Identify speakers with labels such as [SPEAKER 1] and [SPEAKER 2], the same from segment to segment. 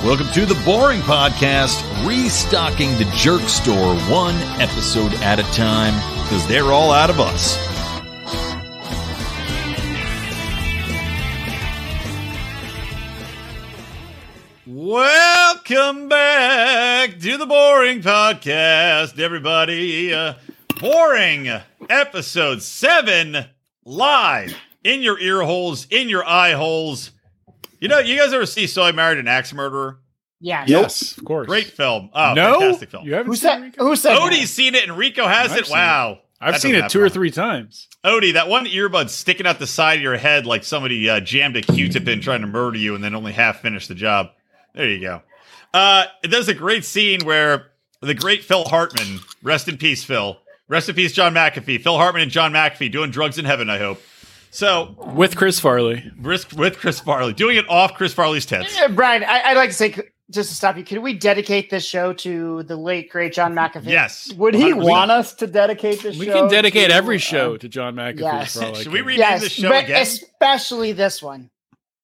[SPEAKER 1] Welcome to the Boring Podcast, restocking the jerk store one episode at a time because they're all out of us. Welcome back to the Boring Podcast, everybody. Uh, boring episode seven live in your ear holes, in your eye holes. You know, you guys ever see So I Married an Axe Murderer?
[SPEAKER 2] Yes.
[SPEAKER 3] Yes, of course.
[SPEAKER 1] Great film. Oh,
[SPEAKER 3] no,
[SPEAKER 1] fantastic film.
[SPEAKER 3] you haven't
[SPEAKER 2] Who
[SPEAKER 3] seen
[SPEAKER 2] said?
[SPEAKER 3] Rico?
[SPEAKER 2] Who said? that?
[SPEAKER 1] Odie's seen it and Rico has
[SPEAKER 3] I've
[SPEAKER 1] it.
[SPEAKER 3] seen
[SPEAKER 1] Wow.
[SPEAKER 3] I've
[SPEAKER 1] That
[SPEAKER 3] seen
[SPEAKER 1] doesn't
[SPEAKER 3] it two or
[SPEAKER 1] happen
[SPEAKER 3] three times.
[SPEAKER 1] Odie, that one earbud sticking out the side of your head like somebody uh, jammed a Q-tip in trying to murder you and then only half finished the job. There you go. Uh, there's a great scene where the great Phil Hartman, rest in peace, Phil. Rest in peace, John McAfee. Phil Hartman and John McAfee doing drugs in heaven, I hope. So,
[SPEAKER 4] with Chris Farley.
[SPEAKER 1] risk with Chris Farley, doing it off Chris Farley's tits.
[SPEAKER 2] Uh, Brian, I, I'd like to say, c- just to stop you, could we dedicate this show to the late great John McAfee?
[SPEAKER 1] Yes.
[SPEAKER 5] Would he
[SPEAKER 1] 100%.
[SPEAKER 5] want us to dedicate this
[SPEAKER 4] We
[SPEAKER 5] show?
[SPEAKER 4] can dedicate
[SPEAKER 5] to,
[SPEAKER 4] every
[SPEAKER 5] uh,
[SPEAKER 4] show to John McAfee.
[SPEAKER 2] yes.
[SPEAKER 4] for all I
[SPEAKER 1] Should we
[SPEAKER 4] care.
[SPEAKER 1] rename
[SPEAKER 2] Yes,
[SPEAKER 1] the show
[SPEAKER 2] but
[SPEAKER 1] again?
[SPEAKER 2] especially this one.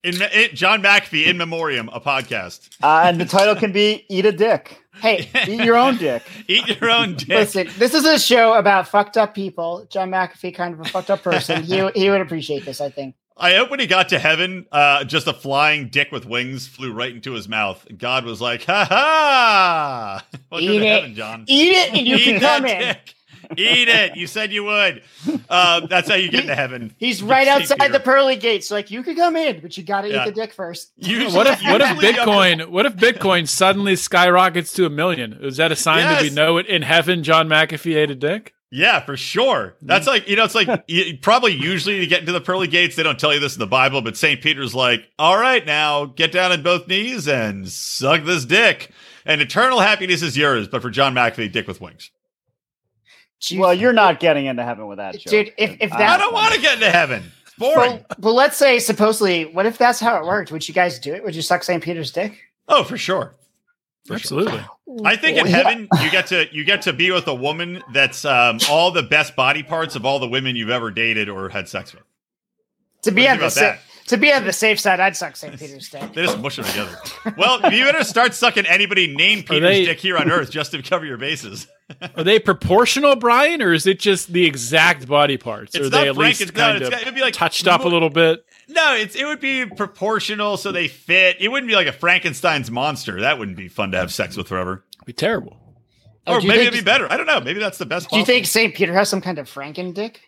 [SPEAKER 1] In, in, John McAfee in memoriam, a podcast.
[SPEAKER 5] Uh, and the title can be "Eat a Dick,
[SPEAKER 2] Hey,
[SPEAKER 5] Eat Your Own Dick."
[SPEAKER 1] Eat your own dick.
[SPEAKER 2] listen, this is a show about fucked up people. John McAfee, kind of a fucked up person. he he would appreciate this, I think.
[SPEAKER 1] I hope when he got to heaven, uh, just a flying dick with wings flew right into his mouth. God was like, ha ha! Welcome
[SPEAKER 2] Eat
[SPEAKER 1] to
[SPEAKER 2] it.
[SPEAKER 1] heaven, John.
[SPEAKER 2] Eat it, and you can
[SPEAKER 1] that
[SPEAKER 2] come in.
[SPEAKER 1] dick. Eat it. You said you would. Uh, that's how you get into heaven.
[SPEAKER 2] He's right
[SPEAKER 1] St.
[SPEAKER 2] outside
[SPEAKER 1] Peter.
[SPEAKER 2] the pearly gates. Like you can come in, but you got to
[SPEAKER 1] Yeah.
[SPEAKER 2] eat the dick first.
[SPEAKER 1] Usually-
[SPEAKER 4] What if what if
[SPEAKER 1] usually after-
[SPEAKER 4] Bitcoin what if Bitcoin suddenly skyrockets to a million? Is that a sign that we
[SPEAKER 1] Yes.
[SPEAKER 4] know it in heaven? John McAfee ate a dick.
[SPEAKER 1] Yeah, for sure. That's like you know, it's like you, probably usually to get into the pearly gates, they don't tell you this in the Bible, but Saint Peter's like, "All right, now get down on both knees and suck this dick, and eternal happiness is yours." But for John McAfee, dick with wings.
[SPEAKER 2] Jeez.
[SPEAKER 5] Well, you're not getting into heaven with that, joke. Uh,
[SPEAKER 2] Dude, if- if
[SPEAKER 1] I
[SPEAKER 2] that-
[SPEAKER 1] don't want to get into heaven. It's boring.
[SPEAKER 2] but, but let's say supposedly, what if that's how it worked? Would you guys do it? Would you suck St. Peter's dick?
[SPEAKER 1] Oh, for sure.
[SPEAKER 4] Absolutely.
[SPEAKER 1] I think in
[SPEAKER 2] Yeah.
[SPEAKER 1] heaven you get to you get to be with a woman that's um, all the best body parts of all the women you've ever dated or had sex with.
[SPEAKER 2] To be
[SPEAKER 1] What
[SPEAKER 2] on
[SPEAKER 1] do
[SPEAKER 2] the
[SPEAKER 1] you think about
[SPEAKER 2] sa- to be on the safe side, I'd suck St. Peter's dick.
[SPEAKER 1] They just mush them together. Well, you better start sucking anybody named Peter's
[SPEAKER 4] they-
[SPEAKER 1] dick here on Earth just to cover your bases.
[SPEAKER 4] Are they proportional, Brian, or is it just the exact body parts?
[SPEAKER 1] It's not
[SPEAKER 4] are they at
[SPEAKER 1] Franken-
[SPEAKER 4] least
[SPEAKER 1] no,
[SPEAKER 4] kind
[SPEAKER 1] it's
[SPEAKER 4] of
[SPEAKER 1] got- it'd be like
[SPEAKER 4] touched up a little bit?
[SPEAKER 1] No, it's it would be proportional so they fit. It wouldn't be like a Frankenstein's monster. That wouldn't be fun to have sex with forever.
[SPEAKER 4] It'd be terrible.
[SPEAKER 2] Oh,
[SPEAKER 1] Or
[SPEAKER 2] do you
[SPEAKER 1] maybe
[SPEAKER 2] think-
[SPEAKER 1] it'd be better. I don't know. Maybe that's the best.
[SPEAKER 2] Do you
[SPEAKER 1] possible-
[SPEAKER 2] think St. Peter has some kind of Franken dick?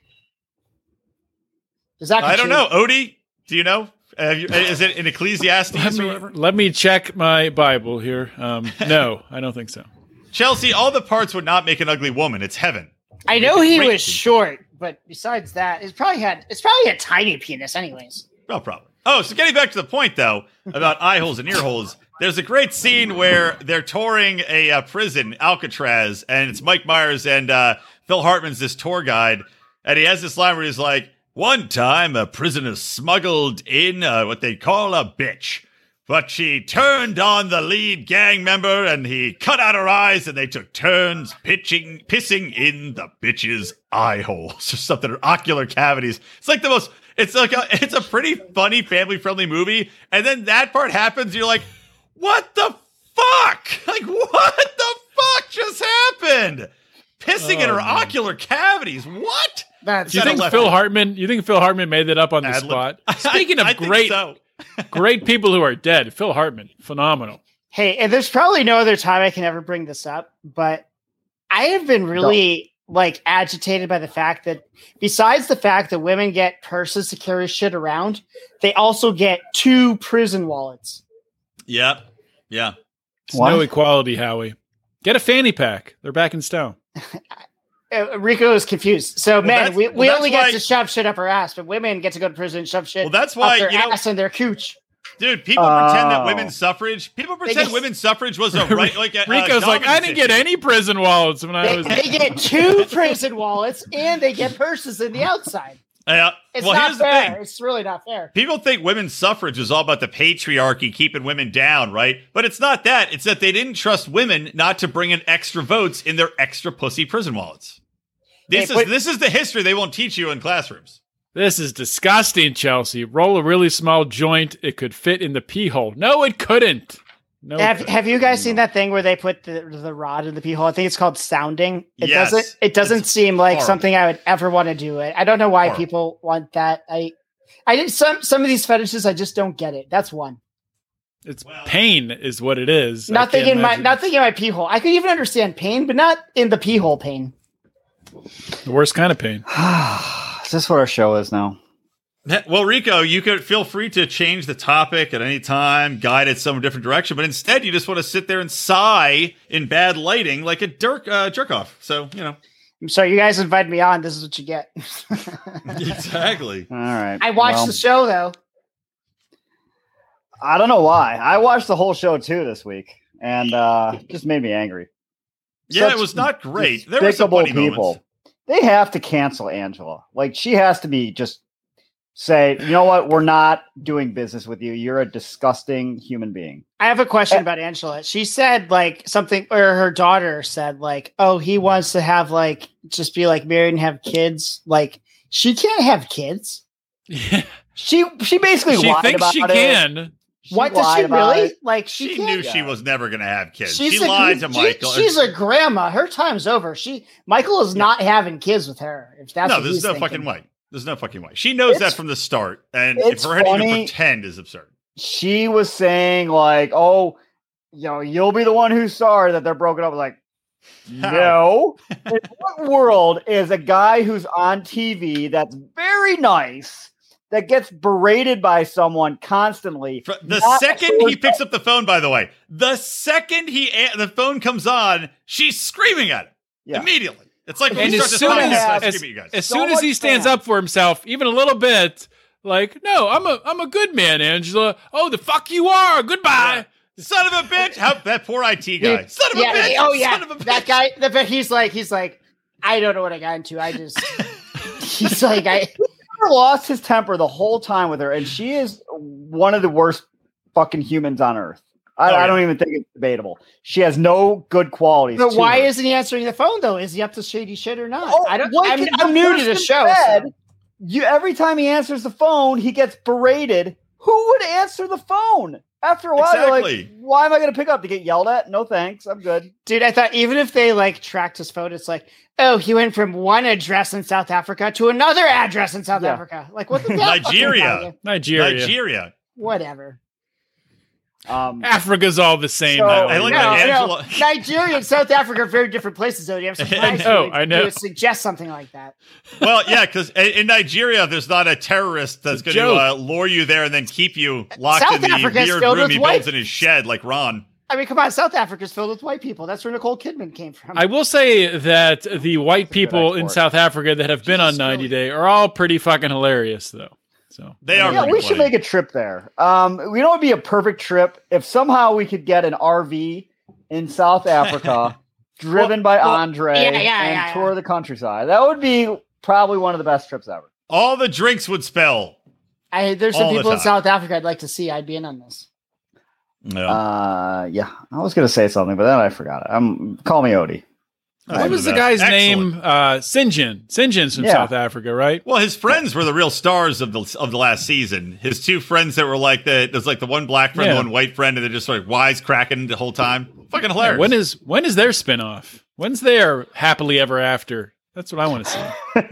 [SPEAKER 2] Does that?
[SPEAKER 1] I don't
[SPEAKER 2] contribute-
[SPEAKER 1] know. Odie, do you know? Have you, is it in
[SPEAKER 4] Let
[SPEAKER 1] Ecclesiastes or
[SPEAKER 4] me,
[SPEAKER 1] whatever?
[SPEAKER 4] let me check my Bible here. Um, no, I don't think so.
[SPEAKER 1] Chelsea, all the parts would not make an ugly woman. It's heaven.
[SPEAKER 2] I know he
[SPEAKER 1] Franken.
[SPEAKER 2] was short, but besides that, it's probably had it's probably a tiny penis, anyways.
[SPEAKER 1] No problem. Oh, so getting back to the point though about eye holes and ear holes. There's a great scene where they're touring a uh, prison, Alcatraz, and it's Mike Myers and uh, Phil Hartman's this tour guide, and he has this line where he's like, "One time a prisoner smuggled in uh, what they call a bitch." But she turned on the lead gang member and he cut out her eyes and they took turns pitching pissing in the bitch's eye holes or something or ocular cavities. It's like the most it's like a, it's a pretty funny family friendly movie and then that part happens you're like what the fuck? Like what the fuck just happened? Pissing in
[SPEAKER 4] Oh,
[SPEAKER 1] her
[SPEAKER 4] man.
[SPEAKER 1] ocular cavities. What?
[SPEAKER 2] That's
[SPEAKER 4] Do you
[SPEAKER 1] Set a
[SPEAKER 4] think
[SPEAKER 1] left
[SPEAKER 4] Phil
[SPEAKER 1] eye.
[SPEAKER 4] Hartman? You think Phil Hartman made that up on the
[SPEAKER 1] Ad lib.
[SPEAKER 4] spot? Speaking of
[SPEAKER 1] I think
[SPEAKER 4] great,
[SPEAKER 1] so.
[SPEAKER 4] great people who are dead, Phil Hartman, phenomenal.
[SPEAKER 2] hey, and there's probably no other time I can ever bring this up, but I have been really like agitated by the fact that besides the fact that women get purses to carry shit around, they also get two prison wallets.
[SPEAKER 1] Yeah. Yeah.
[SPEAKER 4] It's
[SPEAKER 5] What?
[SPEAKER 4] no equality, Howie. Get a fanny pack. They're back in style.
[SPEAKER 2] Uh, Rico is confused. So, man,
[SPEAKER 1] that's-
[SPEAKER 2] we,
[SPEAKER 1] well,
[SPEAKER 2] we
[SPEAKER 1] that's
[SPEAKER 2] only
[SPEAKER 1] why-
[SPEAKER 2] get to shove shit up our ass, but women get to go to prison and shove shit
[SPEAKER 1] Well, that's
[SPEAKER 2] up
[SPEAKER 1] why
[SPEAKER 2] their
[SPEAKER 1] you know
[SPEAKER 2] ass and their cooch.
[SPEAKER 1] Dude, people pretend that
[SPEAKER 5] Oh.
[SPEAKER 1] women's suffrage. People pretend
[SPEAKER 2] just-
[SPEAKER 1] women's suffrage was a right. Like a,
[SPEAKER 4] Rico's
[SPEAKER 1] a
[SPEAKER 4] like, I didn't get
[SPEAKER 1] dominance
[SPEAKER 4] any prison wallets when I
[SPEAKER 2] They,
[SPEAKER 4] was.
[SPEAKER 2] they get two prison wallets and they get purses in the outside.
[SPEAKER 1] issue. Yeah.
[SPEAKER 2] It's
[SPEAKER 1] well,
[SPEAKER 2] not
[SPEAKER 1] here's the
[SPEAKER 2] fair.
[SPEAKER 1] thing.
[SPEAKER 2] It's really not fair.
[SPEAKER 1] People think women's suffrage is all about the patriarchy keeping women down, right? But it's not that. It's that they didn't trust women not to bring in extra votes in their extra pussy prison wallets. This
[SPEAKER 2] They
[SPEAKER 1] is
[SPEAKER 2] put-
[SPEAKER 1] this is the history they won't teach you in classrooms.
[SPEAKER 4] This is disgusting, Chelsea. Roll a really small joint. It could fit in the pee hole. No, it couldn't. No.
[SPEAKER 2] have,
[SPEAKER 4] good.
[SPEAKER 2] have you guys seen that thing where they put the, the rod in the pee hole? I think it's called sounding. It
[SPEAKER 1] Yes.
[SPEAKER 2] doesn't it doesn't
[SPEAKER 1] It's
[SPEAKER 2] seem like
[SPEAKER 1] horrible.
[SPEAKER 2] something I would ever want to do it. I don't know why
[SPEAKER 1] Horrible.
[SPEAKER 2] people want that. I I did some some of these fetishes I just don't get it. That's one.
[SPEAKER 4] It's pain is what it is. I
[SPEAKER 2] nothing
[SPEAKER 4] can't
[SPEAKER 2] in my
[SPEAKER 4] imagine-
[SPEAKER 2] nothing in my pee hole. I could even understand pain, but not in the pee hole pain.
[SPEAKER 4] The worst kind of pain.
[SPEAKER 5] is this what our show is now?
[SPEAKER 1] Well, Rico, you could feel free to change the topic at any time, guide it some different direction, but instead you just want to sit there and sigh in bad lighting like a dirk uh, jerk off. So you know
[SPEAKER 2] I'm sorry, you guys invited me on. This is what you get.
[SPEAKER 1] exactly.
[SPEAKER 5] All right.
[SPEAKER 2] I watched
[SPEAKER 5] well,
[SPEAKER 2] the show though.
[SPEAKER 5] I don't know why. I watched the whole show too this week, and uh it just made me angry.
[SPEAKER 1] Yeah, it
[SPEAKER 5] Such
[SPEAKER 1] was not great. There were some
[SPEAKER 5] Despicable
[SPEAKER 1] funny
[SPEAKER 5] people.
[SPEAKER 1] moments.
[SPEAKER 5] They have to cancel Angela. Like she has to be just say, you know what? We're not doing business with you. You're a disgusting human being.
[SPEAKER 2] I have a question about Angela. She said like something, or her daughter said like, "Oh, he wants to have like just be like married and have kids." Like she can't have kids.
[SPEAKER 4] Yeah.
[SPEAKER 5] She she basically
[SPEAKER 4] She
[SPEAKER 5] lied
[SPEAKER 4] thinks
[SPEAKER 5] about
[SPEAKER 4] she
[SPEAKER 5] it.
[SPEAKER 4] can.
[SPEAKER 5] She
[SPEAKER 2] what does
[SPEAKER 5] lied
[SPEAKER 2] she
[SPEAKER 5] about
[SPEAKER 2] really
[SPEAKER 5] it.
[SPEAKER 2] like? She,
[SPEAKER 1] She
[SPEAKER 2] can't-
[SPEAKER 1] knew she was never going to have kids. she
[SPEAKER 2] a-
[SPEAKER 1] lied to
[SPEAKER 2] she-
[SPEAKER 1] Michael.
[SPEAKER 2] she's a grandma. Her time's over. She Michael is not having kids with her. If that's
[SPEAKER 1] no,
[SPEAKER 2] what
[SPEAKER 1] there's
[SPEAKER 2] he's
[SPEAKER 1] no
[SPEAKER 2] thinking.
[SPEAKER 1] fucking way. There's no fucking way. She knows
[SPEAKER 5] It's-
[SPEAKER 1] that from the start, and
[SPEAKER 5] it's
[SPEAKER 1] for her to even
[SPEAKER 5] funny-
[SPEAKER 1] pretend is absurd.
[SPEAKER 5] She was saying like, oh, you know, you'll be the one who's sorry that they're broken up. Like, no. In what world is a guy who's on TV that's very nice that gets berated by someone constantly?
[SPEAKER 1] Fr- The
[SPEAKER 5] not
[SPEAKER 1] second he
[SPEAKER 5] afford-
[SPEAKER 1] picks up the phone, by the way, the second he a- the phone comes on, she's screaming at him
[SPEAKER 5] Yeah.
[SPEAKER 1] immediately. It's like when
[SPEAKER 4] And
[SPEAKER 1] you start
[SPEAKER 4] as
[SPEAKER 1] this
[SPEAKER 4] soon
[SPEAKER 1] podcast,
[SPEAKER 5] as-
[SPEAKER 1] I scream at you guys.
[SPEAKER 4] As
[SPEAKER 5] So
[SPEAKER 4] soon as he
[SPEAKER 5] much
[SPEAKER 4] stands
[SPEAKER 5] fun.
[SPEAKER 4] up for himself, even a little bit, like, no, I'm a I'm a good man, Angela. Oh, the fuck you are. Goodbye.
[SPEAKER 1] son of a bitch! How that poor IT guy.
[SPEAKER 2] Dude,
[SPEAKER 1] son of
[SPEAKER 2] yeah,
[SPEAKER 1] a bitch!
[SPEAKER 2] Oh yeah,
[SPEAKER 1] Son of a bitch!
[SPEAKER 2] that guy. The, but he's like, he's like, I don't know what I got into. I just, he's like, I.
[SPEAKER 5] Peter lost his temper the whole time with her, and she is one of the worst fucking humans on earth. I,
[SPEAKER 1] Oh,
[SPEAKER 5] I
[SPEAKER 1] yeah.
[SPEAKER 5] don't even think it's debatable. She has no good qualities.
[SPEAKER 2] But
[SPEAKER 5] to
[SPEAKER 2] why
[SPEAKER 5] her.
[SPEAKER 2] isn't he answering the phone though? Is he up to shady shit or not?
[SPEAKER 5] Oh,
[SPEAKER 2] I don't.
[SPEAKER 5] what
[SPEAKER 2] I'm,
[SPEAKER 5] can
[SPEAKER 2] I'm
[SPEAKER 5] the
[SPEAKER 2] new to
[SPEAKER 5] person
[SPEAKER 2] the show.
[SPEAKER 5] said?
[SPEAKER 2] so-
[SPEAKER 5] you every time he answers the phone, he gets berated? Who would answer the phone? After a while, you're like,
[SPEAKER 1] Exactly.
[SPEAKER 5] why am I going to pick up to get yelled at? No thanks, I'm good.
[SPEAKER 2] dude, I thought even if they like tracked his phone, it's like, oh, he went from one address in South Africa to another address in South
[SPEAKER 5] Yeah.
[SPEAKER 2] Africa. Like what the hell? fucking
[SPEAKER 1] Nigeria.
[SPEAKER 2] value?
[SPEAKER 4] Nigeria.
[SPEAKER 1] Nigeria.
[SPEAKER 2] Whatever.
[SPEAKER 5] Um,
[SPEAKER 4] Africa's all the same.
[SPEAKER 5] So-
[SPEAKER 4] that
[SPEAKER 1] I
[SPEAKER 4] way.
[SPEAKER 1] like
[SPEAKER 2] No,
[SPEAKER 1] how
[SPEAKER 2] no.
[SPEAKER 1] Angela.
[SPEAKER 2] Nigeria and South Africa are very different places, Odie. I'm surprised you
[SPEAKER 4] know,
[SPEAKER 2] would,
[SPEAKER 4] Oh, I know.
[SPEAKER 2] you would suggest something like that.
[SPEAKER 1] Well, yeah, because in, in Nigeria, there's not a terrorist that's going to
[SPEAKER 4] Joke.
[SPEAKER 1] uh, lure you there and then keep you locked in
[SPEAKER 2] South
[SPEAKER 1] the
[SPEAKER 2] Africa's
[SPEAKER 1] weird
[SPEAKER 2] filled
[SPEAKER 1] room
[SPEAKER 2] with
[SPEAKER 1] he
[SPEAKER 2] white-
[SPEAKER 1] builds in his shed like Ron.
[SPEAKER 2] I mean, come on, South Africa's filled with white people. That's where Nicole Kidman came from.
[SPEAKER 4] I will say that the white people in
[SPEAKER 5] export.
[SPEAKER 4] South Africa that have been on
[SPEAKER 2] Jesus,
[SPEAKER 4] 90
[SPEAKER 2] really?
[SPEAKER 4] Day are all pretty fucking hilarious, though. So
[SPEAKER 1] They are.
[SPEAKER 5] yeah, we should make a trip there. Um, we know it'd be a perfect trip if somehow we could get an RV in South Africa, driven by Andre,
[SPEAKER 2] yeah, yeah,
[SPEAKER 5] and
[SPEAKER 2] yeah,
[SPEAKER 5] tour the countryside. That would be probably one of the best trips ever.
[SPEAKER 1] All the drinks would spell.
[SPEAKER 2] I, there's some
[SPEAKER 1] All the
[SPEAKER 2] people in
[SPEAKER 1] time.
[SPEAKER 2] South Africa I'd like to see. I'd be in on this.
[SPEAKER 1] No.
[SPEAKER 5] Uh, yeah, I was going to say something, but then I forgot it. Um, call me Odie.
[SPEAKER 4] what was the guy's name? Uh, Sinjin. Sinjin's from
[SPEAKER 5] Yeah.
[SPEAKER 4] South Africa, right?
[SPEAKER 1] Well, his friends were the real stars of the of the last season. His two friends that were like the there's like the one black friend,
[SPEAKER 4] Yeah.
[SPEAKER 1] the one white friend, and they're just like wisecracking the whole time. Fucking hilarious.
[SPEAKER 4] When is when is their spinoff? When's their happily ever after? That's what I want to see.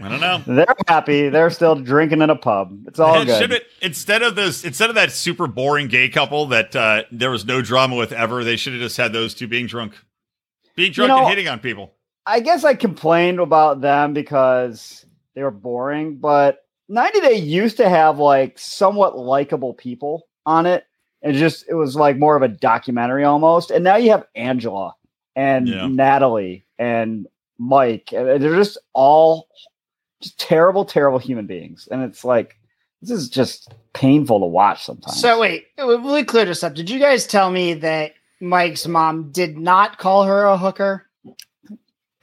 [SPEAKER 1] I don't know.
[SPEAKER 5] They're happy. They're still drinking in a pub. It's all
[SPEAKER 1] And should
[SPEAKER 5] good.
[SPEAKER 1] it, instead of those, instead of that super boring gay couple that uh, there was no drama with ever, they should have just had those two being drunk, being drunk
[SPEAKER 5] know-
[SPEAKER 1] and hitting on people.
[SPEAKER 5] I guess I complained about them because they were boring, but 90 Day used to have like somewhat likable people on it. And just it was like more of a documentary almost. And now you have Angela and
[SPEAKER 1] Yeah.
[SPEAKER 5] Natalie and Mike. And they're just all just terrible, terrible human beings. And it's like this is just painful to watch sometimes.
[SPEAKER 2] So wait, we- we cleared this up. Did you guys tell me that Mike's mom did not call her a hooker?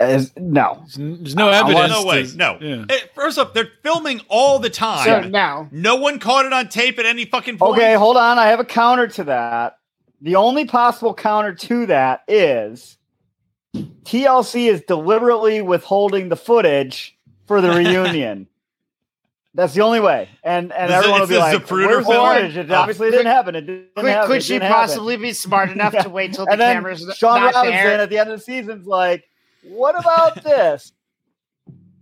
[SPEAKER 5] As- no.
[SPEAKER 4] There's n- there's no
[SPEAKER 5] I
[SPEAKER 4] evidence.
[SPEAKER 5] want-
[SPEAKER 1] No way,
[SPEAKER 4] to-
[SPEAKER 1] no.
[SPEAKER 4] Yeah.
[SPEAKER 1] Eh, first up, they're filming all the
[SPEAKER 2] So
[SPEAKER 1] time.
[SPEAKER 2] no.
[SPEAKER 1] no one caught it on tape at any fucking point.
[SPEAKER 5] Okay, hold on. I have a counter to that. The only possible counter to that is TLC is deliberately withholding the footage for the reunion. That's the only way. And and
[SPEAKER 1] This is-
[SPEAKER 5] everyone will
[SPEAKER 1] it's
[SPEAKER 5] be
[SPEAKER 1] a
[SPEAKER 5] like,
[SPEAKER 1] Zapruder
[SPEAKER 5] "Where's the
[SPEAKER 1] film?
[SPEAKER 5] orange?" It
[SPEAKER 1] Ah.
[SPEAKER 5] obviously didn't happen. It didn't
[SPEAKER 2] Could,
[SPEAKER 5] happen.
[SPEAKER 2] could
[SPEAKER 5] It
[SPEAKER 2] she
[SPEAKER 5] didn't happen.
[SPEAKER 2] possibly be smart enough to wait till the
[SPEAKER 5] And then
[SPEAKER 2] camera's
[SPEAKER 5] Sean
[SPEAKER 2] not
[SPEAKER 5] Robinson
[SPEAKER 2] there?
[SPEAKER 5] at the end of the season's like, "What about this?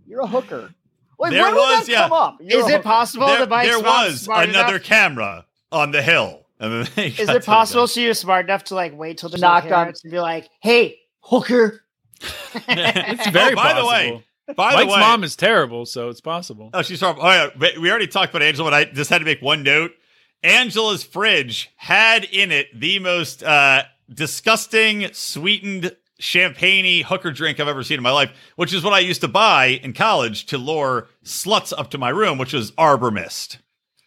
[SPEAKER 5] You're a hooker." Wait,
[SPEAKER 1] There
[SPEAKER 5] when
[SPEAKER 1] was,
[SPEAKER 5] did that
[SPEAKER 1] yeah.
[SPEAKER 5] come up? You're
[SPEAKER 2] Is
[SPEAKER 5] a
[SPEAKER 2] it
[SPEAKER 5] hooker.
[SPEAKER 2] possible
[SPEAKER 1] there
[SPEAKER 2] the bike's
[SPEAKER 1] there
[SPEAKER 2] not
[SPEAKER 1] was
[SPEAKER 2] smart
[SPEAKER 1] another
[SPEAKER 2] enough?
[SPEAKER 1] camera on the hill. And then they
[SPEAKER 2] Is
[SPEAKER 1] got
[SPEAKER 2] it
[SPEAKER 1] to
[SPEAKER 2] possible she was smart enough to like wait till the
[SPEAKER 5] Knock on-
[SPEAKER 2] parents and be like, "Hey, hooker"?
[SPEAKER 4] it's very
[SPEAKER 1] Oh, by the
[SPEAKER 4] possible.
[SPEAKER 1] way, the- By
[SPEAKER 4] Mike's
[SPEAKER 1] the way,
[SPEAKER 4] mom is terrible, so it's possible.
[SPEAKER 1] Oh, she's from. Oh, yeah. We- We already talked about Angela, and I just had to make one note. Angela's fridge had in it the most uh, disgusting sweetened champagne hooker drink I've ever seen in my life, which is what I used to buy in college to lure sluts up to my room, which was Arbor Mist.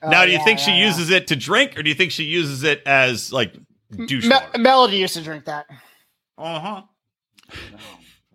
[SPEAKER 1] now,
[SPEAKER 2] Oh,
[SPEAKER 1] do you
[SPEAKER 2] yeah,
[SPEAKER 1] think she
[SPEAKER 2] yeah, yeah.
[SPEAKER 1] uses it to drink, or do you think she uses it as like douche?
[SPEAKER 2] Me- um, Melody used to drink that.
[SPEAKER 1] uh huh.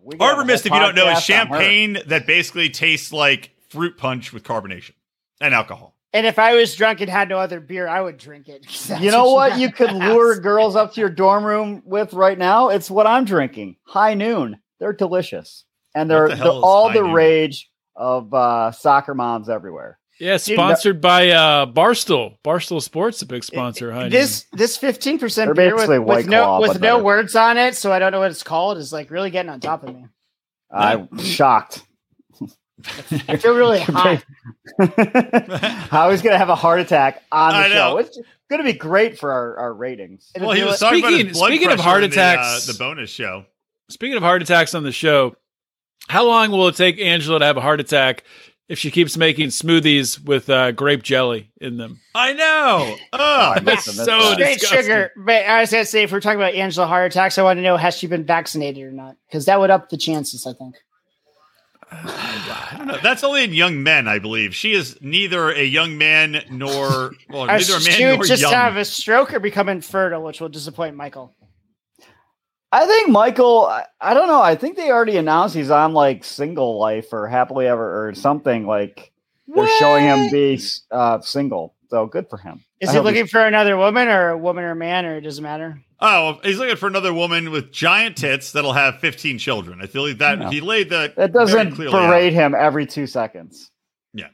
[SPEAKER 5] We got a
[SPEAKER 1] Arbor Mist, if
[SPEAKER 5] whole
[SPEAKER 1] you don't know,
[SPEAKER 5] podcast on her.
[SPEAKER 1] is champagne that basically tastes like fruit punch with carbonation and alcohol.
[SPEAKER 2] And if I was drunk and had no other beer, I would drink it. 'cause that's
[SPEAKER 5] You know
[SPEAKER 2] got
[SPEAKER 5] what? You
[SPEAKER 2] in
[SPEAKER 5] could
[SPEAKER 2] the
[SPEAKER 5] lure
[SPEAKER 2] house.
[SPEAKER 5] girls up to your dorm room with right now. It's what I'm drinking. High noon. They're delicious, and
[SPEAKER 1] What
[SPEAKER 5] they're
[SPEAKER 1] the hell
[SPEAKER 5] they're
[SPEAKER 1] is
[SPEAKER 5] all
[SPEAKER 1] High
[SPEAKER 5] the
[SPEAKER 1] Noon?
[SPEAKER 5] rage of uh, soccer moms everywhere.
[SPEAKER 4] Yeah, sponsored by uh, Barstool. Barstool Sports, a big sponsor. Huh?
[SPEAKER 2] This this fifteen percent
[SPEAKER 5] They're
[SPEAKER 2] beer with,
[SPEAKER 5] basically
[SPEAKER 2] with
[SPEAKER 5] White
[SPEAKER 2] no
[SPEAKER 5] Claw,
[SPEAKER 2] with
[SPEAKER 5] but
[SPEAKER 2] no
[SPEAKER 5] better.
[SPEAKER 2] words on it, so I don't know what it's called. Is like really getting on top of me.
[SPEAKER 5] I'm shocked.
[SPEAKER 2] I feel really hot.
[SPEAKER 5] How he's gonna have a heart attack on the
[SPEAKER 1] I know.
[SPEAKER 5] show? It's gonna be great for our, our ratings.
[SPEAKER 2] It'll
[SPEAKER 1] Well, he
[SPEAKER 2] do
[SPEAKER 1] was
[SPEAKER 2] it-
[SPEAKER 1] talking about
[SPEAKER 4] Speaking-
[SPEAKER 1] his blood
[SPEAKER 4] speaking of
[SPEAKER 1] pressure
[SPEAKER 4] heart
[SPEAKER 1] in the, uh,
[SPEAKER 4] attacks-
[SPEAKER 1] the, bonus show.
[SPEAKER 4] Speaking of heart attacks on the show, how long will it take Angela to have a heart attack if she keeps making smoothies with uh, grape jelly in them?
[SPEAKER 1] I know.
[SPEAKER 5] I
[SPEAKER 1] Ugh.
[SPEAKER 5] must have
[SPEAKER 4] so
[SPEAKER 5] missed that.
[SPEAKER 4] dis-
[SPEAKER 2] straight
[SPEAKER 4] disgusting.
[SPEAKER 2] sugar. But I was gonna say, if we're talking about Angela heart attacks, I want to know has she been vaccinated or not? Because that would up the chances. I think.
[SPEAKER 1] I don't know. That's only in young men, I believe. She is neither a young man nor well,
[SPEAKER 2] Or
[SPEAKER 1] Oh, neither a
[SPEAKER 2] she
[SPEAKER 1] man
[SPEAKER 2] would
[SPEAKER 1] nor
[SPEAKER 2] just
[SPEAKER 1] young.
[SPEAKER 2] have a stroke or become infertile, which will disappoint Michael.
[SPEAKER 5] I think Michael. I, I don't know. I think they already announced he's on like single life or happily ever or something. Like they're showing him be uh, single. So good for him.
[SPEAKER 2] Is
[SPEAKER 5] I
[SPEAKER 2] he
[SPEAKER 5] hope
[SPEAKER 2] looking for another woman or a woman or a man or it doesn't matter?
[SPEAKER 1] oh, he's looking for another woman with giant tits that'll have 15 children. I feel like that
[SPEAKER 5] No.
[SPEAKER 1] he laid that.
[SPEAKER 5] That
[SPEAKER 1] very
[SPEAKER 5] doesn't
[SPEAKER 1] clearly out.
[SPEAKER 5] berate him every two seconds.
[SPEAKER 1] Yeah.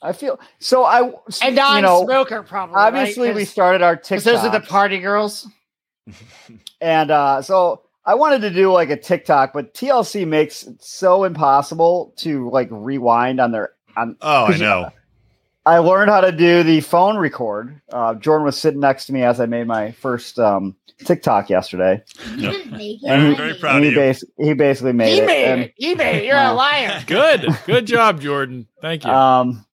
[SPEAKER 5] I feel so. I
[SPEAKER 2] And
[SPEAKER 5] you know
[SPEAKER 2] non-smoker, probably. right?
[SPEAKER 5] obviously we
[SPEAKER 2] 'Cause-
[SPEAKER 5] started our TikTok.
[SPEAKER 2] 'cause those are the party girls.
[SPEAKER 5] And uh, so I wanted to do like a TikTok, but TLC makes it so impossible to like rewind on their. On,
[SPEAKER 1] Oh, I know.
[SPEAKER 5] I learned how to do the phone record. Uh, Jordan was sitting next to me as I made my first um, TikTok yesterday,
[SPEAKER 1] Yeah.
[SPEAKER 3] didn't make it.
[SPEAKER 5] And
[SPEAKER 1] I'm
[SPEAKER 5] he-
[SPEAKER 1] very proud
[SPEAKER 5] and
[SPEAKER 1] of
[SPEAKER 5] he,
[SPEAKER 1] you.
[SPEAKER 5] bas- he basically made
[SPEAKER 2] He
[SPEAKER 5] it.
[SPEAKER 2] made
[SPEAKER 5] and-
[SPEAKER 2] it. He made it. You're a
[SPEAKER 5] Wow.
[SPEAKER 2] liar.
[SPEAKER 4] Good. Good job, Jordan. Thank
[SPEAKER 1] Uh,
[SPEAKER 4] you.
[SPEAKER 5] Um,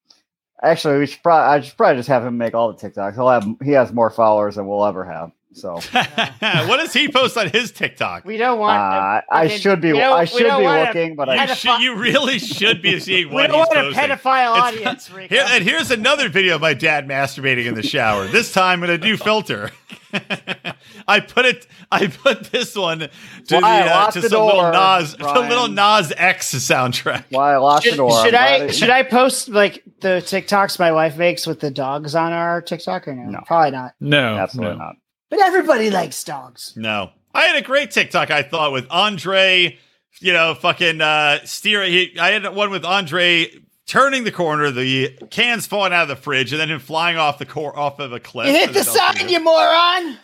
[SPEAKER 5] actually, we should probably I should probably just have him make all the TikToks. He'll have he has more followers than we'll ever have. So
[SPEAKER 1] what does he post on his TikTok?
[SPEAKER 2] We don't
[SPEAKER 5] uh,
[SPEAKER 2] want.
[SPEAKER 5] I, I
[SPEAKER 2] fucking-
[SPEAKER 5] should be
[SPEAKER 2] we don't-
[SPEAKER 5] I
[SPEAKER 2] we
[SPEAKER 5] should
[SPEAKER 2] don't
[SPEAKER 5] be
[SPEAKER 2] wanna-
[SPEAKER 5] looking, but I
[SPEAKER 1] You,
[SPEAKER 2] Pedophile-
[SPEAKER 1] should, you really should be seeing
[SPEAKER 2] we
[SPEAKER 1] what
[SPEAKER 2] don't
[SPEAKER 1] he's
[SPEAKER 2] want a
[SPEAKER 1] posting.
[SPEAKER 2] pedophile
[SPEAKER 1] It's-
[SPEAKER 2] audience. Rico.
[SPEAKER 1] Here, and here's another video of my dad masturbating in the shower. This time in a new filter. I put it. I put this one to
[SPEAKER 5] Why,
[SPEAKER 1] the
[SPEAKER 5] I
[SPEAKER 1] uh,
[SPEAKER 5] locked
[SPEAKER 1] to
[SPEAKER 5] the
[SPEAKER 1] some little
[SPEAKER 5] door,
[SPEAKER 1] Nas, the little
[SPEAKER 5] Brian.
[SPEAKER 1] Nas X soundtrack.
[SPEAKER 5] why I lost
[SPEAKER 2] should,
[SPEAKER 5] the door.
[SPEAKER 2] should I should I post like the TikToks my wife makes with the dogs on our TikTok or no?
[SPEAKER 5] No.
[SPEAKER 2] Probably not.
[SPEAKER 4] no.
[SPEAKER 5] Absolutely
[SPEAKER 4] no.
[SPEAKER 5] not.
[SPEAKER 2] But everybody likes dogs.
[SPEAKER 1] No, I had a great TikTok. I thought with Andre, you know, fucking uh, steer. He, I had one with Andre turning the corner, the cans falling out of the fridge, and then him flying off the cor- off of a cliff.
[SPEAKER 2] You hit the
[SPEAKER 1] That's all
[SPEAKER 2] sign,
[SPEAKER 1] cute.
[SPEAKER 2] you moron.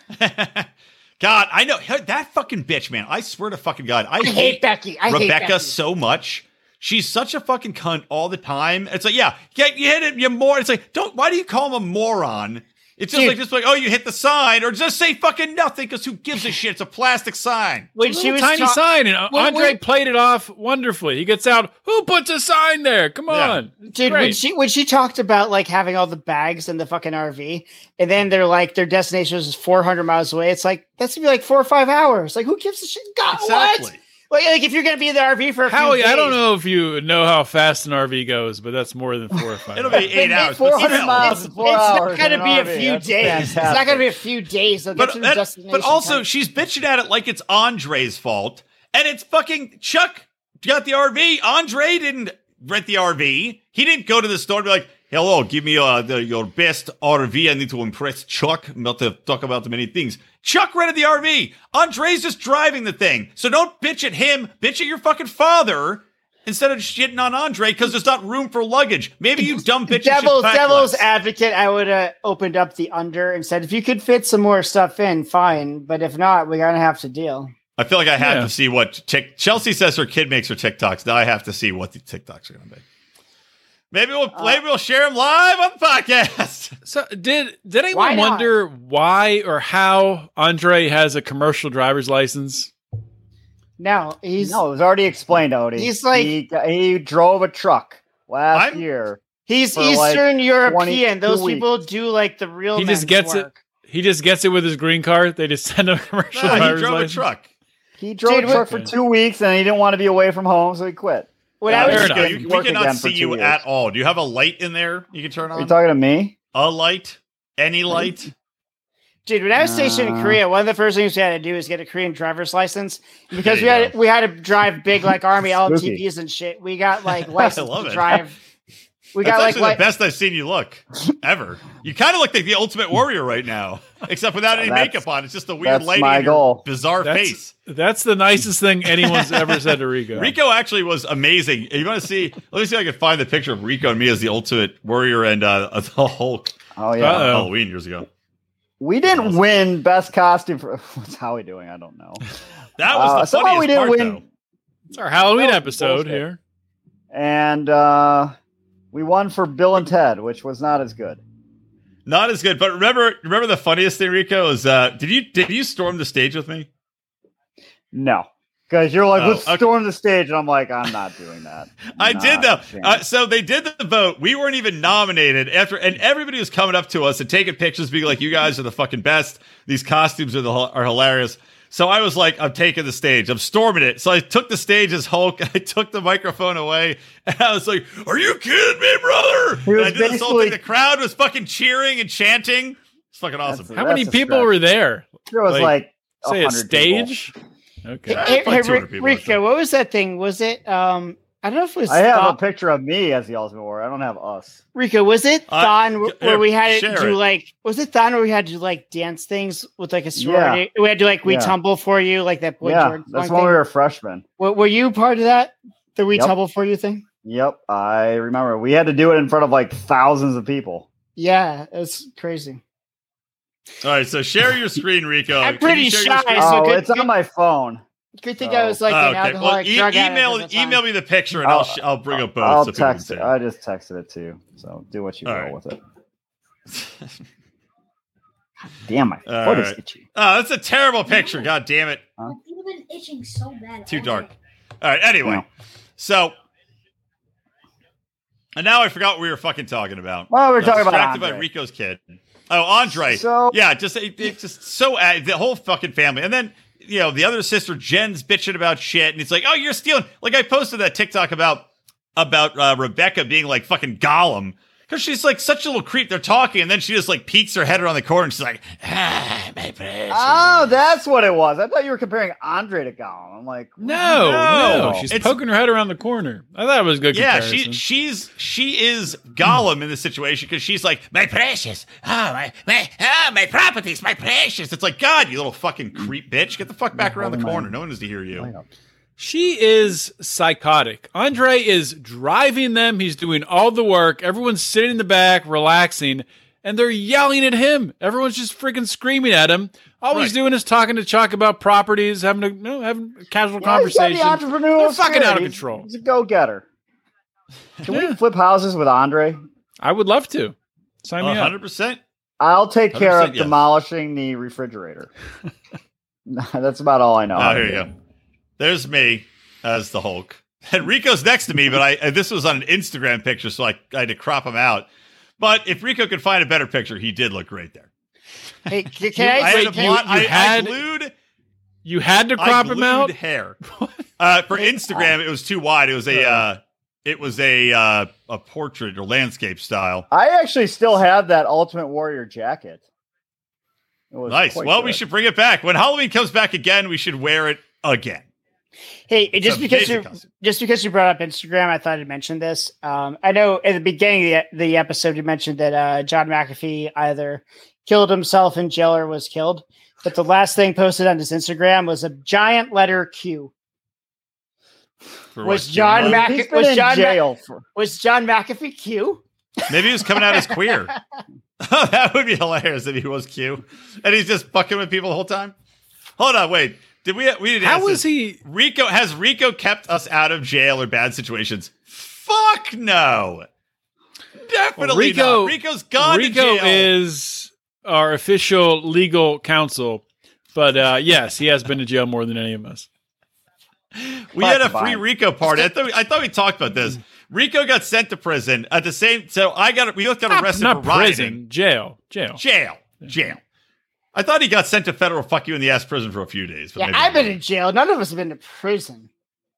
[SPEAKER 1] God, I know that fucking bitch, man. I swear to fucking God, I
[SPEAKER 2] I hate Becky. I hate
[SPEAKER 1] Rebecca
[SPEAKER 2] Becky.
[SPEAKER 1] so much. She's such a fucking cunt all the time. It's like, yeah, yeah, you hit it, you moron. It's like, don't. Why do you call him a moron? It's just
[SPEAKER 2] Dude.
[SPEAKER 1] like, just like, oh, you hit the sign, or just say fucking nothing, because who gives a shit? It's a plastic sign.
[SPEAKER 2] when
[SPEAKER 4] It's a
[SPEAKER 2] she was
[SPEAKER 4] little tiny
[SPEAKER 2] ta-
[SPEAKER 4] sign, and uh,
[SPEAKER 2] When-
[SPEAKER 4] Andre
[SPEAKER 2] when-
[SPEAKER 4] played it off wonderfully. He gets out. Who puts a sign there? Come
[SPEAKER 1] Yeah.
[SPEAKER 4] on, It's
[SPEAKER 2] Dude, when
[SPEAKER 4] great.
[SPEAKER 2] she when she talked about like having all the bags in the fucking RV, and then they're like their destination is 400 miles away. It's like that's gonna be like four or five hours. Like who gives a shit? God, what?
[SPEAKER 1] Exactly.
[SPEAKER 2] Like, like if you're gonna be in the RV for a few
[SPEAKER 4] Howie,
[SPEAKER 2] days,
[SPEAKER 4] I don't know if you know how fast an RV goes, but that's more than four or five.
[SPEAKER 1] It'll be
[SPEAKER 4] hours.
[SPEAKER 1] eight hours. but
[SPEAKER 5] 400
[SPEAKER 1] still.
[SPEAKER 5] miles.
[SPEAKER 2] It's,
[SPEAKER 5] It's four
[SPEAKER 2] it's not
[SPEAKER 5] hours
[SPEAKER 2] gonna
[SPEAKER 5] in an
[SPEAKER 2] be a
[SPEAKER 5] RV.
[SPEAKER 2] few
[SPEAKER 5] That's
[SPEAKER 2] days. It's not
[SPEAKER 5] fantastic.
[SPEAKER 2] gonna be a few days. They'll get
[SPEAKER 1] But
[SPEAKER 2] to
[SPEAKER 1] that-
[SPEAKER 2] their destination.
[SPEAKER 1] but also,
[SPEAKER 2] time.
[SPEAKER 1] she's bitching at it like it's Andre's fault, and it's fucking Chuck got the RV. Andre didn't rent the RV. He didn't go to the store and be like, "Hello, give me uh, the, your best RV. I need to impress Chuck, not to talk about many things." Chuck rented the RV. Andre's just driving the thing, so don't bitch at him. Bitch at your fucking father. instead of shitting on Andre because there's not room for luggage. Maybe you dumb bitches. should
[SPEAKER 2] devil's
[SPEAKER 1] pack
[SPEAKER 2] devil's
[SPEAKER 1] less.
[SPEAKER 2] advocate, I would have opened up the under and said, if you could fit some more stuff in, fine. But if not, we're gonna have to deal.
[SPEAKER 1] I feel like I have
[SPEAKER 4] Yeah.
[SPEAKER 1] to see what tick. Chelsea says her kid makes her TikToks. Now I have to see what the TikToks are going to be. Maybe we'll
[SPEAKER 5] Uh,
[SPEAKER 1] maybe we'll share them live on the podcast.
[SPEAKER 4] So did did anyone
[SPEAKER 2] Why not?
[SPEAKER 4] wonder why or how Andre has a commercial driver's license?
[SPEAKER 2] No, he's
[SPEAKER 5] no, it was already explained, Odie.
[SPEAKER 2] he's like-
[SPEAKER 5] he, he drove a truck last
[SPEAKER 1] I'm-
[SPEAKER 5] year.
[SPEAKER 2] he's
[SPEAKER 5] for, like,
[SPEAKER 2] Eastern European. Those
[SPEAKER 5] 22
[SPEAKER 2] people do like the real.
[SPEAKER 4] He just
[SPEAKER 2] men's
[SPEAKER 4] gets it.
[SPEAKER 2] work.
[SPEAKER 4] He just gets it with his green card. They just send him a commercial
[SPEAKER 1] Nah, he
[SPEAKER 4] driver's
[SPEAKER 1] Ah, drove
[SPEAKER 4] license.
[SPEAKER 1] a truck.
[SPEAKER 5] He drove
[SPEAKER 2] Dude,
[SPEAKER 5] a truck for
[SPEAKER 4] what-
[SPEAKER 5] two weeks and he didn't want to be away from home, so he quit.
[SPEAKER 2] What
[SPEAKER 5] Yeah,
[SPEAKER 2] I was
[SPEAKER 1] There
[SPEAKER 4] fair
[SPEAKER 1] you
[SPEAKER 4] enough.
[SPEAKER 1] go. You- we
[SPEAKER 5] Work
[SPEAKER 1] cannot
[SPEAKER 5] again for
[SPEAKER 1] see
[SPEAKER 5] two
[SPEAKER 1] you
[SPEAKER 5] years.
[SPEAKER 1] at all. Do you have a light in there you can turn
[SPEAKER 5] Are you
[SPEAKER 2] Um,
[SPEAKER 1] on?
[SPEAKER 5] talking to me?
[SPEAKER 1] a light? Any light?
[SPEAKER 2] Dude, when I was stationed in
[SPEAKER 5] Uh.
[SPEAKER 2] Korea, one of the first things we had to do is get a Korean driver's license And because we
[SPEAKER 1] There you
[SPEAKER 2] had we had to drive big like army
[SPEAKER 5] Spooky.
[SPEAKER 2] LTVs and shit. We got like license
[SPEAKER 1] love
[SPEAKER 2] to
[SPEAKER 1] it.
[SPEAKER 2] drive. We
[SPEAKER 1] That's
[SPEAKER 2] got like
[SPEAKER 1] actually
[SPEAKER 2] li-
[SPEAKER 1] the best I've seen you look ever. You kind of look like the Ultimate Warrior right now, except without any
[SPEAKER 5] That's-
[SPEAKER 1] makeup on. It's just a weird
[SPEAKER 5] that's
[SPEAKER 1] lady
[SPEAKER 5] my
[SPEAKER 1] in your
[SPEAKER 5] goal.
[SPEAKER 1] bizarre
[SPEAKER 4] That's-
[SPEAKER 1] face.
[SPEAKER 4] That's the nicest thing anyone's ever said to Rico.
[SPEAKER 1] Rico actually was amazing. You want to see? Let me see if I can find the picture of Rico and me as the Ultimate Warrior and uh, the Hulk
[SPEAKER 5] Oh yeah.
[SPEAKER 2] uh,
[SPEAKER 4] Uh-oh.
[SPEAKER 1] Halloween years ago.
[SPEAKER 5] We didn't win best costume for what's Howie doing? I don't know.
[SPEAKER 1] That was
[SPEAKER 5] Uh,
[SPEAKER 1] the
[SPEAKER 5] somehow
[SPEAKER 1] funniest
[SPEAKER 5] we didn't
[SPEAKER 1] part,
[SPEAKER 5] win,
[SPEAKER 1] though.
[SPEAKER 4] It's our Halloween
[SPEAKER 5] That was
[SPEAKER 4] episode
[SPEAKER 5] bullshit.
[SPEAKER 4] here.
[SPEAKER 5] and uh, we won for Bill and Ted, which was not as good.
[SPEAKER 1] Not as good. But remember, remember the funniest thing, Rico, is uh, did you did you storm the stage with me?
[SPEAKER 5] No, because you're like,
[SPEAKER 1] Oh,
[SPEAKER 5] let's
[SPEAKER 1] okay.
[SPEAKER 5] storm the stage, and I'm like, I'm not doing that.
[SPEAKER 1] I did
[SPEAKER 5] Not
[SPEAKER 1] though.
[SPEAKER 5] doing
[SPEAKER 1] Uh,
[SPEAKER 5] it.
[SPEAKER 1] so they did the vote. We weren't even nominated after, and everybody was coming up to us and taking pictures, being like, "You guys are the fucking best. These costumes are the are hilarious." So I was like, "I'm taking the stage. I'm storming it." So I took the stage as Hulk. I took the microphone away, and I was like, "Are you kidding me, brother?"
[SPEAKER 5] was
[SPEAKER 1] And I did this whole
[SPEAKER 5] basically-
[SPEAKER 1] thing. The crowd was fucking cheering and chanting. It's fucking awesome.
[SPEAKER 5] That's-
[SPEAKER 4] How many
[SPEAKER 5] that's a
[SPEAKER 4] people
[SPEAKER 5] stretch.
[SPEAKER 4] were there?
[SPEAKER 5] There was
[SPEAKER 4] like,
[SPEAKER 5] like, a
[SPEAKER 4] Say a
[SPEAKER 5] 100 people.
[SPEAKER 4] stage. Okay.
[SPEAKER 1] Yeah,
[SPEAKER 2] Hey,
[SPEAKER 1] it's
[SPEAKER 2] hey,
[SPEAKER 1] like
[SPEAKER 2] hey,
[SPEAKER 1] 200
[SPEAKER 2] Rick-
[SPEAKER 1] people, I
[SPEAKER 2] Rico,
[SPEAKER 1] think.
[SPEAKER 2] what was that thing? Was it um I don't know if it was
[SPEAKER 5] I have a
[SPEAKER 2] Thon-
[SPEAKER 5] picture of me as the Ultimate Warrior. I don't have us.
[SPEAKER 2] Rico, was it
[SPEAKER 1] Uh,
[SPEAKER 2] Thon wh-
[SPEAKER 1] here,
[SPEAKER 2] where we had to
[SPEAKER 1] share
[SPEAKER 2] do
[SPEAKER 1] it.
[SPEAKER 2] like was it Thon where we had to do like dance things with like a sorority? We had to like we
[SPEAKER 5] Yeah.
[SPEAKER 2] tumble for you, like that boy
[SPEAKER 5] yeah,
[SPEAKER 2] George
[SPEAKER 5] that's
[SPEAKER 2] song
[SPEAKER 5] when we
[SPEAKER 2] thing?
[SPEAKER 5] were freshmen.
[SPEAKER 2] Were, were you part of that? The we
[SPEAKER 5] Yep.
[SPEAKER 2] tumble for you thing?
[SPEAKER 5] Yep, I remember. We had to do it in front of like thousands of people.
[SPEAKER 2] Yeah, it's crazy.
[SPEAKER 1] All right, so share your screen, Rico.
[SPEAKER 2] I'm
[SPEAKER 1] Can
[SPEAKER 2] pretty
[SPEAKER 1] you share your
[SPEAKER 2] shy.
[SPEAKER 1] screen?
[SPEAKER 2] so
[SPEAKER 5] oh,
[SPEAKER 2] good-
[SPEAKER 5] it's on my phone.
[SPEAKER 2] Good thing I was like
[SPEAKER 1] Oh,
[SPEAKER 2] an alcoholic
[SPEAKER 1] Well, e-
[SPEAKER 2] drug addict at
[SPEAKER 1] email
[SPEAKER 2] the time.
[SPEAKER 1] email me the picture and I'll
[SPEAKER 5] I'll-
[SPEAKER 1] sh- I'll bring up both.
[SPEAKER 5] I'll
[SPEAKER 1] so people can
[SPEAKER 5] text
[SPEAKER 1] see
[SPEAKER 5] it. I just texted it to you. So do what you
[SPEAKER 1] All
[SPEAKER 5] will
[SPEAKER 1] right.
[SPEAKER 5] with it. Damn, my
[SPEAKER 1] All
[SPEAKER 5] foot is
[SPEAKER 1] right.
[SPEAKER 5] itchy.
[SPEAKER 1] Oh, that's a terrible picture. God damn it.
[SPEAKER 5] Huh?
[SPEAKER 3] My feet have been itching so bad.
[SPEAKER 1] Too
[SPEAKER 3] all
[SPEAKER 1] dark.
[SPEAKER 3] day.
[SPEAKER 1] All right. Anyway,
[SPEAKER 5] No.
[SPEAKER 1] so and now I forgot what we were fucking talking about.
[SPEAKER 5] Well, we're
[SPEAKER 1] I'm
[SPEAKER 5] talking about
[SPEAKER 1] distracted by
[SPEAKER 5] Andre.
[SPEAKER 1] Rico's kid. Oh, Andre.
[SPEAKER 5] So-
[SPEAKER 1] yeah, just it, it's just so uh, the whole fucking family, and then you know the other sister Jen's bitching about shit, and it's like, oh, you're stealing. Like I posted that TikTok about about uh, Rebecca being like fucking Gollum. Cause she's like such a little creep. They're talking, and then she just like peeks her head around the corner, and she's like, "Ah, my precious."
[SPEAKER 5] Oh, that's what it was. I thought you were comparing Andre to Gollum. I'm like,
[SPEAKER 4] No, no,
[SPEAKER 5] No.
[SPEAKER 4] she's
[SPEAKER 1] It's-
[SPEAKER 4] poking her head around the corner. I thought it was a good.
[SPEAKER 1] Yeah,
[SPEAKER 4] comparison.
[SPEAKER 1] she she's she is Gollum in this situation because she's like my precious, oh my my oh, my properties, my precious. It's like God, you little fucking creep bitch, get the fuck back around the corner. No one is to hear you.
[SPEAKER 4] She is psychotic. Andre is driving them. He's doing all the work. Everyone's sitting in the back, relaxing, and they're yelling at him. Everyone's just freaking screaming at him. All he's
[SPEAKER 1] Right.
[SPEAKER 4] doing is talking to Chuck about properties, having a you know, having a casual conversation.
[SPEAKER 5] Yeah, he's got the entrepreneurial
[SPEAKER 4] They're fucking
[SPEAKER 5] spirit.
[SPEAKER 4] out of
[SPEAKER 5] He's-
[SPEAKER 4] control.
[SPEAKER 5] He's a go-getter. Can
[SPEAKER 4] Yeah.
[SPEAKER 5] we flip houses with Andre?
[SPEAKER 4] I would love to. Sign me up.
[SPEAKER 1] hundred percent.
[SPEAKER 5] I'll take care of
[SPEAKER 1] 100% yes.
[SPEAKER 5] demolishing the refrigerator. that's about all I know.
[SPEAKER 1] Oh, here you go. There's me as the Hulk. And Rico's next to me, but I this was on an Instagram picture, so I, I had to crop him out. But if Rico could find a better picture, he did look great there.
[SPEAKER 2] Hey, c-
[SPEAKER 1] I
[SPEAKER 2] can I,
[SPEAKER 1] had
[SPEAKER 4] wait,
[SPEAKER 1] a
[SPEAKER 4] you-
[SPEAKER 1] blonde,
[SPEAKER 4] you
[SPEAKER 1] I,
[SPEAKER 4] had-
[SPEAKER 1] I glued
[SPEAKER 4] You had to
[SPEAKER 1] I
[SPEAKER 4] crop him
[SPEAKER 1] glued
[SPEAKER 4] out.
[SPEAKER 1] Hair uh, for Instagram. It was too wide. It was a uh, it was a uh, a portrait or landscape style.
[SPEAKER 5] I actually still have that Ultimate Warrior jacket. It was
[SPEAKER 1] Nice.
[SPEAKER 5] quite
[SPEAKER 1] Well, we
[SPEAKER 5] good.
[SPEAKER 1] should bring it back when Halloween comes back again. We should wear it again.
[SPEAKER 2] hey, just
[SPEAKER 1] a
[SPEAKER 2] because
[SPEAKER 1] basic
[SPEAKER 2] you
[SPEAKER 1] costume.
[SPEAKER 2] just because you brought up Instagram, I thought I'd mention this. Um, I know at the beginning of the, the episode you mentioned that uh, John McAfee either killed himself in jail or was killed, but the last thing posted on his Instagram was a giant letter Q.
[SPEAKER 1] For
[SPEAKER 2] Was
[SPEAKER 1] what, two
[SPEAKER 2] John
[SPEAKER 1] months?
[SPEAKER 2] Mac-
[SPEAKER 5] He's
[SPEAKER 2] was
[SPEAKER 5] been in
[SPEAKER 2] John Mac-
[SPEAKER 5] jail for
[SPEAKER 2] Was John McAfee Q?
[SPEAKER 1] Maybe he was coming out as queer. that would be hilarious if he was Q, and he's just fucking with people the whole time. Hold on, wait. Did we? We didn't.
[SPEAKER 4] How
[SPEAKER 1] ask
[SPEAKER 4] was
[SPEAKER 1] this.
[SPEAKER 4] he?
[SPEAKER 1] Rico has Rico kept us out of jail or bad situations? Fuck no. Definitely
[SPEAKER 4] Rico-
[SPEAKER 1] not. Rico's gone
[SPEAKER 4] Rico
[SPEAKER 1] to jail.
[SPEAKER 4] is our official legal counsel, but uh, yes, he has been to jail more than any of us.
[SPEAKER 1] we had a
[SPEAKER 5] Fuck,
[SPEAKER 1] free
[SPEAKER 5] Vine.
[SPEAKER 1] Rico party. I thought, I thought we talked about this. Rico got sent to prison at the same. So I got we both got arrested
[SPEAKER 4] Not
[SPEAKER 1] for rioting.
[SPEAKER 4] prison, jail, jail.
[SPEAKER 1] Jail, jail. I thought he got sent to federal fuck you in the ass prison for a few days. But
[SPEAKER 2] Yeah,
[SPEAKER 1] maybe
[SPEAKER 2] I've
[SPEAKER 1] not.
[SPEAKER 2] been in jail. None of us have been to prison.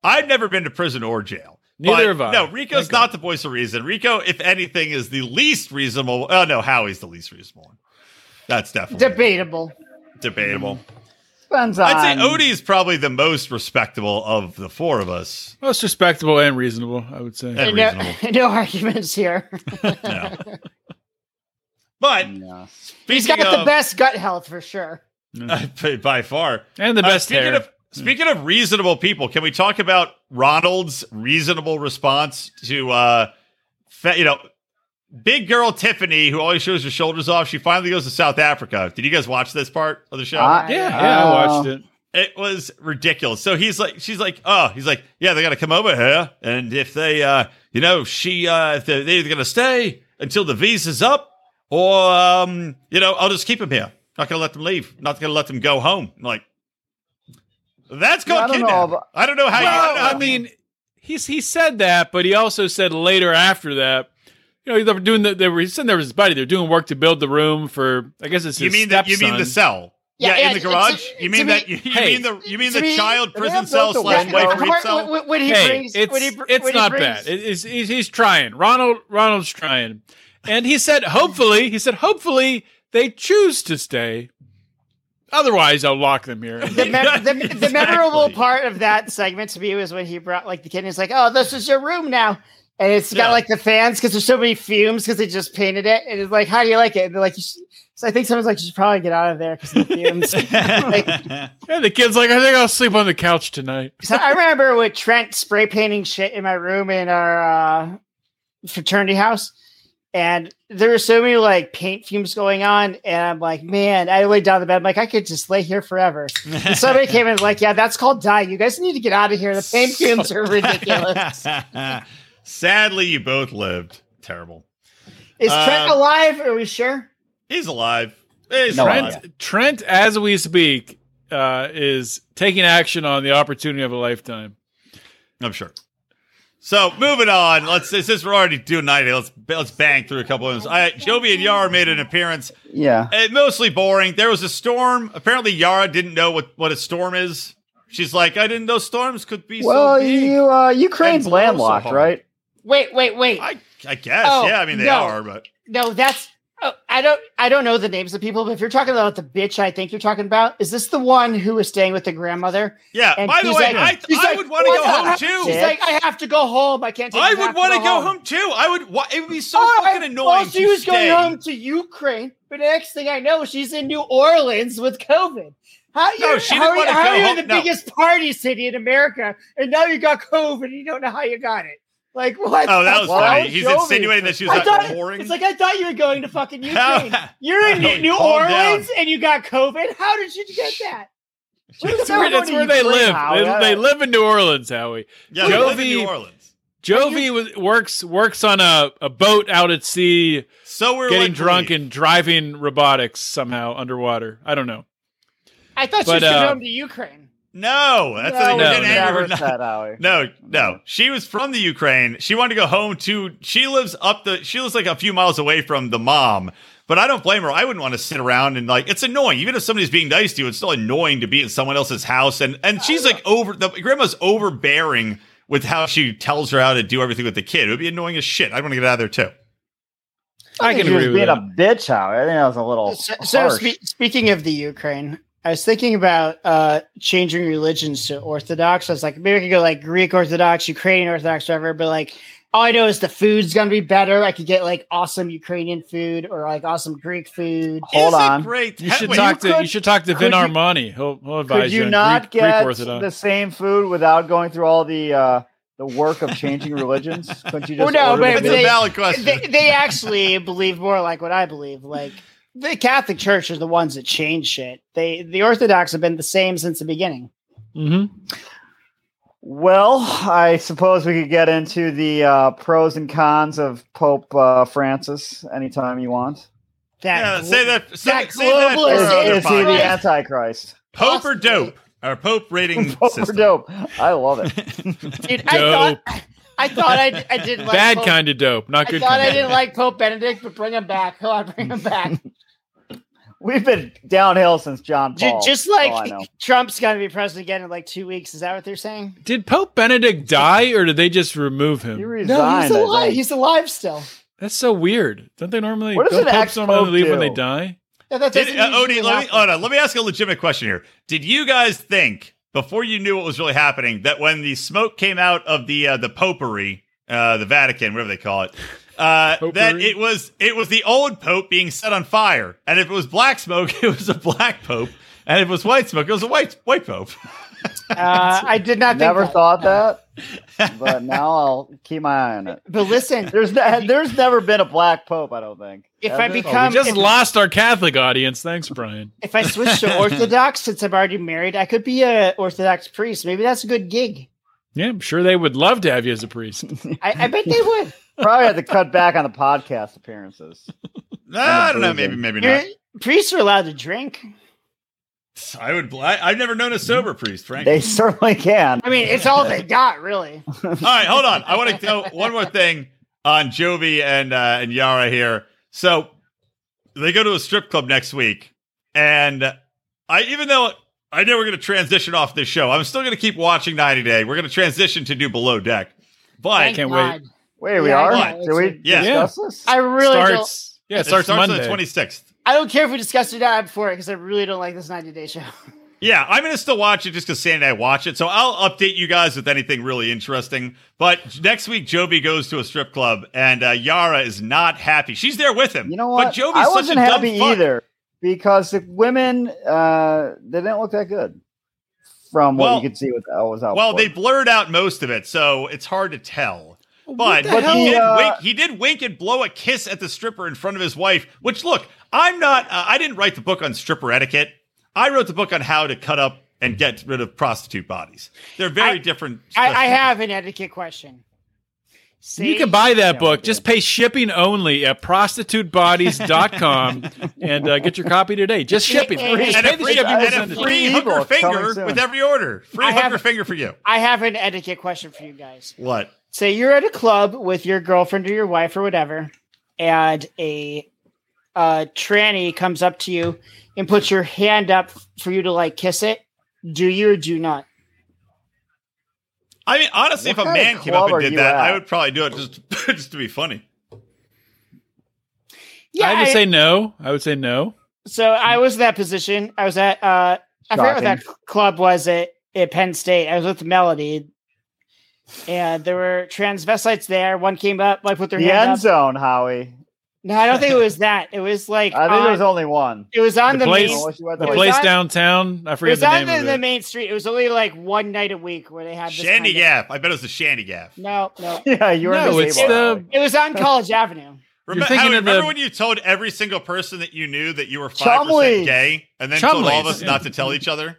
[SPEAKER 1] I've never been to prison or jail.
[SPEAKER 4] Neither
[SPEAKER 1] But,
[SPEAKER 4] have I.
[SPEAKER 1] No, Rico's
[SPEAKER 4] Thank
[SPEAKER 1] not the voice of reason. Rico, if anything, is the least reasonable. Oh no, Howie's the least reasonable one. That's definitely
[SPEAKER 2] Debatable.
[SPEAKER 1] debatable.
[SPEAKER 5] Depends
[SPEAKER 1] I'd say
[SPEAKER 5] on-
[SPEAKER 1] Odie's probably the most respectable of the four of us.
[SPEAKER 4] Most respectable and reasonable, I would say.
[SPEAKER 1] Yeah.
[SPEAKER 2] No,
[SPEAKER 1] Reasonable.
[SPEAKER 2] no arguments here.
[SPEAKER 1] No. but
[SPEAKER 5] Yeah.
[SPEAKER 2] He's
[SPEAKER 1] speaking
[SPEAKER 2] got the
[SPEAKER 1] of-
[SPEAKER 2] best gut health for sure.
[SPEAKER 1] by- by far.
[SPEAKER 4] And the
[SPEAKER 1] Uh,
[SPEAKER 4] best
[SPEAKER 1] speaking
[SPEAKER 4] hair.
[SPEAKER 1] Of, speaking of reasonable people, can we talk about Ronald's reasonable response to, uh, fe- you know, big girl Tiffany, who always shows her shoulders off? She finally goes to South Africa. Did you guys watch this part of the show?
[SPEAKER 5] Uh,
[SPEAKER 4] yeah, yeah,
[SPEAKER 2] Oh.
[SPEAKER 4] I watched it.
[SPEAKER 1] it was ridiculous. So he's like, she's like, oh, he's like, yeah, they got to come over here, and if they, uh, you know, she, uh, if they're, they're either gonna stay until the visa's up, or um, you know, I'll just keep them here. Not gonna let them leave. Not gonna let them go home. I'm like, that's
[SPEAKER 5] Yeah,
[SPEAKER 1] called
[SPEAKER 5] I don't know
[SPEAKER 1] kidnapping.
[SPEAKER 5] about-
[SPEAKER 1] I don't know how you. uh,
[SPEAKER 4] Well,
[SPEAKER 1] I,
[SPEAKER 4] I mean, he's he said that, but he also said later after that, you know, they were doing the, they were he said there was his buddy. They're doing work to build the room for. I guess it's
[SPEAKER 1] you
[SPEAKER 4] his
[SPEAKER 1] mean that you mean
[SPEAKER 4] stepson.
[SPEAKER 1] the cell.
[SPEAKER 2] Yeah,
[SPEAKER 1] Yeah,
[SPEAKER 2] yeah,
[SPEAKER 1] in the
[SPEAKER 2] it's-
[SPEAKER 1] garage.
[SPEAKER 2] it's-
[SPEAKER 1] You mean
[SPEAKER 2] to
[SPEAKER 1] that
[SPEAKER 2] me-
[SPEAKER 1] you, you
[SPEAKER 4] Hey.
[SPEAKER 1] mean the you mean
[SPEAKER 2] to
[SPEAKER 1] the
[SPEAKER 2] me-
[SPEAKER 1] child
[SPEAKER 5] they
[SPEAKER 1] prison
[SPEAKER 5] have
[SPEAKER 1] cell
[SPEAKER 5] built a
[SPEAKER 1] slash
[SPEAKER 5] wall.
[SPEAKER 1] wife
[SPEAKER 5] Yeah,
[SPEAKER 1] rape
[SPEAKER 2] When-
[SPEAKER 1] cell?
[SPEAKER 2] when- when he
[SPEAKER 4] hey,
[SPEAKER 2] brings-
[SPEAKER 4] it's
[SPEAKER 2] when he br-
[SPEAKER 4] it's
[SPEAKER 2] when he
[SPEAKER 4] not
[SPEAKER 2] brings-
[SPEAKER 4] bad. It- it's, he's, he's trying. Ronald Ronald's trying, and he said hopefully he said hopefully they choose to stay. Otherwise, I'll lock them here.
[SPEAKER 2] the, mem- the, the
[SPEAKER 1] Exactly.
[SPEAKER 2] memorable part of that segment to me was when he brought like the kid and he's like, "Oh, this is your room now," and it's got
[SPEAKER 1] Yeah.
[SPEAKER 2] like the fans because there's so many fumes because they just painted it, and it's like, "How do you like it?" And they're like, you should- "So I think someone's like, you should probably get out of there because the fumes."
[SPEAKER 4] and the kid's like, I think I'll sleep on the couch tonight.
[SPEAKER 2] so I remember with Trent spray painting shit in my room in our uh, fraternity house. And there were so many like paint fumes going on, and I'm like, man, I laid down the bed, I'm like I could just lay here forever. And somebody came in and was like, yeah, that's called dying. You guys need to get out of here. The paint fumes are ridiculous.
[SPEAKER 1] Sadly, you both lived. Terrible.
[SPEAKER 2] Is
[SPEAKER 1] Um,
[SPEAKER 2] Trent alive? Are we sure?
[SPEAKER 1] He's alive. He's
[SPEAKER 5] No
[SPEAKER 1] alive.
[SPEAKER 5] idea.
[SPEAKER 4] Trent, Trent, as we speak, uh, is taking action on the opportunity of a lifetime.
[SPEAKER 1] I'm sure. So moving on, let's since we're already doing 90, let's let's bang through a couple of them. I, Joby and Yara made an appearance.
[SPEAKER 5] Yeah.
[SPEAKER 1] Eh, mostly boring. There was a storm. Apparently, Yara didn't know what what a storm is. She's like, I didn't know storms could be
[SPEAKER 5] Well,
[SPEAKER 1] so big.
[SPEAKER 5] you uh, Ukraine's
[SPEAKER 1] And blow so
[SPEAKER 5] landlocked,
[SPEAKER 1] hard.
[SPEAKER 5] right?
[SPEAKER 2] Wait, wait, wait.
[SPEAKER 1] I I guess.
[SPEAKER 2] Oh,
[SPEAKER 1] yeah, I mean they
[SPEAKER 2] no.
[SPEAKER 1] are, but
[SPEAKER 2] no, that's oh, I don't I don't know the names of people, but if you're talking about the bitch I think you're talking about, is this the one who was staying with the grandmother?
[SPEAKER 1] yeah.
[SPEAKER 2] And
[SPEAKER 1] by the
[SPEAKER 2] he's
[SPEAKER 1] way,
[SPEAKER 2] like-
[SPEAKER 1] I,
[SPEAKER 2] he's
[SPEAKER 1] I
[SPEAKER 2] like,
[SPEAKER 1] would want to
[SPEAKER 2] "What
[SPEAKER 1] go
[SPEAKER 2] the
[SPEAKER 1] home
[SPEAKER 2] heck?"
[SPEAKER 1] too.
[SPEAKER 2] She's like, I have to go home. I can't take
[SPEAKER 1] I
[SPEAKER 2] this. have
[SPEAKER 1] would want to go home too. I would. wa- It would be so
[SPEAKER 2] Oh,
[SPEAKER 1] fucking annoying.
[SPEAKER 2] Well, she
[SPEAKER 1] to
[SPEAKER 2] was
[SPEAKER 1] stay.
[SPEAKER 2] going home to Ukraine, but the next thing I know, she's in New Orleans with COVID. How you?
[SPEAKER 1] No, she didn't
[SPEAKER 2] how are you,
[SPEAKER 1] wanna
[SPEAKER 2] how
[SPEAKER 1] go
[SPEAKER 2] are you
[SPEAKER 1] home-
[SPEAKER 2] in the
[SPEAKER 1] no.
[SPEAKER 2] biggest party city in America, and now you got COVID, and you don't know how you got it? Like what?
[SPEAKER 1] Oh, that was
[SPEAKER 5] Well,
[SPEAKER 1] funny.
[SPEAKER 5] that
[SPEAKER 1] He's
[SPEAKER 5] Jovi.
[SPEAKER 1] insinuating that she was
[SPEAKER 2] I
[SPEAKER 1] like
[SPEAKER 2] thought
[SPEAKER 1] whoring.
[SPEAKER 2] it's like I thought you were going to fucking Ukraine.
[SPEAKER 1] How-
[SPEAKER 2] You're in
[SPEAKER 1] Howie,
[SPEAKER 2] New
[SPEAKER 1] calm
[SPEAKER 2] Orleans
[SPEAKER 1] down.
[SPEAKER 2] and you got COVID. How did you get that? What is
[SPEAKER 4] That's
[SPEAKER 2] that
[SPEAKER 4] where, that's
[SPEAKER 2] going to
[SPEAKER 4] where they
[SPEAKER 2] Ukraine?
[SPEAKER 4] live.
[SPEAKER 5] Howie.
[SPEAKER 4] They, they live in New Orleans, Howie.
[SPEAKER 1] yeah, they live in
[SPEAKER 4] Jovi-
[SPEAKER 1] New Orleans.
[SPEAKER 4] Jovi was, works works on a, a boat out at sea,
[SPEAKER 1] So we're
[SPEAKER 4] getting
[SPEAKER 1] like
[SPEAKER 4] drunk
[SPEAKER 1] relieved.
[SPEAKER 4] and driving robotics somehow underwater. I don't know.
[SPEAKER 2] I thought she
[SPEAKER 4] But,
[SPEAKER 2] was going
[SPEAKER 4] uh,
[SPEAKER 2] home to Ukraine.
[SPEAKER 1] no, that's no,
[SPEAKER 4] No,
[SPEAKER 1] getting
[SPEAKER 4] no.
[SPEAKER 1] angry. We're
[SPEAKER 5] Never
[SPEAKER 1] not-
[SPEAKER 5] said Howie.
[SPEAKER 1] No, no. She was from the Ukraine. She wanted to go home to. She lives up the. She lives like a few miles away from the mom. But I don't blame her. I wouldn't want to sit around and like. It's annoying. Even if somebody's being nice to you, it's still annoying to be in someone else's house. And and she's like over. The grandma's overbearing with how she tells her how to do everything with the kid. It would be annoying as shit. I'd want to get out of there too.
[SPEAKER 4] I
[SPEAKER 5] think
[SPEAKER 4] can
[SPEAKER 5] she was
[SPEAKER 4] agree with
[SPEAKER 5] being
[SPEAKER 4] that.
[SPEAKER 5] a bitch, Howie. I think that was a little
[SPEAKER 2] So, so
[SPEAKER 5] harsh.
[SPEAKER 2] spe- speaking of the Ukraine, I was thinking about uh, changing religions to Orthodox. I was like, maybe I could go like Greek Orthodox, Ukrainian Orthodox, whatever. But like, all I know is the food's gonna be better. I could get like awesome Ukrainian food or like awesome Greek food.
[SPEAKER 1] Is
[SPEAKER 5] Hold
[SPEAKER 1] it
[SPEAKER 5] on.
[SPEAKER 1] great.
[SPEAKER 4] You
[SPEAKER 1] How-
[SPEAKER 4] should
[SPEAKER 1] wait,
[SPEAKER 4] talk to you
[SPEAKER 5] could-
[SPEAKER 4] should talk to Vin
[SPEAKER 5] could you-
[SPEAKER 4] Armani. He'll, he'll advise
[SPEAKER 5] Could you
[SPEAKER 4] on
[SPEAKER 5] not
[SPEAKER 4] Greek,
[SPEAKER 5] get
[SPEAKER 4] Greek orthodox.
[SPEAKER 5] the same food without going through all the uh, the work of changing religions? Couldn't you
[SPEAKER 2] Well,
[SPEAKER 5] just
[SPEAKER 2] no,
[SPEAKER 5] order
[SPEAKER 2] but
[SPEAKER 5] the
[SPEAKER 1] That's
[SPEAKER 5] meal?
[SPEAKER 1] a
[SPEAKER 2] they-
[SPEAKER 1] valid question.
[SPEAKER 2] They, they actually believe more like what I believe. Like the Catholic Church are the ones that change shit. They the Orthodox have been the same since the beginning.
[SPEAKER 4] Mhm.
[SPEAKER 5] Well, I suppose we could get into the uh, pros and cons of Pope uh, Francis anytime you want.
[SPEAKER 2] That
[SPEAKER 1] yeah, say that. Say,
[SPEAKER 2] that
[SPEAKER 1] say that for
[SPEAKER 2] globalist
[SPEAKER 5] Is,
[SPEAKER 1] our other
[SPEAKER 5] is he the
[SPEAKER 1] podcast.
[SPEAKER 5] Antichrist?
[SPEAKER 1] Pope or dope? Our Pope rating
[SPEAKER 5] Pope or
[SPEAKER 1] system.
[SPEAKER 5] dope? I love it.
[SPEAKER 2] Dude, I
[SPEAKER 4] Dope.
[SPEAKER 2] thought I thought I, I didn't like
[SPEAKER 4] Bad
[SPEAKER 2] Pope-
[SPEAKER 4] kind of dope, not
[SPEAKER 2] I
[SPEAKER 4] good
[SPEAKER 2] thought
[SPEAKER 4] kind.
[SPEAKER 2] I
[SPEAKER 4] of dope.
[SPEAKER 2] didn't like Pope Benedict, but bring him back. Come on, bring him back.
[SPEAKER 5] Oh, We've been downhill since John
[SPEAKER 2] Ju-
[SPEAKER 5] Paul.
[SPEAKER 2] just
[SPEAKER 5] oh, I know.
[SPEAKER 2] like Trump's gonna be president again in like two weeks. Is that what they're saying?
[SPEAKER 4] Did Pope Benedict die or did they just remove
[SPEAKER 5] He
[SPEAKER 4] him?
[SPEAKER 2] No,
[SPEAKER 5] resigned.
[SPEAKER 2] he's
[SPEAKER 5] I
[SPEAKER 2] alive.
[SPEAKER 5] think.
[SPEAKER 2] He's alive still.
[SPEAKER 4] That's so weird. Don't they normally
[SPEAKER 5] What does
[SPEAKER 4] don't
[SPEAKER 5] an
[SPEAKER 4] popes normally
[SPEAKER 5] ex-pope
[SPEAKER 4] leave when they
[SPEAKER 5] do?
[SPEAKER 4] die?
[SPEAKER 2] Yeah, that
[SPEAKER 1] Did,
[SPEAKER 2] doesn't
[SPEAKER 1] uh, Odie,
[SPEAKER 2] usually
[SPEAKER 1] let me,
[SPEAKER 2] happen.
[SPEAKER 1] hold on, let me ask you a legitimate question here. Did you guys think before you knew what was really happening that when the smoke came out of the uh, the popery, uh, the Vatican, whatever they call it, uh, that
[SPEAKER 4] Popery?
[SPEAKER 1] it was it was the old pope being set on fire, and if it was black smoke, it was a black pope, and if it was white smoke, it was a white white pope.
[SPEAKER 2] Uh, I did not think
[SPEAKER 5] Never
[SPEAKER 2] that.
[SPEAKER 5] thought that, but now I'll keep my eye on it.
[SPEAKER 2] But listen,
[SPEAKER 5] There's ne- there's never been a black pope. I don't think.
[SPEAKER 2] If
[SPEAKER 5] Has
[SPEAKER 2] I
[SPEAKER 5] there?
[SPEAKER 2] become-
[SPEAKER 4] Oh, we
[SPEAKER 2] Um,
[SPEAKER 4] just
[SPEAKER 2] if-
[SPEAKER 4] lost our Catholic audience. Thanks, Brian.
[SPEAKER 2] if I switch to Orthodox since I'm already married, I could be a Orthodox priest. Maybe that's a good gig.
[SPEAKER 4] Yeah, I'm sure they would love to have you as a priest.
[SPEAKER 2] I, I bet they would.
[SPEAKER 5] probably had to cut back on the podcast appearances.
[SPEAKER 1] Nah, I don't know, maybe
[SPEAKER 5] Unbelievable.
[SPEAKER 1] maybe
[SPEAKER 2] You're,
[SPEAKER 1] not.
[SPEAKER 2] priests are allowed to drink.
[SPEAKER 1] I would. I, I've never known a sober priest, Frank.
[SPEAKER 5] They certainly can.
[SPEAKER 2] I mean, it's all they got, really.
[SPEAKER 1] All right, hold on. I want to go one more thing on Jovi and uh, and Yara here. So they go to a strip club next week, and I even though I know we're going to transition off this show, I'm still going to keep watching 90 Day. We're going to transition to do Below Deck, but
[SPEAKER 2] Thank
[SPEAKER 4] can't wait.
[SPEAKER 2] God.
[SPEAKER 5] Wait, we
[SPEAKER 2] Yeah,
[SPEAKER 5] are.
[SPEAKER 1] I
[SPEAKER 2] know.
[SPEAKER 5] Did we
[SPEAKER 1] Yeah.
[SPEAKER 5] discuss this?
[SPEAKER 2] I really don't.
[SPEAKER 4] starts, yeah, it starts,
[SPEAKER 1] on
[SPEAKER 4] Monday.
[SPEAKER 1] the 26th.
[SPEAKER 2] I don't care if we discuss it now. I'm for it because I really don't like this 90 day show.
[SPEAKER 1] Yeah, I'm gonna still watch it just because Sandy and I watch it. So I'll update you guys with anything really interesting. But next week, Jovi goes to a strip club, and uh, Yara is not happy. She's there with him.
[SPEAKER 5] You know what?
[SPEAKER 1] But Jovi's
[SPEAKER 5] I
[SPEAKER 1] such
[SPEAKER 5] wasn't
[SPEAKER 1] a dumb
[SPEAKER 5] happy
[SPEAKER 1] fuck.
[SPEAKER 5] either because the women uh, they didn't look that good from
[SPEAKER 1] Well-
[SPEAKER 5] what you could see with uh, I was out.
[SPEAKER 1] Well,
[SPEAKER 5] for.
[SPEAKER 1] they blurred out most of it, so it's hard to tell. But,
[SPEAKER 5] the hell?
[SPEAKER 1] he, did
[SPEAKER 5] Yeah.
[SPEAKER 1] wink, he did wink and blow a kiss at the stripper in front of his wife, which, look, I'm not, uh, I didn't write the book on stripper etiquette. I wrote the book on how to cut up and get rid of prostitute bodies. They're very
[SPEAKER 2] I-
[SPEAKER 1] different.
[SPEAKER 2] I, I have an etiquette question. See?
[SPEAKER 4] You can buy that
[SPEAKER 5] Yeah,
[SPEAKER 4] book.
[SPEAKER 5] we
[SPEAKER 4] Just
[SPEAKER 5] did.
[SPEAKER 4] pay shipping only at prostitutebodies.com and uh, get your copy today. Just shipping.
[SPEAKER 2] And
[SPEAKER 4] Just
[SPEAKER 1] and
[SPEAKER 4] pay
[SPEAKER 1] a
[SPEAKER 4] the
[SPEAKER 1] free,
[SPEAKER 4] shipping.
[SPEAKER 5] I
[SPEAKER 4] we'll
[SPEAKER 1] and
[SPEAKER 4] send
[SPEAKER 1] a
[SPEAKER 4] it
[SPEAKER 5] It's
[SPEAKER 4] to
[SPEAKER 5] free
[SPEAKER 4] you.
[SPEAKER 1] free hooker
[SPEAKER 5] ebook coming
[SPEAKER 1] finger
[SPEAKER 5] soon.
[SPEAKER 1] with every order. Free
[SPEAKER 2] I have-
[SPEAKER 1] hooker finger for you.
[SPEAKER 2] I have an etiquette question for you guys.
[SPEAKER 1] What?
[SPEAKER 2] Say you're at a club with your girlfriend or your wife or whatever, and a uh, tranny comes up to you and puts your hand up for you to like kiss it. Do you or do not?
[SPEAKER 1] I mean, honestly,
[SPEAKER 5] What
[SPEAKER 1] if a
[SPEAKER 5] kind of
[SPEAKER 1] man came up
[SPEAKER 5] club
[SPEAKER 1] and
[SPEAKER 5] are
[SPEAKER 1] did
[SPEAKER 5] you
[SPEAKER 1] that, I
[SPEAKER 5] at?
[SPEAKER 1] would probably do it just, just to be funny.
[SPEAKER 2] Yeah,
[SPEAKER 4] I would
[SPEAKER 2] I-
[SPEAKER 4] say no. I would say no.
[SPEAKER 2] so. I was in that position. I was at uh, I forget what that
[SPEAKER 5] Shocking.
[SPEAKER 2] club was at, at Penn State. I was with Melody, and there were transvestites there. One came up, like with their
[SPEAKER 5] the
[SPEAKER 2] hand
[SPEAKER 5] end
[SPEAKER 2] up.
[SPEAKER 5] zone, Howie.
[SPEAKER 2] No, I don't think it was that. It was like
[SPEAKER 5] I think
[SPEAKER 2] on-
[SPEAKER 5] there was only one.
[SPEAKER 2] it was on
[SPEAKER 4] The
[SPEAKER 2] the,
[SPEAKER 4] place-
[SPEAKER 2] main.
[SPEAKER 5] Unless you had
[SPEAKER 4] The
[SPEAKER 5] to-
[SPEAKER 2] was
[SPEAKER 4] place
[SPEAKER 2] on-
[SPEAKER 4] downtown. I
[SPEAKER 2] It
[SPEAKER 4] forget
[SPEAKER 2] was
[SPEAKER 4] the
[SPEAKER 2] on
[SPEAKER 4] name
[SPEAKER 2] the,
[SPEAKER 4] of
[SPEAKER 2] the
[SPEAKER 4] it.
[SPEAKER 2] main street. It was only like one night a week where they had this
[SPEAKER 1] Shandy
[SPEAKER 2] kind of-
[SPEAKER 1] Gap. I bet it was the Shandy Gap.
[SPEAKER 2] No, no.
[SPEAKER 5] Yeah, you were in
[SPEAKER 4] No,
[SPEAKER 5] the
[SPEAKER 4] it's
[SPEAKER 5] table,
[SPEAKER 4] the-
[SPEAKER 5] Howie.
[SPEAKER 2] It was on College Avenue.
[SPEAKER 1] Remember,
[SPEAKER 4] thinking
[SPEAKER 1] Howie,
[SPEAKER 4] of the-
[SPEAKER 1] remember when you told every single person that you knew that you were five
[SPEAKER 5] Chumleys.
[SPEAKER 1] percent gay, and then told all of
[SPEAKER 4] Chumleys,
[SPEAKER 1] us
[SPEAKER 4] yeah.
[SPEAKER 1] not to tell each other?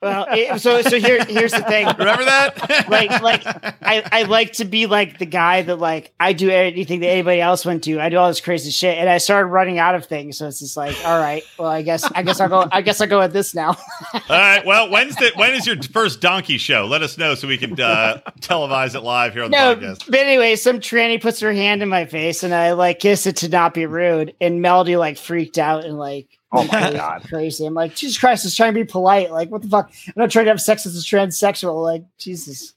[SPEAKER 2] Well, it, so so here here's the thing.
[SPEAKER 1] Remember that?
[SPEAKER 2] Like like I, I like to be like the guy that like I do anything that anybody else went to. I do all this crazy shit, and I started running out of things. So it's just like, all right, well, I guess I guess I'll go. I guess I'll go with this now.
[SPEAKER 1] all right. Well, when's the when is your first donkey show? Let us know so we can uh, televise it live here on the
[SPEAKER 2] No,
[SPEAKER 1] podcast.
[SPEAKER 2] but anyway, some tranny puts her hand in my face, and I like kiss it to not be rude. And Melody like freaked out and like,
[SPEAKER 5] Oh my
[SPEAKER 2] crazy-
[SPEAKER 5] god.
[SPEAKER 2] crazy. I'm like, Jesus Christ, is trying to be polite. Like, what the fuck? I'm not trying to have sex with a transsexual. Like, Jesus,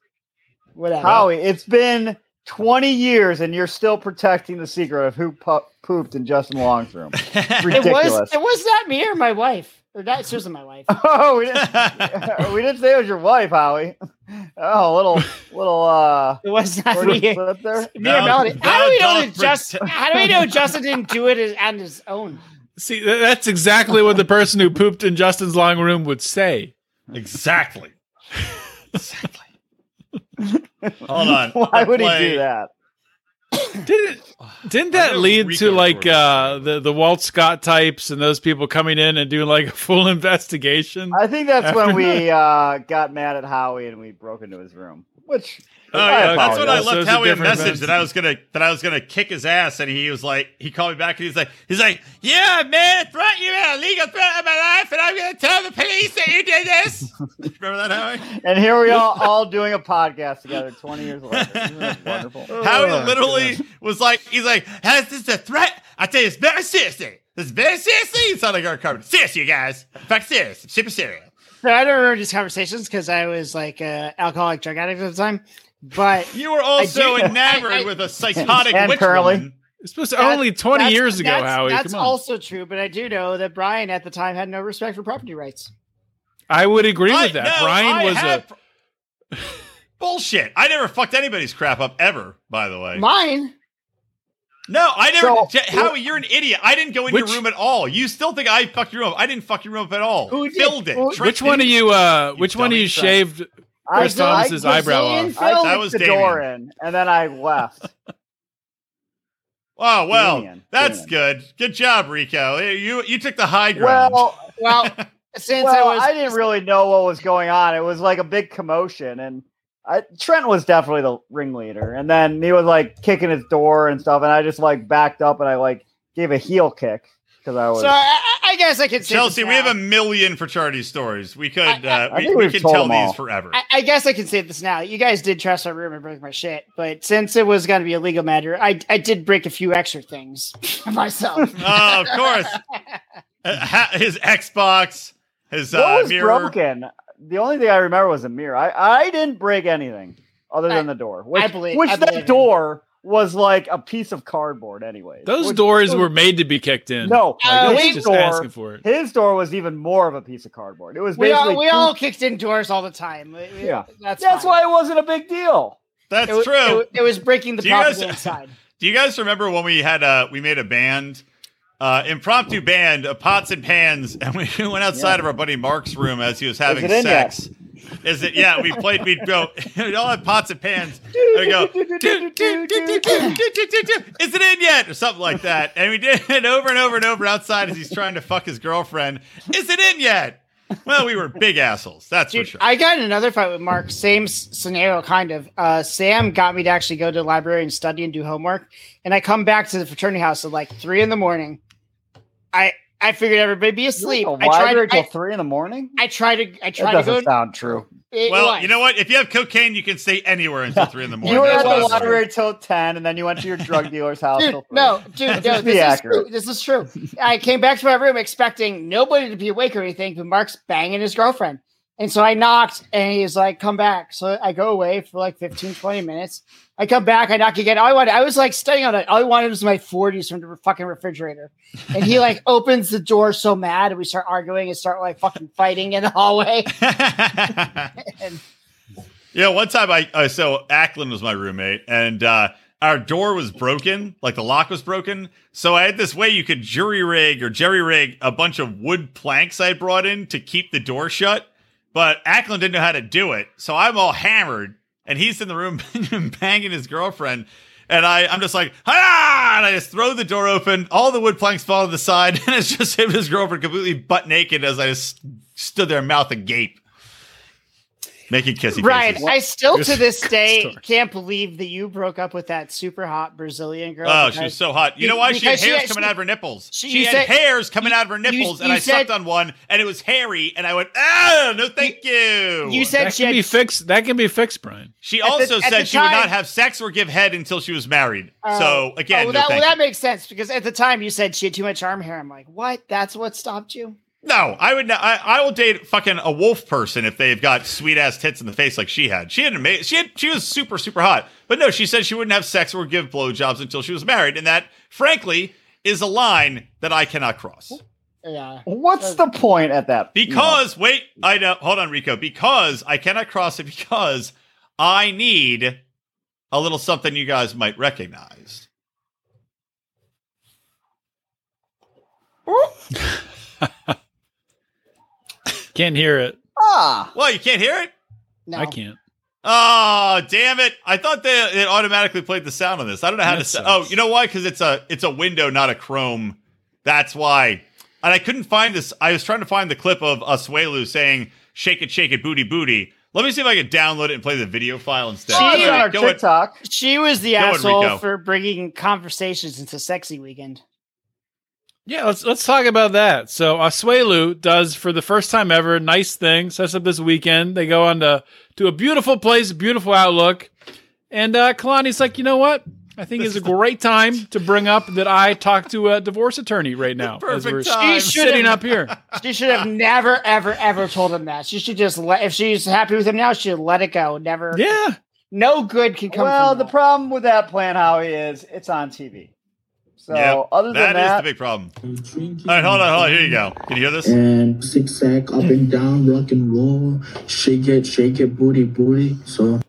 [SPEAKER 2] whatever.
[SPEAKER 5] Howie, it's been 20 years and you're still protecting the secret of who pu- pooped in Justin Long's room.
[SPEAKER 2] it was
[SPEAKER 5] Ridiculous.
[SPEAKER 2] it was not me or my wife, or not. It wasn't my wife.
[SPEAKER 5] oh, we didn't, we didn't say it was your wife, Howie. Oh, little little uh
[SPEAKER 2] It was not
[SPEAKER 5] little
[SPEAKER 2] me.
[SPEAKER 5] slip there.
[SPEAKER 2] Me and
[SPEAKER 1] Thou-
[SPEAKER 2] Melody.
[SPEAKER 1] thou
[SPEAKER 2] How do we know
[SPEAKER 1] doth
[SPEAKER 2] that Justin? How do we know Justin didn't do it on his own?
[SPEAKER 4] See, th- that's exactly what the person who pooped in Justin's long room would say.
[SPEAKER 1] Exactly. exactly. Hold on.
[SPEAKER 5] Why
[SPEAKER 1] I'll
[SPEAKER 5] would he
[SPEAKER 1] play-
[SPEAKER 5] do that?
[SPEAKER 4] Didn't didn't
[SPEAKER 1] I
[SPEAKER 4] that
[SPEAKER 1] know
[SPEAKER 4] lead
[SPEAKER 1] Rico
[SPEAKER 4] to like
[SPEAKER 1] Jordan.
[SPEAKER 4] uh, the the Walt Scott types and those people coming in and doing like a full investigation?
[SPEAKER 5] I think that's
[SPEAKER 4] After
[SPEAKER 5] when we uh got mad at Howie and we broke into his room. Which
[SPEAKER 1] Oh
[SPEAKER 5] I
[SPEAKER 1] yeah, that's what I
[SPEAKER 5] apologize.
[SPEAKER 1] left
[SPEAKER 4] Those are
[SPEAKER 1] Howie a
[SPEAKER 4] different
[SPEAKER 1] message
[SPEAKER 4] events.
[SPEAKER 1] that I was gonna that I was gonna kick his ass, and he was like, he called me back, and he's like, he's like, yeah, man, threat you a legal threat of my life, and I'm gonna tell the police that you did this. Remember that, Howie?
[SPEAKER 5] And here we are all doing a podcast together 20 years later. Isn't that wonderful?
[SPEAKER 1] Howie literally was like, he's like, how's this a threat? I tell you, it's very seriously. It's very seriously. It sounded like our carpet. Serious, you guys. In fact, serious. Super serious.
[SPEAKER 2] So I don't remember these conversations because I was like a alcoholic drug addict at the time. But
[SPEAKER 1] You were also
[SPEAKER 2] do-
[SPEAKER 1] enamored
[SPEAKER 2] I- I-
[SPEAKER 1] with a psychotic
[SPEAKER 5] And
[SPEAKER 1] witch
[SPEAKER 5] curly.
[SPEAKER 1] woman.
[SPEAKER 4] It's supposed to
[SPEAKER 2] that-
[SPEAKER 4] only twenty
[SPEAKER 2] that's-
[SPEAKER 4] years ago,
[SPEAKER 2] that's,
[SPEAKER 4] Howie.
[SPEAKER 2] That's
[SPEAKER 4] come on.
[SPEAKER 2] also true. But I do know that Brian at the time had no respect for property rights.
[SPEAKER 4] I would agree
[SPEAKER 1] I-
[SPEAKER 4] with that.
[SPEAKER 1] no,
[SPEAKER 4] Brian
[SPEAKER 1] I
[SPEAKER 4] was a
[SPEAKER 1] have- bullshit. I never fucked anybody's crap up ever. By the way,
[SPEAKER 2] Mine.
[SPEAKER 1] no, I never.
[SPEAKER 5] So-
[SPEAKER 1] Je- Howie, you're an idiot. I didn't go in
[SPEAKER 4] Which-
[SPEAKER 1] your room at all. You still think I fucked your room up? I didn't fuck your room up at all.
[SPEAKER 2] Who did?
[SPEAKER 1] Filled it.
[SPEAKER 2] Who-
[SPEAKER 1] Tricked
[SPEAKER 4] which one
[SPEAKER 1] it.
[SPEAKER 4] of you uh which one of
[SPEAKER 1] dummy
[SPEAKER 4] you
[SPEAKER 1] son.
[SPEAKER 4] shaved
[SPEAKER 5] I,
[SPEAKER 4] Chris
[SPEAKER 5] did-
[SPEAKER 4] Thomas's
[SPEAKER 5] I,
[SPEAKER 4] eyebrow
[SPEAKER 2] Brazilian
[SPEAKER 4] off.
[SPEAKER 5] I
[SPEAKER 2] Phil?
[SPEAKER 5] that
[SPEAKER 1] That
[SPEAKER 5] was
[SPEAKER 1] was
[SPEAKER 5] the
[SPEAKER 1] Damien.
[SPEAKER 5] door in and then I left.
[SPEAKER 1] Oh well,
[SPEAKER 5] Damien.
[SPEAKER 1] that's
[SPEAKER 5] Damien.
[SPEAKER 1] good. Good job, Rico. You you took the high ground.
[SPEAKER 5] Well,
[SPEAKER 2] Well, since
[SPEAKER 5] well,
[SPEAKER 2] I was,
[SPEAKER 5] I didn't really know what was going on. It was like a big commotion, and I, Trent was definitely the ringleader. And then he was like kicking his door and stuff, and I just like backed up and I like gave a heel kick because I was.
[SPEAKER 2] So I, I guess I could say
[SPEAKER 1] Chelsea,
[SPEAKER 2] this
[SPEAKER 1] we have
[SPEAKER 2] now.
[SPEAKER 1] a million fraternity stories. We could
[SPEAKER 2] I- I-
[SPEAKER 1] uh,
[SPEAKER 5] I
[SPEAKER 1] we,
[SPEAKER 5] think
[SPEAKER 1] we
[SPEAKER 5] we've
[SPEAKER 1] could
[SPEAKER 5] told
[SPEAKER 1] tell
[SPEAKER 5] them
[SPEAKER 1] these
[SPEAKER 5] all.
[SPEAKER 1] forever.
[SPEAKER 2] I, I guess I can say this now. You guys did trash my room and break my shit, but since it was going to be a legal matter, I, I did break a few extra things myself.
[SPEAKER 1] oh, of course. Uh, ha- his Xbox, his
[SPEAKER 5] what
[SPEAKER 1] uh,
[SPEAKER 5] was
[SPEAKER 1] mirror.
[SPEAKER 5] broken? The only thing I remember was a mirror. I, I didn't break anything other than the door, which,
[SPEAKER 2] I believe-
[SPEAKER 5] which
[SPEAKER 2] I
[SPEAKER 5] that
[SPEAKER 2] believe him.
[SPEAKER 5] door was like a piece of cardboard, anyway.
[SPEAKER 4] those doors were made to be kicked in.
[SPEAKER 5] no.
[SPEAKER 2] Uh,
[SPEAKER 4] like,
[SPEAKER 5] his
[SPEAKER 2] we-
[SPEAKER 4] that's just
[SPEAKER 5] door-
[SPEAKER 4] asking for it.
[SPEAKER 5] His door was even more of a piece of cardboard. It was
[SPEAKER 2] we
[SPEAKER 5] basically
[SPEAKER 2] all, we
[SPEAKER 5] two-
[SPEAKER 2] all kicked in doors all the time. We- we-
[SPEAKER 5] Yeah.
[SPEAKER 2] that's
[SPEAKER 5] That's
[SPEAKER 2] fine.
[SPEAKER 5] why it wasn't a big deal.
[SPEAKER 1] That's
[SPEAKER 2] It wa-
[SPEAKER 1] true.
[SPEAKER 2] It, wa- it was breaking the
[SPEAKER 1] Do you guys-
[SPEAKER 2] property inside.
[SPEAKER 1] Do you guys remember when we had a we made a band, uh, impromptu band of pots and pans, and we went outside of our buddy Mark's room as he was having
[SPEAKER 5] it in yet?
[SPEAKER 1] sex. Is it? Yeah, we played. We'd go. we all had pots and pans. and we go. "Do, do, do, do, do, do, do, do, do. Is it in yet? Or something like that. And we did it over and over and over outside as he's trying to fuck his girlfriend. Is it in yet? Well, we were big assholes. That's for
[SPEAKER 2] Dude,
[SPEAKER 1] sure.
[SPEAKER 2] I got in another fight with Mark. Same s- scenario, kind of. Uh, Sam got me to actually go to the library and study and do homework, and I come back to the fraternity house at like three in the morning. I I figured everybody be asleep. I
[SPEAKER 5] You went to the library
[SPEAKER 2] tried.
[SPEAKER 5] till
[SPEAKER 2] I,
[SPEAKER 5] three in the morning.
[SPEAKER 2] I tried to. I
[SPEAKER 5] That
[SPEAKER 2] tried to
[SPEAKER 5] doesn't
[SPEAKER 2] go.
[SPEAKER 5] sound true.
[SPEAKER 2] it
[SPEAKER 1] well,
[SPEAKER 2] was.
[SPEAKER 1] you know what? If you have cocaine, you can stay anywhere until three in the morning.
[SPEAKER 5] You were
[SPEAKER 1] That's
[SPEAKER 5] at
[SPEAKER 1] what I
[SPEAKER 5] the
[SPEAKER 1] was doing.
[SPEAKER 5] library till ten, and then you went to your drug dealer's house. till
[SPEAKER 2] Dude,
[SPEAKER 5] three.
[SPEAKER 2] no, dude, no,
[SPEAKER 5] Let's be
[SPEAKER 2] this is,
[SPEAKER 5] accurate.
[SPEAKER 2] true. this is true. I came back to my room expecting nobody to be awake or anything, but Mark's banging his girlfriend. And so I knocked and he's like, come back. So I go away for like 15, 20 minutes. I come back, I knock again. All I wanted, I was like studying on it. All I wanted was my 40s from the fucking refrigerator. And he like opens the door so mad and we start arguing and start like fucking fighting in the hallway.
[SPEAKER 1] yeah, one time I uh, so Ackland was my roommate, and uh, our door was broken, like the lock was broken. So I had this way you could jury rig or jerry rig a bunch of wood planks I brought in to keep the door shut. But Ackland didn't know how to do it, so I'm all hammered, and he's in the room banging his girlfriend. And I, I'm just like, ah! And I just throw the door open. All the wood planks fall to the side, and it's just him and his girlfriend completely butt naked as I just stood there, mouth agape, making kissy
[SPEAKER 2] Brian,
[SPEAKER 1] faces.
[SPEAKER 2] I still to this day
[SPEAKER 4] Story.
[SPEAKER 2] can't believe that you broke up with that super hot Brazilian girl.
[SPEAKER 1] Oh, she
[SPEAKER 2] because-
[SPEAKER 1] was so hot. You know
[SPEAKER 2] Be-
[SPEAKER 1] why she had
[SPEAKER 2] because she
[SPEAKER 1] hairs
[SPEAKER 2] had-
[SPEAKER 1] coming
[SPEAKER 2] she-
[SPEAKER 1] out of her nipples?
[SPEAKER 2] she-
[SPEAKER 1] She,
[SPEAKER 2] you
[SPEAKER 1] had
[SPEAKER 2] said-
[SPEAKER 1] hairs coming
[SPEAKER 2] you-
[SPEAKER 1] out of her
[SPEAKER 2] you-
[SPEAKER 1] nipples,
[SPEAKER 2] you
[SPEAKER 1] and I
[SPEAKER 2] said-
[SPEAKER 1] sucked on one, and it was hairy, and I went, "Ah, no, thank you."
[SPEAKER 2] you said
[SPEAKER 4] That
[SPEAKER 2] she had
[SPEAKER 4] can be fixed. That can be fixed, Brian.
[SPEAKER 1] she
[SPEAKER 2] at the-
[SPEAKER 1] also
[SPEAKER 2] at the
[SPEAKER 1] said she would
[SPEAKER 2] time-
[SPEAKER 1] not have sex or give head until she was married.
[SPEAKER 2] Oh.
[SPEAKER 1] so again,
[SPEAKER 2] oh, well,
[SPEAKER 1] no,
[SPEAKER 2] that, well,
[SPEAKER 1] thank
[SPEAKER 2] that makes sense because at the time you said she had too much arm hair. I'm like, what? That's what stopped you?
[SPEAKER 1] you. no, I would. Not, I, I will date fucking a wolf person if they've got sweet ass tits in the face like she had. She had amazing. She had. She was super super hot, but no, she said she wouldn't have sex or give blowjobs until she was married, and that, frankly, is a line that I cannot cross.
[SPEAKER 2] Yeah.
[SPEAKER 5] What's the point at that?
[SPEAKER 1] Because wait, I know. Hold on, Rico. Because I cannot cross it because I need a little something you guys might recognize.
[SPEAKER 4] Can't hear it.
[SPEAKER 5] Ah,
[SPEAKER 1] Well, you can't hear it?
[SPEAKER 2] No.
[SPEAKER 4] I can't.
[SPEAKER 1] Oh, damn it. I thought that it automatically played the sound on this. I don't know how
[SPEAKER 4] That
[SPEAKER 1] to s-
[SPEAKER 4] sucks.
[SPEAKER 1] Oh, you know why? Cuz it's a it's a window, not a Chrome. That's why. And I couldn't find this. I was trying to find the clip of Asuelu saying "Shake it, shake it, booty, booty." Let me see if I can download it and play the video file instead.
[SPEAKER 2] Oh,
[SPEAKER 5] she's
[SPEAKER 2] yeah.
[SPEAKER 5] on our
[SPEAKER 1] Go ahead.
[SPEAKER 5] TikTok.
[SPEAKER 2] She was the
[SPEAKER 1] Go on,
[SPEAKER 2] asshole
[SPEAKER 1] Rico.
[SPEAKER 2] for bringing conversations into sexy weekend.
[SPEAKER 4] Yeah, let's let's talk about that. So Asuelu does for the first time ever nice thing. Sets up this weekend. They go on to to a beautiful place, beautiful outlook, and uh, Kalani's like, you know what? I think it's a great time to bring up that I talked to a divorce attorney right now as
[SPEAKER 1] perfect
[SPEAKER 4] we're
[SPEAKER 1] time.
[SPEAKER 2] She should
[SPEAKER 4] sitting
[SPEAKER 2] have-
[SPEAKER 4] up here.
[SPEAKER 2] She should have never, ever, ever told him that. She should just let. If she's happy with him now, she should let it go. Never.
[SPEAKER 4] Yeah,
[SPEAKER 2] No good can come.
[SPEAKER 5] Well,
[SPEAKER 2] from
[SPEAKER 5] the
[SPEAKER 2] that.
[SPEAKER 5] problem with that plan, Howie, is it's on TV. So
[SPEAKER 1] Yep,
[SPEAKER 5] other than that,
[SPEAKER 1] that is the big problem.
[SPEAKER 6] All
[SPEAKER 1] All right, hold on, hold on. Here you go. Can you hear this?
[SPEAKER 6] And zigzag up and down, rock and roll, shake it, shake it, booty, booty. So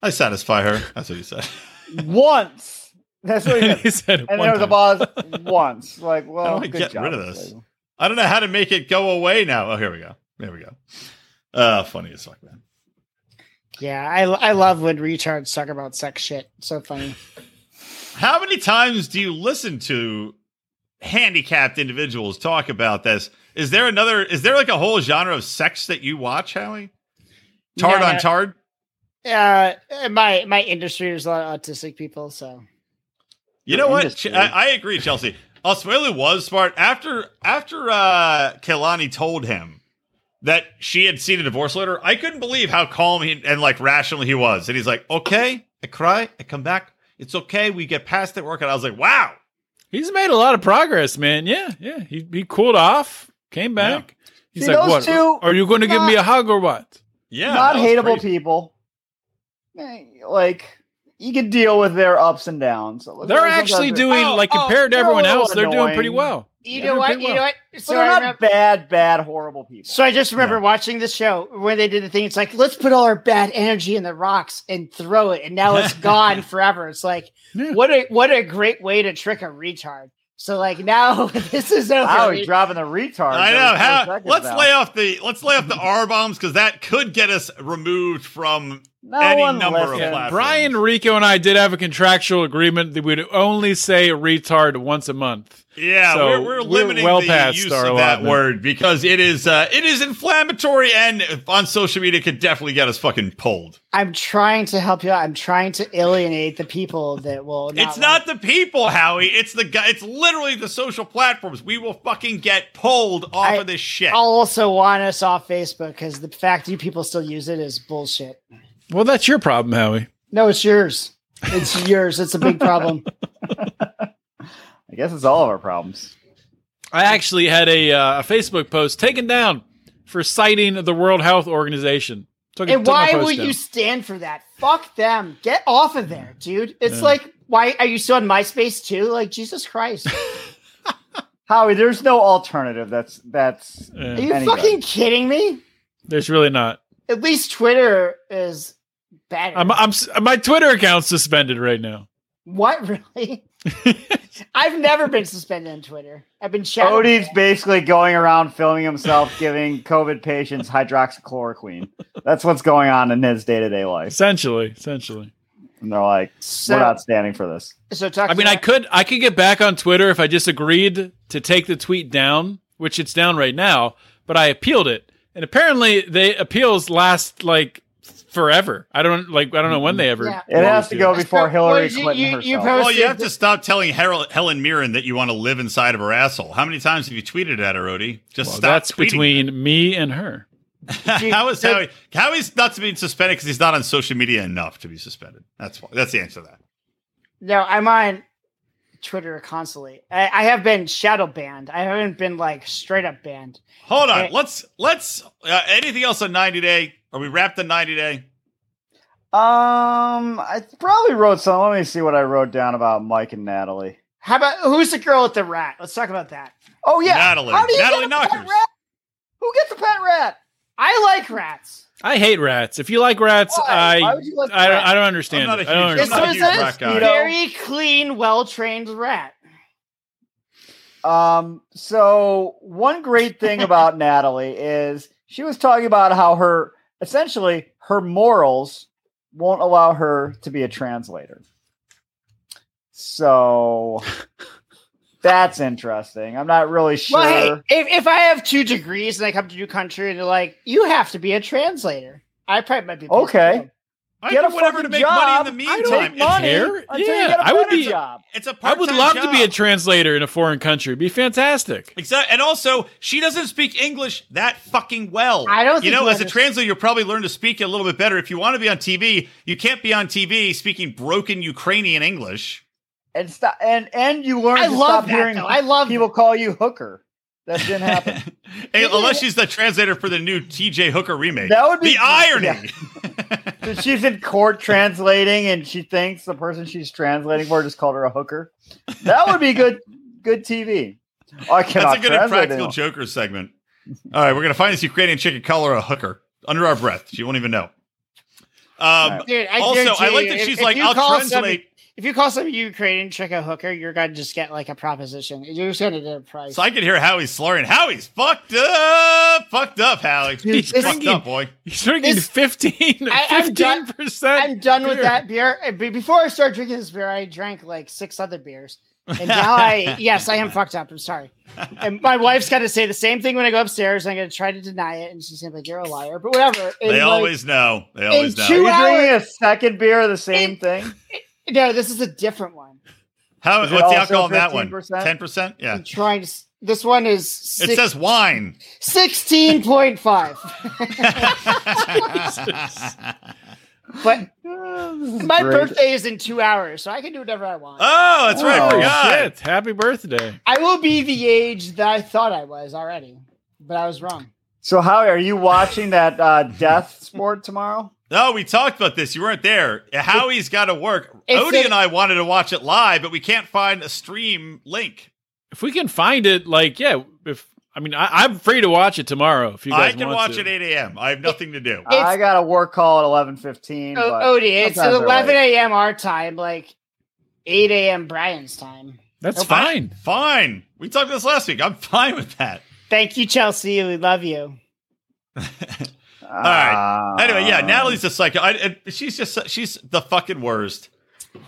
[SPEAKER 1] I satisfy her. That's what you said.
[SPEAKER 5] once. That's what he did.
[SPEAKER 4] he said it
[SPEAKER 5] And
[SPEAKER 4] one
[SPEAKER 5] there was a
[SPEAKER 4] time.
[SPEAKER 5] pause once. Like, well,
[SPEAKER 1] How do I
[SPEAKER 5] good
[SPEAKER 1] get
[SPEAKER 5] job,
[SPEAKER 1] rid of this?
[SPEAKER 5] Asuelu.
[SPEAKER 1] I don't know how to make it go away now. Oh, here we go. There we go. Uh, funny as fuck, man.
[SPEAKER 2] Yeah, I, I love when retards talk about sex shit. So funny.
[SPEAKER 1] How many times do you listen to handicapped individuals talk about this? Is there another? Is there like a whole genre of sex that you watch, Howie? Tard
[SPEAKER 2] No,
[SPEAKER 1] on
[SPEAKER 2] no.
[SPEAKER 1] tard.
[SPEAKER 2] Uh, my my industry is a lot of autistic people, so
[SPEAKER 1] You
[SPEAKER 5] Your
[SPEAKER 1] know what?
[SPEAKER 5] industry.
[SPEAKER 1] Ch- I, I agree, Chelsea. Oswelu was smart after after uh, Kelani told him that she had seen a divorce letter. I couldn't believe how calm he, and like rational he was. And he's like, "Okay, I cry, I come back. It's okay. We get past it. Work." And I was like, "Wow,
[SPEAKER 4] He's made a lot of progress, man. Yeah, yeah. He he cooled off, came back. He's
[SPEAKER 5] See,
[SPEAKER 4] like,
[SPEAKER 5] those
[SPEAKER 4] what?
[SPEAKER 5] two-
[SPEAKER 4] are you going to give me a hug or what?
[SPEAKER 1] yeah,
[SPEAKER 5] Not
[SPEAKER 1] that was
[SPEAKER 5] hateable
[SPEAKER 1] crazy.
[SPEAKER 5] people. Eh, Like, you can deal with their ups and downs.
[SPEAKER 4] They're actually doing
[SPEAKER 2] Oh,
[SPEAKER 4] like
[SPEAKER 2] oh,
[SPEAKER 4] compared to
[SPEAKER 5] they're a
[SPEAKER 4] everyone
[SPEAKER 5] little
[SPEAKER 4] else, they're doing pretty
[SPEAKER 5] annoying.
[SPEAKER 4] well.
[SPEAKER 2] you
[SPEAKER 4] Yeah,
[SPEAKER 2] know
[SPEAKER 4] they're
[SPEAKER 2] what
[SPEAKER 4] pretty
[SPEAKER 2] you
[SPEAKER 4] well.
[SPEAKER 2] know what. So
[SPEAKER 5] But they're
[SPEAKER 2] I
[SPEAKER 5] not
[SPEAKER 2] remember,
[SPEAKER 5] bad, bad, horrible people.
[SPEAKER 2] so I just remember
[SPEAKER 1] No.
[SPEAKER 2] watching the show when they did the thing. It's like let's put all our bad energy in the rocks and throw it, and now it's gone forever. It's like
[SPEAKER 4] Yeah.
[SPEAKER 2] what a what a great way to trick a retard. So like now this is over.
[SPEAKER 5] Wow, he's dropping the retard.
[SPEAKER 1] I know.
[SPEAKER 5] every four
[SPEAKER 1] How,
[SPEAKER 5] seconds
[SPEAKER 1] let's
[SPEAKER 5] now.
[SPEAKER 1] lay off the let's lay off the R bombs because that could get us removed from
[SPEAKER 5] no
[SPEAKER 1] any
[SPEAKER 5] one
[SPEAKER 1] number of
[SPEAKER 5] listens.
[SPEAKER 1] platforms.
[SPEAKER 4] Brian, Rico, and I did have a contractual agreement that we'd only say retard once a month.
[SPEAKER 1] Yeah,
[SPEAKER 4] So
[SPEAKER 1] we're, we're
[SPEAKER 4] we're
[SPEAKER 1] limiting
[SPEAKER 4] well
[SPEAKER 1] the
[SPEAKER 4] past
[SPEAKER 1] use
[SPEAKER 4] our
[SPEAKER 1] of that
[SPEAKER 4] allotment.
[SPEAKER 1] word because it is uh, it is inflammatory and on social media could definitely get us fucking pulled.
[SPEAKER 2] I'm trying to help you out. I'm trying to alienate the people that will. Not
[SPEAKER 1] it's
[SPEAKER 2] like-
[SPEAKER 1] not the people, Howie. It's the guy. It's literally the social platforms. We will fucking get pulled off
[SPEAKER 2] I-
[SPEAKER 1] of this shit.
[SPEAKER 2] I'll also want us off Facebook because the fact you people still use it is bullshit.
[SPEAKER 4] Well, that's your problem, Howie.
[SPEAKER 2] No, it's yours. It's yours. It's a big problem.
[SPEAKER 5] I guess it's all of our problems.
[SPEAKER 4] I actually had a, uh, a Facebook post taken down for citing the World Health Organization. Took,
[SPEAKER 2] and
[SPEAKER 4] took my
[SPEAKER 2] why
[SPEAKER 4] post
[SPEAKER 2] will
[SPEAKER 4] down.
[SPEAKER 2] you stand for that? Fuck them. Get off of there, dude. It's
[SPEAKER 4] Yeah.
[SPEAKER 2] like, why are you still on MySpace too? Like, Jesus Christ.
[SPEAKER 5] Howie, there's no alternative. That's that's
[SPEAKER 4] Yeah,
[SPEAKER 2] Are you
[SPEAKER 5] Anybody.
[SPEAKER 2] fucking kidding me?
[SPEAKER 4] there's really not.
[SPEAKER 2] At least Twitter is better.
[SPEAKER 4] I'm, I'm s- my Twitter account's suspended right now.
[SPEAKER 2] what, really? I've never been suspended on Twitter. I've been shadowed.
[SPEAKER 5] Odie's basically going around filming himself giving COVID patients hydroxychloroquine. That's what's going on in his day to day life.
[SPEAKER 4] Essentially, essentially.
[SPEAKER 5] And they're like,
[SPEAKER 2] So,
[SPEAKER 5] we're not standing for this.
[SPEAKER 2] so talk
[SPEAKER 4] I mean, I could I could get back on Twitter if I just agreed to take the tweet down, which it's down right now. But I appealed it, and apparently the appeals last like forever. I don't like I don't know when they ever.
[SPEAKER 2] Yeah.
[SPEAKER 5] It has to go before
[SPEAKER 2] Well,
[SPEAKER 5] Hillary
[SPEAKER 2] you-
[SPEAKER 5] Clinton
[SPEAKER 2] you-
[SPEAKER 5] herself.
[SPEAKER 2] you
[SPEAKER 1] well, you
[SPEAKER 2] posted-
[SPEAKER 1] have to stop telling Hel- Helen Mirren that you want to live inside of her asshole. How many times have you tweeted at her, Odie? Just
[SPEAKER 4] Well,
[SPEAKER 1] stop.
[SPEAKER 4] that's
[SPEAKER 1] tweeting.
[SPEAKER 4] between me and her.
[SPEAKER 1] how is Howie? Howie's not to be suspended because he's not on social media enough to be suspended. That's why. That's the answer to that.
[SPEAKER 2] No, I'm on Twitter constantly. I, I have been shadow banned. I haven't been like straight up banned.
[SPEAKER 1] Hold on.
[SPEAKER 2] Okay.
[SPEAKER 1] Let's let's uh, anything else on 90 day? Are we wrapped in 90 day?
[SPEAKER 5] Um, I probably wrote some. Let me see what I wrote down about Mike and Natalie.
[SPEAKER 2] How about who's the girl with the rat? Let's talk about that.
[SPEAKER 5] Oh yeah,
[SPEAKER 1] Natalie.
[SPEAKER 5] How do you
[SPEAKER 1] Natalie
[SPEAKER 5] get a pet
[SPEAKER 1] Knockers.
[SPEAKER 5] rat? Who gets a pet rat?
[SPEAKER 2] I like rats.
[SPEAKER 4] I hate rats. If you like rats,
[SPEAKER 5] Why?
[SPEAKER 4] I
[SPEAKER 5] Why would you like
[SPEAKER 4] I, don't,
[SPEAKER 5] rats?
[SPEAKER 4] I don't understand.
[SPEAKER 1] I'm not a
[SPEAKER 4] it.
[SPEAKER 1] huge,
[SPEAKER 4] I don't
[SPEAKER 1] I'm
[SPEAKER 2] This
[SPEAKER 4] understand.
[SPEAKER 1] not a
[SPEAKER 2] was
[SPEAKER 1] huge
[SPEAKER 2] a-
[SPEAKER 1] rat guy.
[SPEAKER 5] You know-
[SPEAKER 2] Very clean, well trained rat.
[SPEAKER 5] Um, so one great thing about Natalie is she was talking about how her essentially her morals won't allow her to be a translator. So that's interesting. I'm not really sure.
[SPEAKER 2] Well, hey, if, if I have two degrees and I come to a new country and they're like, you have to be a translator, I probably might be.
[SPEAKER 5] Okay.
[SPEAKER 1] I
[SPEAKER 5] Get
[SPEAKER 1] do
[SPEAKER 5] a
[SPEAKER 1] whatever to
[SPEAKER 5] fucking
[SPEAKER 1] make
[SPEAKER 5] job.
[SPEAKER 1] money in the
[SPEAKER 5] I don't
[SPEAKER 1] meantime.
[SPEAKER 5] make
[SPEAKER 1] It's,
[SPEAKER 5] money
[SPEAKER 4] here?
[SPEAKER 5] until you
[SPEAKER 4] Yeah,
[SPEAKER 5] get a
[SPEAKER 4] I would
[SPEAKER 5] better
[SPEAKER 4] be-
[SPEAKER 5] job.
[SPEAKER 1] it's a
[SPEAKER 4] I
[SPEAKER 1] part-time
[SPEAKER 4] would love to be a
[SPEAKER 1] job.
[SPEAKER 4] translator in a foreign country. It'd be fantastic.
[SPEAKER 1] Exactly. And also, she doesn't speak English that fucking well.
[SPEAKER 2] I don't
[SPEAKER 1] You
[SPEAKER 2] think
[SPEAKER 1] know,
[SPEAKER 2] you
[SPEAKER 1] as a
[SPEAKER 2] understand-
[SPEAKER 1] translator, you'll probably learn to speak it a little bit better. If you want to be on TV, you can't be on TV speaking broken Ukrainian English.
[SPEAKER 5] And stop and and you learn
[SPEAKER 2] I
[SPEAKER 5] to
[SPEAKER 2] love
[SPEAKER 5] stop
[SPEAKER 2] that,
[SPEAKER 5] hearing
[SPEAKER 2] though. I love
[SPEAKER 5] people call you hooker. That didn't happen.
[SPEAKER 1] Hey, Unless she's the translator for the new TJ Hooker remake.
[SPEAKER 5] That would be-
[SPEAKER 1] the irony.
[SPEAKER 5] So she's in court translating, and she thinks the person she's translating for just called her a hooker. That would be good, good TV. I cannot
[SPEAKER 1] That's a good
[SPEAKER 5] translate
[SPEAKER 1] impractical
[SPEAKER 5] it.
[SPEAKER 1] Joker segment. All right, we're gonna find this Ukrainian chick and call her a hooker under our breath. She won't even know. Um,
[SPEAKER 2] Dude, I
[SPEAKER 1] also,
[SPEAKER 2] guarantee
[SPEAKER 1] I like
[SPEAKER 2] you,
[SPEAKER 1] that
[SPEAKER 2] if-
[SPEAKER 1] she's
[SPEAKER 2] if
[SPEAKER 1] like,
[SPEAKER 2] you
[SPEAKER 1] I'll
[SPEAKER 2] call
[SPEAKER 1] translate.
[SPEAKER 2] Some, if you call some Ukrainian chick a hooker, you're going to just get like a proposition. You're just going to get a price.
[SPEAKER 1] So I could hear Howie's slurring. Howie's fucked up, fucked up, Howie.
[SPEAKER 4] He's
[SPEAKER 1] fucked
[SPEAKER 4] drinking.
[SPEAKER 1] up, boy.
[SPEAKER 4] He's drinking
[SPEAKER 2] This-
[SPEAKER 4] 15
[SPEAKER 2] I- I'm done-
[SPEAKER 4] percent.
[SPEAKER 2] I'm done with
[SPEAKER 4] beer.
[SPEAKER 2] that beer. Uh, be- Before I started drinking this beer, I drank like six other beers. And now I, yes, I am fucked up. I'm sorry. And my wife's got to say the same thing when I go upstairs. I'm going to try to deny it. And she's going to be like, you're a liar. But whatever. And,
[SPEAKER 1] They
[SPEAKER 2] like,
[SPEAKER 1] always know. They always know.
[SPEAKER 5] Are
[SPEAKER 2] two-
[SPEAKER 5] you drinking a second beer of the same thing?
[SPEAKER 2] No, this is a different one.
[SPEAKER 1] How,
[SPEAKER 5] Is
[SPEAKER 1] what's
[SPEAKER 5] it
[SPEAKER 1] the
[SPEAKER 5] also
[SPEAKER 1] alcohol in that one?
[SPEAKER 5] 15%?
[SPEAKER 1] Ten percent. Yeah.
[SPEAKER 2] I'm trying to. s- This one is
[SPEAKER 1] It
[SPEAKER 2] six,
[SPEAKER 1] says wine. Oh,
[SPEAKER 2] 16.5. But my birthday is in two hours, so I can do whatever I want.
[SPEAKER 1] Oh, that's right. I
[SPEAKER 5] Oh,
[SPEAKER 1] forgot.
[SPEAKER 4] shit. Happy birthday.
[SPEAKER 2] I will be the age that I thought I was already, but I was wrong.
[SPEAKER 5] So, Howie, are you watching that uh, death sport tomorrow?
[SPEAKER 1] No, we talked about this. You weren't there. Howie's got to work.
[SPEAKER 2] It's
[SPEAKER 1] Odie
[SPEAKER 2] a-
[SPEAKER 1] and I wanted to watch it live, but we can't find a stream link.
[SPEAKER 4] If we can find it, like, yeah, if I mean, I, I'm free to watch it tomorrow. If you
[SPEAKER 1] I
[SPEAKER 4] guys
[SPEAKER 1] can
[SPEAKER 4] want
[SPEAKER 1] watch
[SPEAKER 4] to.
[SPEAKER 1] at 8 a.m. I have nothing to do.
[SPEAKER 2] It's-
[SPEAKER 5] I got a work call at eleven fifteen.
[SPEAKER 2] O- Odie, it's at 11 a.m. our time, like 8 a.m. Brian's time.
[SPEAKER 4] That's
[SPEAKER 2] Nope.
[SPEAKER 4] fine.
[SPEAKER 1] Fine. We talked this last week. I'm fine with that.
[SPEAKER 2] Thank you, Chelsea. We love you.
[SPEAKER 5] All
[SPEAKER 1] right. Anyway,
[SPEAKER 5] "Ah,
[SPEAKER 4] Ah.
[SPEAKER 1] yeah, Natalie's a psycho. I, and she's just she's the fucking worst.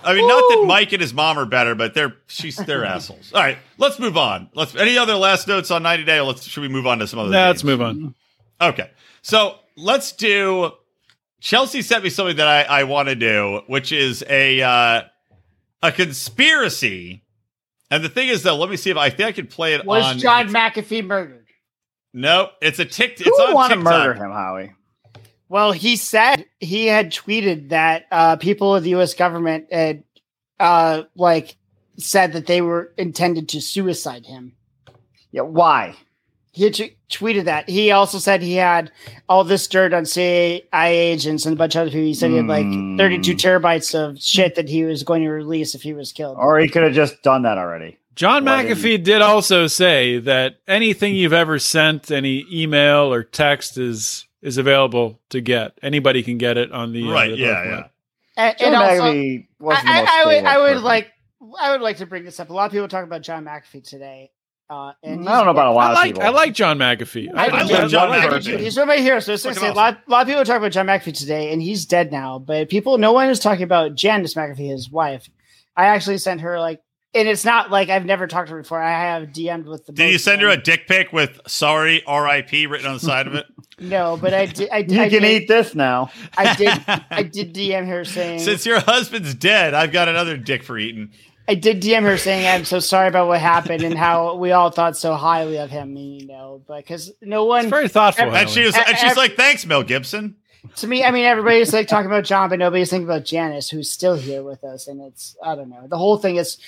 [SPEAKER 1] I mean, not that
[SPEAKER 2] Woo!
[SPEAKER 1] Mike and his mom are better, but they're she's they're assholes. All right, let's move on. Let's any other last notes on 90 Day? Or let's should we move on to some other?
[SPEAKER 4] Now let's
[SPEAKER 1] games?
[SPEAKER 4] move on.
[SPEAKER 1] Okay, so let's do. Chelsea sent me something that I, I want to do, which is a uh, a conspiracy. And the thing is, though, let me see if I think I could play it
[SPEAKER 2] Was
[SPEAKER 1] on.
[SPEAKER 2] John McAfee murdered?
[SPEAKER 1] Nope, it's a tick.
[SPEAKER 5] Who
[SPEAKER 1] It's
[SPEAKER 5] would
[SPEAKER 1] on
[SPEAKER 5] want to
[SPEAKER 1] TikTok.
[SPEAKER 5] murder him, Howie?
[SPEAKER 2] Well, he said he had tweeted that uh, people of the U.S. government had, uh, like, said that they were intended to suicide him.
[SPEAKER 5] Yeah, why?
[SPEAKER 2] He had t- tweeted that. He also said he had all this dirt on CIA agents and a bunch of other people. He said he had like
[SPEAKER 5] Hmm.
[SPEAKER 2] 32 terabytes of shit that he was going to release if he was killed.
[SPEAKER 5] Or he could have just done that already.
[SPEAKER 4] John
[SPEAKER 5] Why didn't-
[SPEAKER 4] McAfee did also say that anything you've ever sent, any email or text, is is available to get. Anybody can get it on the uh,
[SPEAKER 1] Right?
[SPEAKER 4] the
[SPEAKER 1] Yeah,
[SPEAKER 4] dark
[SPEAKER 1] yeah.
[SPEAKER 4] web.
[SPEAKER 2] And,
[SPEAKER 5] John
[SPEAKER 2] and also,
[SPEAKER 5] Magby wasn't the
[SPEAKER 2] I,
[SPEAKER 5] most
[SPEAKER 2] I, I would,
[SPEAKER 5] stable
[SPEAKER 2] I would
[SPEAKER 5] person.
[SPEAKER 2] like, I would like to bring this up. A lot of people talk about John McAfee today. Uh, and
[SPEAKER 5] I don't know about a
[SPEAKER 4] I
[SPEAKER 5] lot of
[SPEAKER 4] like
[SPEAKER 5] people.
[SPEAKER 4] I like John McAfee.
[SPEAKER 2] I,
[SPEAKER 1] I
[SPEAKER 2] do
[SPEAKER 1] love
[SPEAKER 2] too.
[SPEAKER 1] John
[SPEAKER 2] I do
[SPEAKER 1] McAfee.
[SPEAKER 2] too. He's one of my heroes. So it's
[SPEAKER 1] Fucking
[SPEAKER 2] gonna say, a, lot, a lot of people talk about John McAfee today, and he's dead now. But people, no one is talking about Janice McAfee, his wife. I actually sent her like, and it's not like I've never talked to her before. I have DM'd with the.
[SPEAKER 1] Did you
[SPEAKER 2] both
[SPEAKER 1] send
[SPEAKER 2] of
[SPEAKER 1] her a
[SPEAKER 2] them.
[SPEAKER 1] dick pic with "Sorry, R.I.P." written on the side of it?
[SPEAKER 2] No, but I did. I, did-
[SPEAKER 5] you
[SPEAKER 2] I
[SPEAKER 5] can
[SPEAKER 2] did,
[SPEAKER 5] eat this now.
[SPEAKER 2] I did. I did DM her saying.
[SPEAKER 1] Since your husband's dead, I've got another dick for eating.
[SPEAKER 2] I did DM her saying I'm so sorry about what happened and how we all thought so highly of him. You know, but because no
[SPEAKER 4] It's
[SPEAKER 2] one
[SPEAKER 4] very thoughtful.
[SPEAKER 1] And
[SPEAKER 4] Howard.
[SPEAKER 1] she was,
[SPEAKER 2] A-
[SPEAKER 1] and she's
[SPEAKER 2] ev-
[SPEAKER 1] like, "Thanks, Mel Gibson."
[SPEAKER 2] to me, I mean, everybody's like talking about John, but nobody's thinking about Janice, who's still here with us. And it's, I don't know. The whole thing is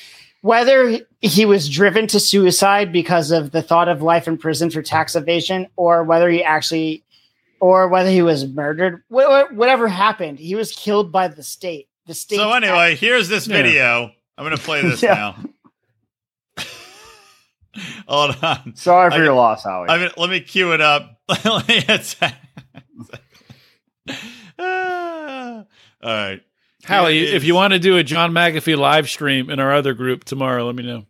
[SPEAKER 2] whether he was driven to suicide because of the thought of life in prison for tax evasion, or whether he actually, or whether he was murdered, wha- wha- whatever happened, he was killed by the state. The state.
[SPEAKER 1] So anyway, here's this
[SPEAKER 4] Yeah.
[SPEAKER 1] video. I'm gonna play this
[SPEAKER 5] Yeah.
[SPEAKER 1] now. Hold on.
[SPEAKER 5] Sorry for
[SPEAKER 1] I-
[SPEAKER 5] your loss, Howie.
[SPEAKER 1] I mean, let me cue it up. Let me- it's- Ah. All right.
[SPEAKER 4] Hallie,
[SPEAKER 1] Here it
[SPEAKER 4] if
[SPEAKER 1] is.
[SPEAKER 4] you want to do a John McAfee live stream in our other group tomorrow, let me know.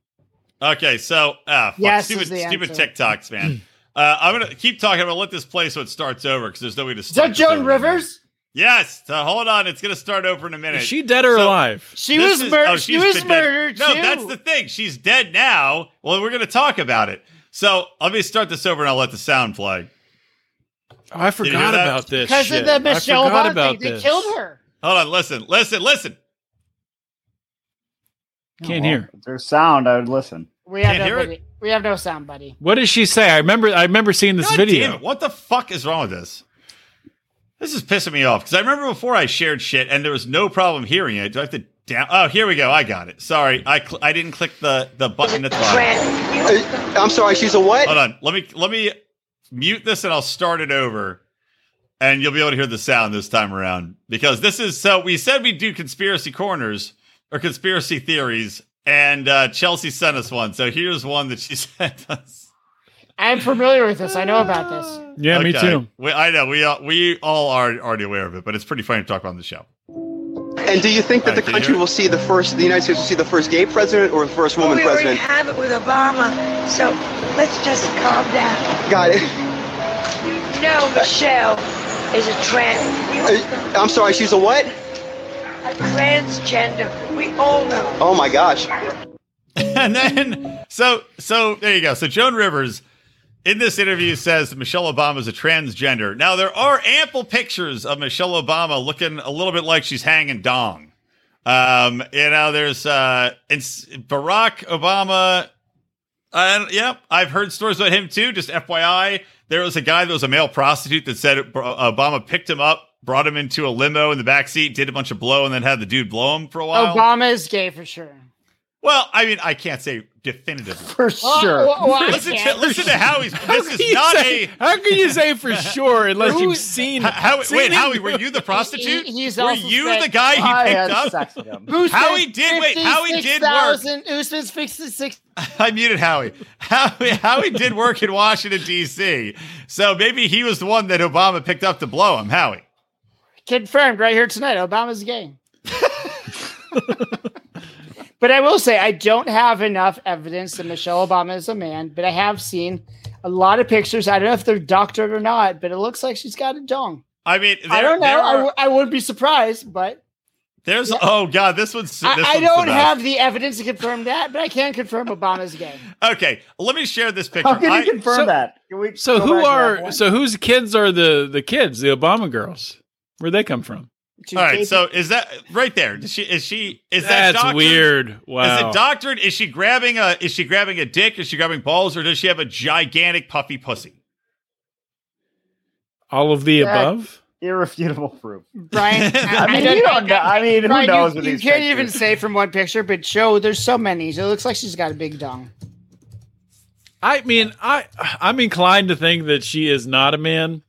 [SPEAKER 1] Okay, so uh, fuck,
[SPEAKER 2] Yes is
[SPEAKER 1] stupid,
[SPEAKER 2] the
[SPEAKER 1] stupid
[SPEAKER 2] answer.
[SPEAKER 1] TikToks,
[SPEAKER 4] Hmm.
[SPEAKER 1] man. uh, I'm gonna keep talking. I'm gonna let this play so it starts over because there's no way to
[SPEAKER 2] Is
[SPEAKER 1] start.
[SPEAKER 2] that
[SPEAKER 1] this
[SPEAKER 2] Joan
[SPEAKER 1] over right now.
[SPEAKER 2] Rivers?
[SPEAKER 1] Yes. So hold on, it's gonna start over in a minute.
[SPEAKER 4] Is she dead or
[SPEAKER 1] So-
[SPEAKER 4] alive?
[SPEAKER 2] She
[SPEAKER 1] This
[SPEAKER 2] was
[SPEAKER 1] is-
[SPEAKER 2] murdered.
[SPEAKER 1] oh,
[SPEAKER 2] she
[SPEAKER 1] she's
[SPEAKER 2] was
[SPEAKER 1] been dead.
[SPEAKER 2] murdered
[SPEAKER 1] No,
[SPEAKER 2] too.
[SPEAKER 1] that's the thing. She's dead now. Well, we're gonna talk about it. So let me start this over and I'll let the sound play.
[SPEAKER 4] Oh, I
[SPEAKER 1] you hear
[SPEAKER 4] forgot
[SPEAKER 1] that?
[SPEAKER 4] about this.
[SPEAKER 2] because
[SPEAKER 4] shit.
[SPEAKER 2] of the
[SPEAKER 4] I
[SPEAKER 2] Michelle
[SPEAKER 4] forgot
[SPEAKER 2] Obama
[SPEAKER 4] about
[SPEAKER 2] thing. They
[SPEAKER 4] this.
[SPEAKER 2] killed her.
[SPEAKER 1] Hold on, listen, listen, listen.
[SPEAKER 4] Can't
[SPEAKER 5] well,
[SPEAKER 4] hear.
[SPEAKER 5] if There's sound. I would listen.
[SPEAKER 2] We have
[SPEAKER 1] Can't hear
[SPEAKER 2] no
[SPEAKER 1] it.
[SPEAKER 2] buddy. We have no sound, buddy.
[SPEAKER 4] What does she say? I remember. I remember seeing this
[SPEAKER 1] God damn
[SPEAKER 4] video.
[SPEAKER 1] it, What the fuck is wrong with this? This is pissing me off because I remember before I shared shit and there was no problem hearing it. Do I have to down? Oh, here we go. I got it. Sorry, I cl- I didn't click the the button at the bottom.
[SPEAKER 7] Uh, I'm sorry, she's a what?
[SPEAKER 1] Hold on. Let me let me mute this and I'll start it over, and you'll be able to hear the sound this time around because this is so. We said we do conspiracy corners or conspiracy theories, and uh, Chelsea sent us one. So here's one that she sent us.
[SPEAKER 2] I'm familiar with this. I know about this.
[SPEAKER 4] Yeah, me
[SPEAKER 1] Okay.
[SPEAKER 4] too.
[SPEAKER 1] We, I know we all, we all are already aware of it, but it's pretty funny to talk about on the show.
[SPEAKER 7] And do you think that
[SPEAKER 1] Alright,
[SPEAKER 7] the
[SPEAKER 1] can you
[SPEAKER 7] country
[SPEAKER 1] hear it?
[SPEAKER 7] will see the first, the United States will see the first gay president or the first woman
[SPEAKER 8] we already
[SPEAKER 7] president?
[SPEAKER 8] have it with Obama, so let's just calm down.
[SPEAKER 7] Got it.
[SPEAKER 8] You know Michelle is a trans,
[SPEAKER 7] Uh, I'm sorry, she's a what?
[SPEAKER 8] a transgender. We all know.
[SPEAKER 7] Oh my gosh.
[SPEAKER 1] and then so so there you go. So Joan Rivers in this interview says that Michelle Obama is a transgender. Now there are ample pictures of Michelle Obama looking a little bit like she's hanging dong. Um, you know, there's uh, it's Barack Obama. Uh, yeah, I've heard stories about him too. Just FYI, there was a guy that was a male prostitute that said Ob- Obama picked him up, brought him into a limo in the back seat, did a bunch of blow, and then had the dude blow him for a while.
[SPEAKER 2] Obama is gay for sure.
[SPEAKER 1] Well, I mean, I can't say definitively.
[SPEAKER 5] For sure.
[SPEAKER 2] Oh, oh, oh, I
[SPEAKER 1] Listen to,
[SPEAKER 2] can't.
[SPEAKER 1] listen to Howie. This
[SPEAKER 4] How can
[SPEAKER 1] is
[SPEAKER 4] you
[SPEAKER 1] not
[SPEAKER 4] say-
[SPEAKER 1] a.
[SPEAKER 4] How can you say for sure unless you've seen?
[SPEAKER 1] H- Howie,
[SPEAKER 4] seen
[SPEAKER 1] wait,
[SPEAKER 4] him
[SPEAKER 1] Howie,
[SPEAKER 4] do
[SPEAKER 1] were
[SPEAKER 4] it?
[SPEAKER 1] you the prostitute?
[SPEAKER 2] He- he's
[SPEAKER 1] were
[SPEAKER 2] also
[SPEAKER 1] you
[SPEAKER 2] said
[SPEAKER 1] the guy
[SPEAKER 5] I
[SPEAKER 1] he
[SPEAKER 5] had
[SPEAKER 1] picked up?
[SPEAKER 5] sex with him.
[SPEAKER 2] Who
[SPEAKER 1] How
[SPEAKER 2] spent
[SPEAKER 1] he did- wait, how he did work.
[SPEAKER 2] 56,000 Who spent 66
[SPEAKER 1] I muted Howie. Howie. Howie did work in Washington D.C., so maybe he was the one that Obama picked up to blow him. Howie.
[SPEAKER 2] confirmed right here tonight. Obama's gay. but I will say I don't have enough evidence that Michelle Obama is a man, but I have seen a lot of pictures. I don't know if they're doctored or not, but it looks like she's got a dong.
[SPEAKER 1] I mean, there,
[SPEAKER 2] I don't know.
[SPEAKER 1] There
[SPEAKER 2] I,
[SPEAKER 1] are,
[SPEAKER 2] w- I wouldn't be surprised, but
[SPEAKER 1] there's. Oh God, this one's. This
[SPEAKER 2] I, I
[SPEAKER 1] one's the
[SPEAKER 2] don't
[SPEAKER 1] best.
[SPEAKER 2] have the evidence to confirm that, but I can confirm Obama's gay.
[SPEAKER 1] Okay, let me share this picture.
[SPEAKER 5] How can you
[SPEAKER 1] I-
[SPEAKER 5] confirm
[SPEAKER 4] so-
[SPEAKER 5] that? Can we
[SPEAKER 4] So
[SPEAKER 5] go
[SPEAKER 4] who
[SPEAKER 5] back to that
[SPEAKER 4] are?
[SPEAKER 5] point?
[SPEAKER 4] So whose kids are the the kids? The Obama girls? Where'd they come from?
[SPEAKER 2] To
[SPEAKER 1] all right,
[SPEAKER 2] date-
[SPEAKER 1] so is that right there? Is she? Is she? Is that
[SPEAKER 4] That's
[SPEAKER 1] doctored?
[SPEAKER 4] weird.
[SPEAKER 1] Is
[SPEAKER 4] Wow.
[SPEAKER 1] it doctored? Is she grabbing a? Is she grabbing a dick? Is she grabbing balls, or does she have a gigantic puffy pussy?
[SPEAKER 4] All of the
[SPEAKER 5] Yeah.
[SPEAKER 4] above.
[SPEAKER 5] irrefutable proof?
[SPEAKER 2] Brian, I,
[SPEAKER 5] I mean, you don't know. I mean, who
[SPEAKER 2] Brian, you-
[SPEAKER 5] knows
[SPEAKER 2] You,
[SPEAKER 5] with these
[SPEAKER 2] can't even
[SPEAKER 5] pictures?
[SPEAKER 2] say from one picture, but Joe, there's so many. So it looks like she's got a big dong.
[SPEAKER 4] I mean, I I'm inclined to think that she is not a man,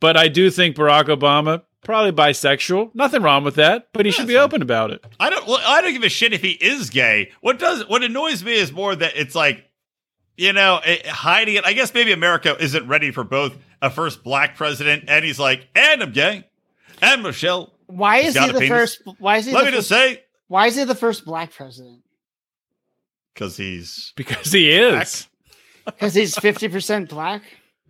[SPEAKER 4] but I do think Barack Obama probably bisexual. Nothing wrong with that, but he should be open about it.
[SPEAKER 1] I don't. Well, I don't give a shit if he is gay. What does? What annoys me is more that it's like, you know, it, hiding it. I guess maybe America isn't ready for both a first black president, and he's like, and I'm gay, and Michelle.
[SPEAKER 2] Why is
[SPEAKER 1] got
[SPEAKER 2] he
[SPEAKER 1] a
[SPEAKER 2] the
[SPEAKER 1] penis.
[SPEAKER 2] first? Why is he?
[SPEAKER 1] Let
[SPEAKER 2] the
[SPEAKER 1] me just
[SPEAKER 2] first,
[SPEAKER 1] say,
[SPEAKER 2] Why is he the first black president?
[SPEAKER 1] because he's
[SPEAKER 4] Because he is.
[SPEAKER 2] Because he's fifty percent black.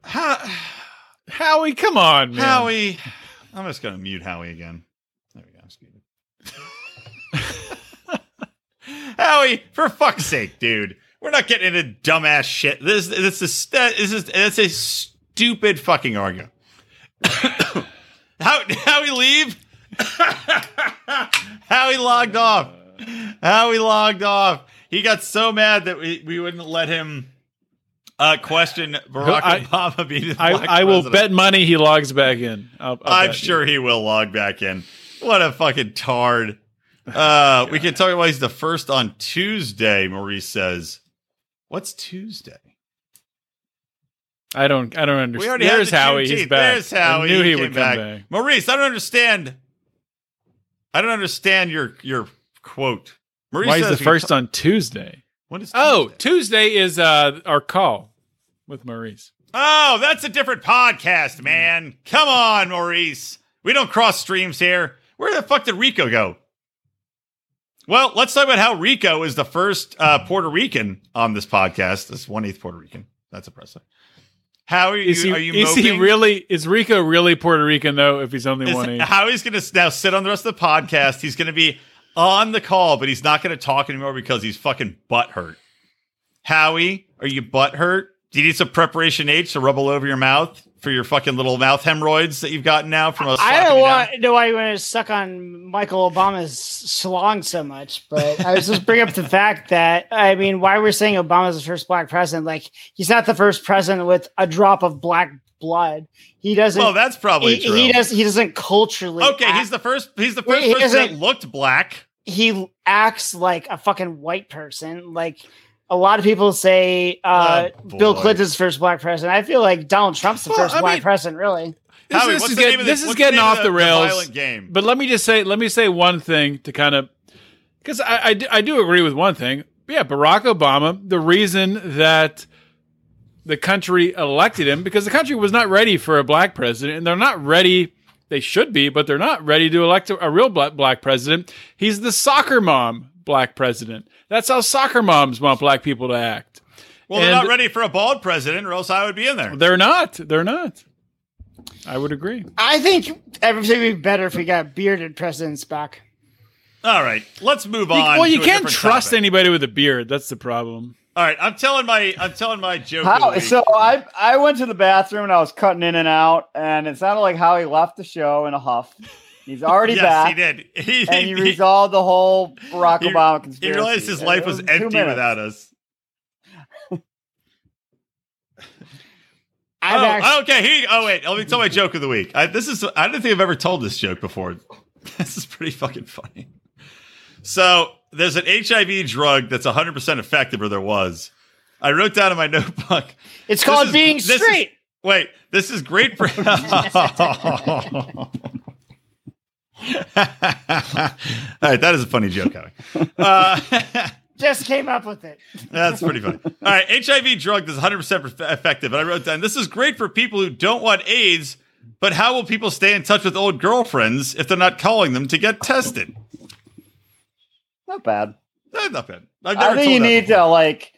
[SPEAKER 4] Howie, come on, man.
[SPEAKER 1] Howie. I'm just gonna mute Howie again. There we go. Just mute him. Howie, for fuck's sake, dude. We're not getting into dumbass shit. This this is that- this is that's a stupid fucking argument. How Howie leave? Howie logged off. Howie logged off. He got so mad that we, we wouldn't let him uh, question Barack
[SPEAKER 4] I-
[SPEAKER 1] Obama being the
[SPEAKER 4] I,
[SPEAKER 1] black
[SPEAKER 4] I will
[SPEAKER 1] president.
[SPEAKER 4] bet money he logs back in. I'll, I'll
[SPEAKER 1] I'm
[SPEAKER 4] bet you.
[SPEAKER 1] sure he will log back in. What a fucking tard. Uh, we can talk about he's the first on Tuesday, Maurice says. What's Tuesday?
[SPEAKER 4] I don't. I don't
[SPEAKER 1] We
[SPEAKER 4] understand.
[SPEAKER 1] already
[SPEAKER 4] There's
[SPEAKER 1] had the
[SPEAKER 4] Howie. He's
[SPEAKER 1] Juneteenth.
[SPEAKER 4] back.
[SPEAKER 1] There's Howie.
[SPEAKER 4] I knew he,
[SPEAKER 1] came
[SPEAKER 4] would
[SPEAKER 1] back.
[SPEAKER 4] come back.
[SPEAKER 1] Maurice, I don't understand. I don't understand your your quote. Maurice
[SPEAKER 4] Why is
[SPEAKER 1] says
[SPEAKER 4] the
[SPEAKER 1] we can
[SPEAKER 4] first
[SPEAKER 1] talk-
[SPEAKER 4] on Tuesday?
[SPEAKER 1] When is
[SPEAKER 4] Oh,
[SPEAKER 1] Tuesday?
[SPEAKER 4] Tuesday is uh, our call with Maurice.
[SPEAKER 1] Oh, that's a different podcast, man. Come on, Maurice. We don't cross streams here. Where the fuck did Rico go? Well, let's talk about how Rico is the first uh, Puerto Rican on this podcast. This one eighth Puerto Rican. That's impressive. How are you?
[SPEAKER 4] Is he,
[SPEAKER 1] are you
[SPEAKER 4] is he
[SPEAKER 1] moping?
[SPEAKER 4] really? Is Rico really Puerto Rican though? If he's only
[SPEAKER 1] Is-
[SPEAKER 4] one eighth,
[SPEAKER 1] how he's going to now sit on the rest of the podcast? He's going to be on the call, but he's not going to talk anymore because he's fucking butt hurt. Howie, are you butt hurt? Do you need some preparation H to rub all over your mouth for your fucking little mouth hemorrhoids that you've gotten now from us?
[SPEAKER 2] I
[SPEAKER 1] slapping
[SPEAKER 2] don't
[SPEAKER 1] you
[SPEAKER 2] want
[SPEAKER 1] down?
[SPEAKER 2] know why you want to suck on Michael Obama's slong so much, but I was just bringing up the fact that I mean, why we're saying Obama's the first black president? Like he's not the first president with a drop of black blood. He doesn't.
[SPEAKER 1] Well, that's probably
[SPEAKER 2] he,
[SPEAKER 1] true.
[SPEAKER 2] he does. He doesn't culturally.
[SPEAKER 1] okay,
[SPEAKER 2] act-
[SPEAKER 1] he's the first. He's the
[SPEAKER 2] Wait,
[SPEAKER 1] first
[SPEAKER 2] he
[SPEAKER 1] person that
[SPEAKER 2] doesn't-
[SPEAKER 1] looked black.
[SPEAKER 2] he acts like a fucking white person. Like a lot of people say, uh,
[SPEAKER 1] Oh,
[SPEAKER 2] Bill
[SPEAKER 1] boy.
[SPEAKER 2] Clinton's the first black president. I feel like Donald Trump's the
[SPEAKER 4] Well,
[SPEAKER 2] first
[SPEAKER 4] I
[SPEAKER 2] black
[SPEAKER 4] mean-
[SPEAKER 2] president, really.
[SPEAKER 4] this,
[SPEAKER 1] Howie,
[SPEAKER 4] this
[SPEAKER 1] what's
[SPEAKER 4] is
[SPEAKER 1] the name
[SPEAKER 4] getting
[SPEAKER 1] of
[SPEAKER 4] this is
[SPEAKER 1] what's
[SPEAKER 4] getting
[SPEAKER 1] name
[SPEAKER 4] off the, rails.
[SPEAKER 1] violent game.
[SPEAKER 4] But let me just say, let me say one thing to kind of, because I, I, do- I do agree with one thing. Yeah, Barack Obama, the reason that the country elected him, because the country was not ready for a black president, and they're not ready. They should be, but they're not ready to elect a, a real black, black president. He's the soccer mom black president. That's how soccer moms want black people to act.
[SPEAKER 1] well, they're not
[SPEAKER 4] and-
[SPEAKER 1] ready for a bald president, or else I would be in there.
[SPEAKER 4] They're not. They're not. I would agree.
[SPEAKER 2] I think everything would be better if we got bearded presidents back.
[SPEAKER 1] All right, let's move
[SPEAKER 4] You-
[SPEAKER 1] on.
[SPEAKER 4] well, you
[SPEAKER 1] to a
[SPEAKER 4] can't
[SPEAKER 1] different
[SPEAKER 4] trust
[SPEAKER 1] topic.
[SPEAKER 4] anybody with a beard. That's the problem.
[SPEAKER 1] All right, I'm telling my I'm telling my joke. of the
[SPEAKER 5] How,
[SPEAKER 1] week.
[SPEAKER 5] so I I went to the bathroom and I was cutting in and out, and it sounded like Howie left the show in a huff. He's already
[SPEAKER 1] yes,
[SPEAKER 5] back,
[SPEAKER 1] he did. He,
[SPEAKER 5] and he
[SPEAKER 1] he-
[SPEAKER 5] resolved the whole Barack
[SPEAKER 1] he-
[SPEAKER 5] Obama
[SPEAKER 1] he
[SPEAKER 5] conspiracy.
[SPEAKER 1] realized his
[SPEAKER 5] And
[SPEAKER 1] life
[SPEAKER 5] it
[SPEAKER 1] was
[SPEAKER 5] two
[SPEAKER 1] empty
[SPEAKER 5] minutes.
[SPEAKER 1] without us.
[SPEAKER 2] I've
[SPEAKER 1] Oh,
[SPEAKER 2] actually,
[SPEAKER 1] okay. He. Oh wait, let me tell my joke of the week. I, this is. I don't think I've ever told this joke before. this is pretty fucking funny. So there's an HIV drug that's 100 percent effective, or there was. I wrote down in my notebook.
[SPEAKER 2] it's called
[SPEAKER 1] is-
[SPEAKER 2] being
[SPEAKER 1] this is-
[SPEAKER 2] straight.
[SPEAKER 1] Wait, this is great for. All right, that is a funny joke, Howie. Uh,
[SPEAKER 2] Just came up with it.
[SPEAKER 1] That's pretty funny. All right, HIV drug that's 100% perf- effective. And I wrote down, this is great for people who don't want AIDS, but how will people stay in touch with old girlfriends if they're not calling them to get tested?
[SPEAKER 5] Not bad.
[SPEAKER 1] Eh, not bad. I've never
[SPEAKER 5] I think
[SPEAKER 1] told
[SPEAKER 5] you
[SPEAKER 1] that
[SPEAKER 5] need
[SPEAKER 1] before.
[SPEAKER 5] to like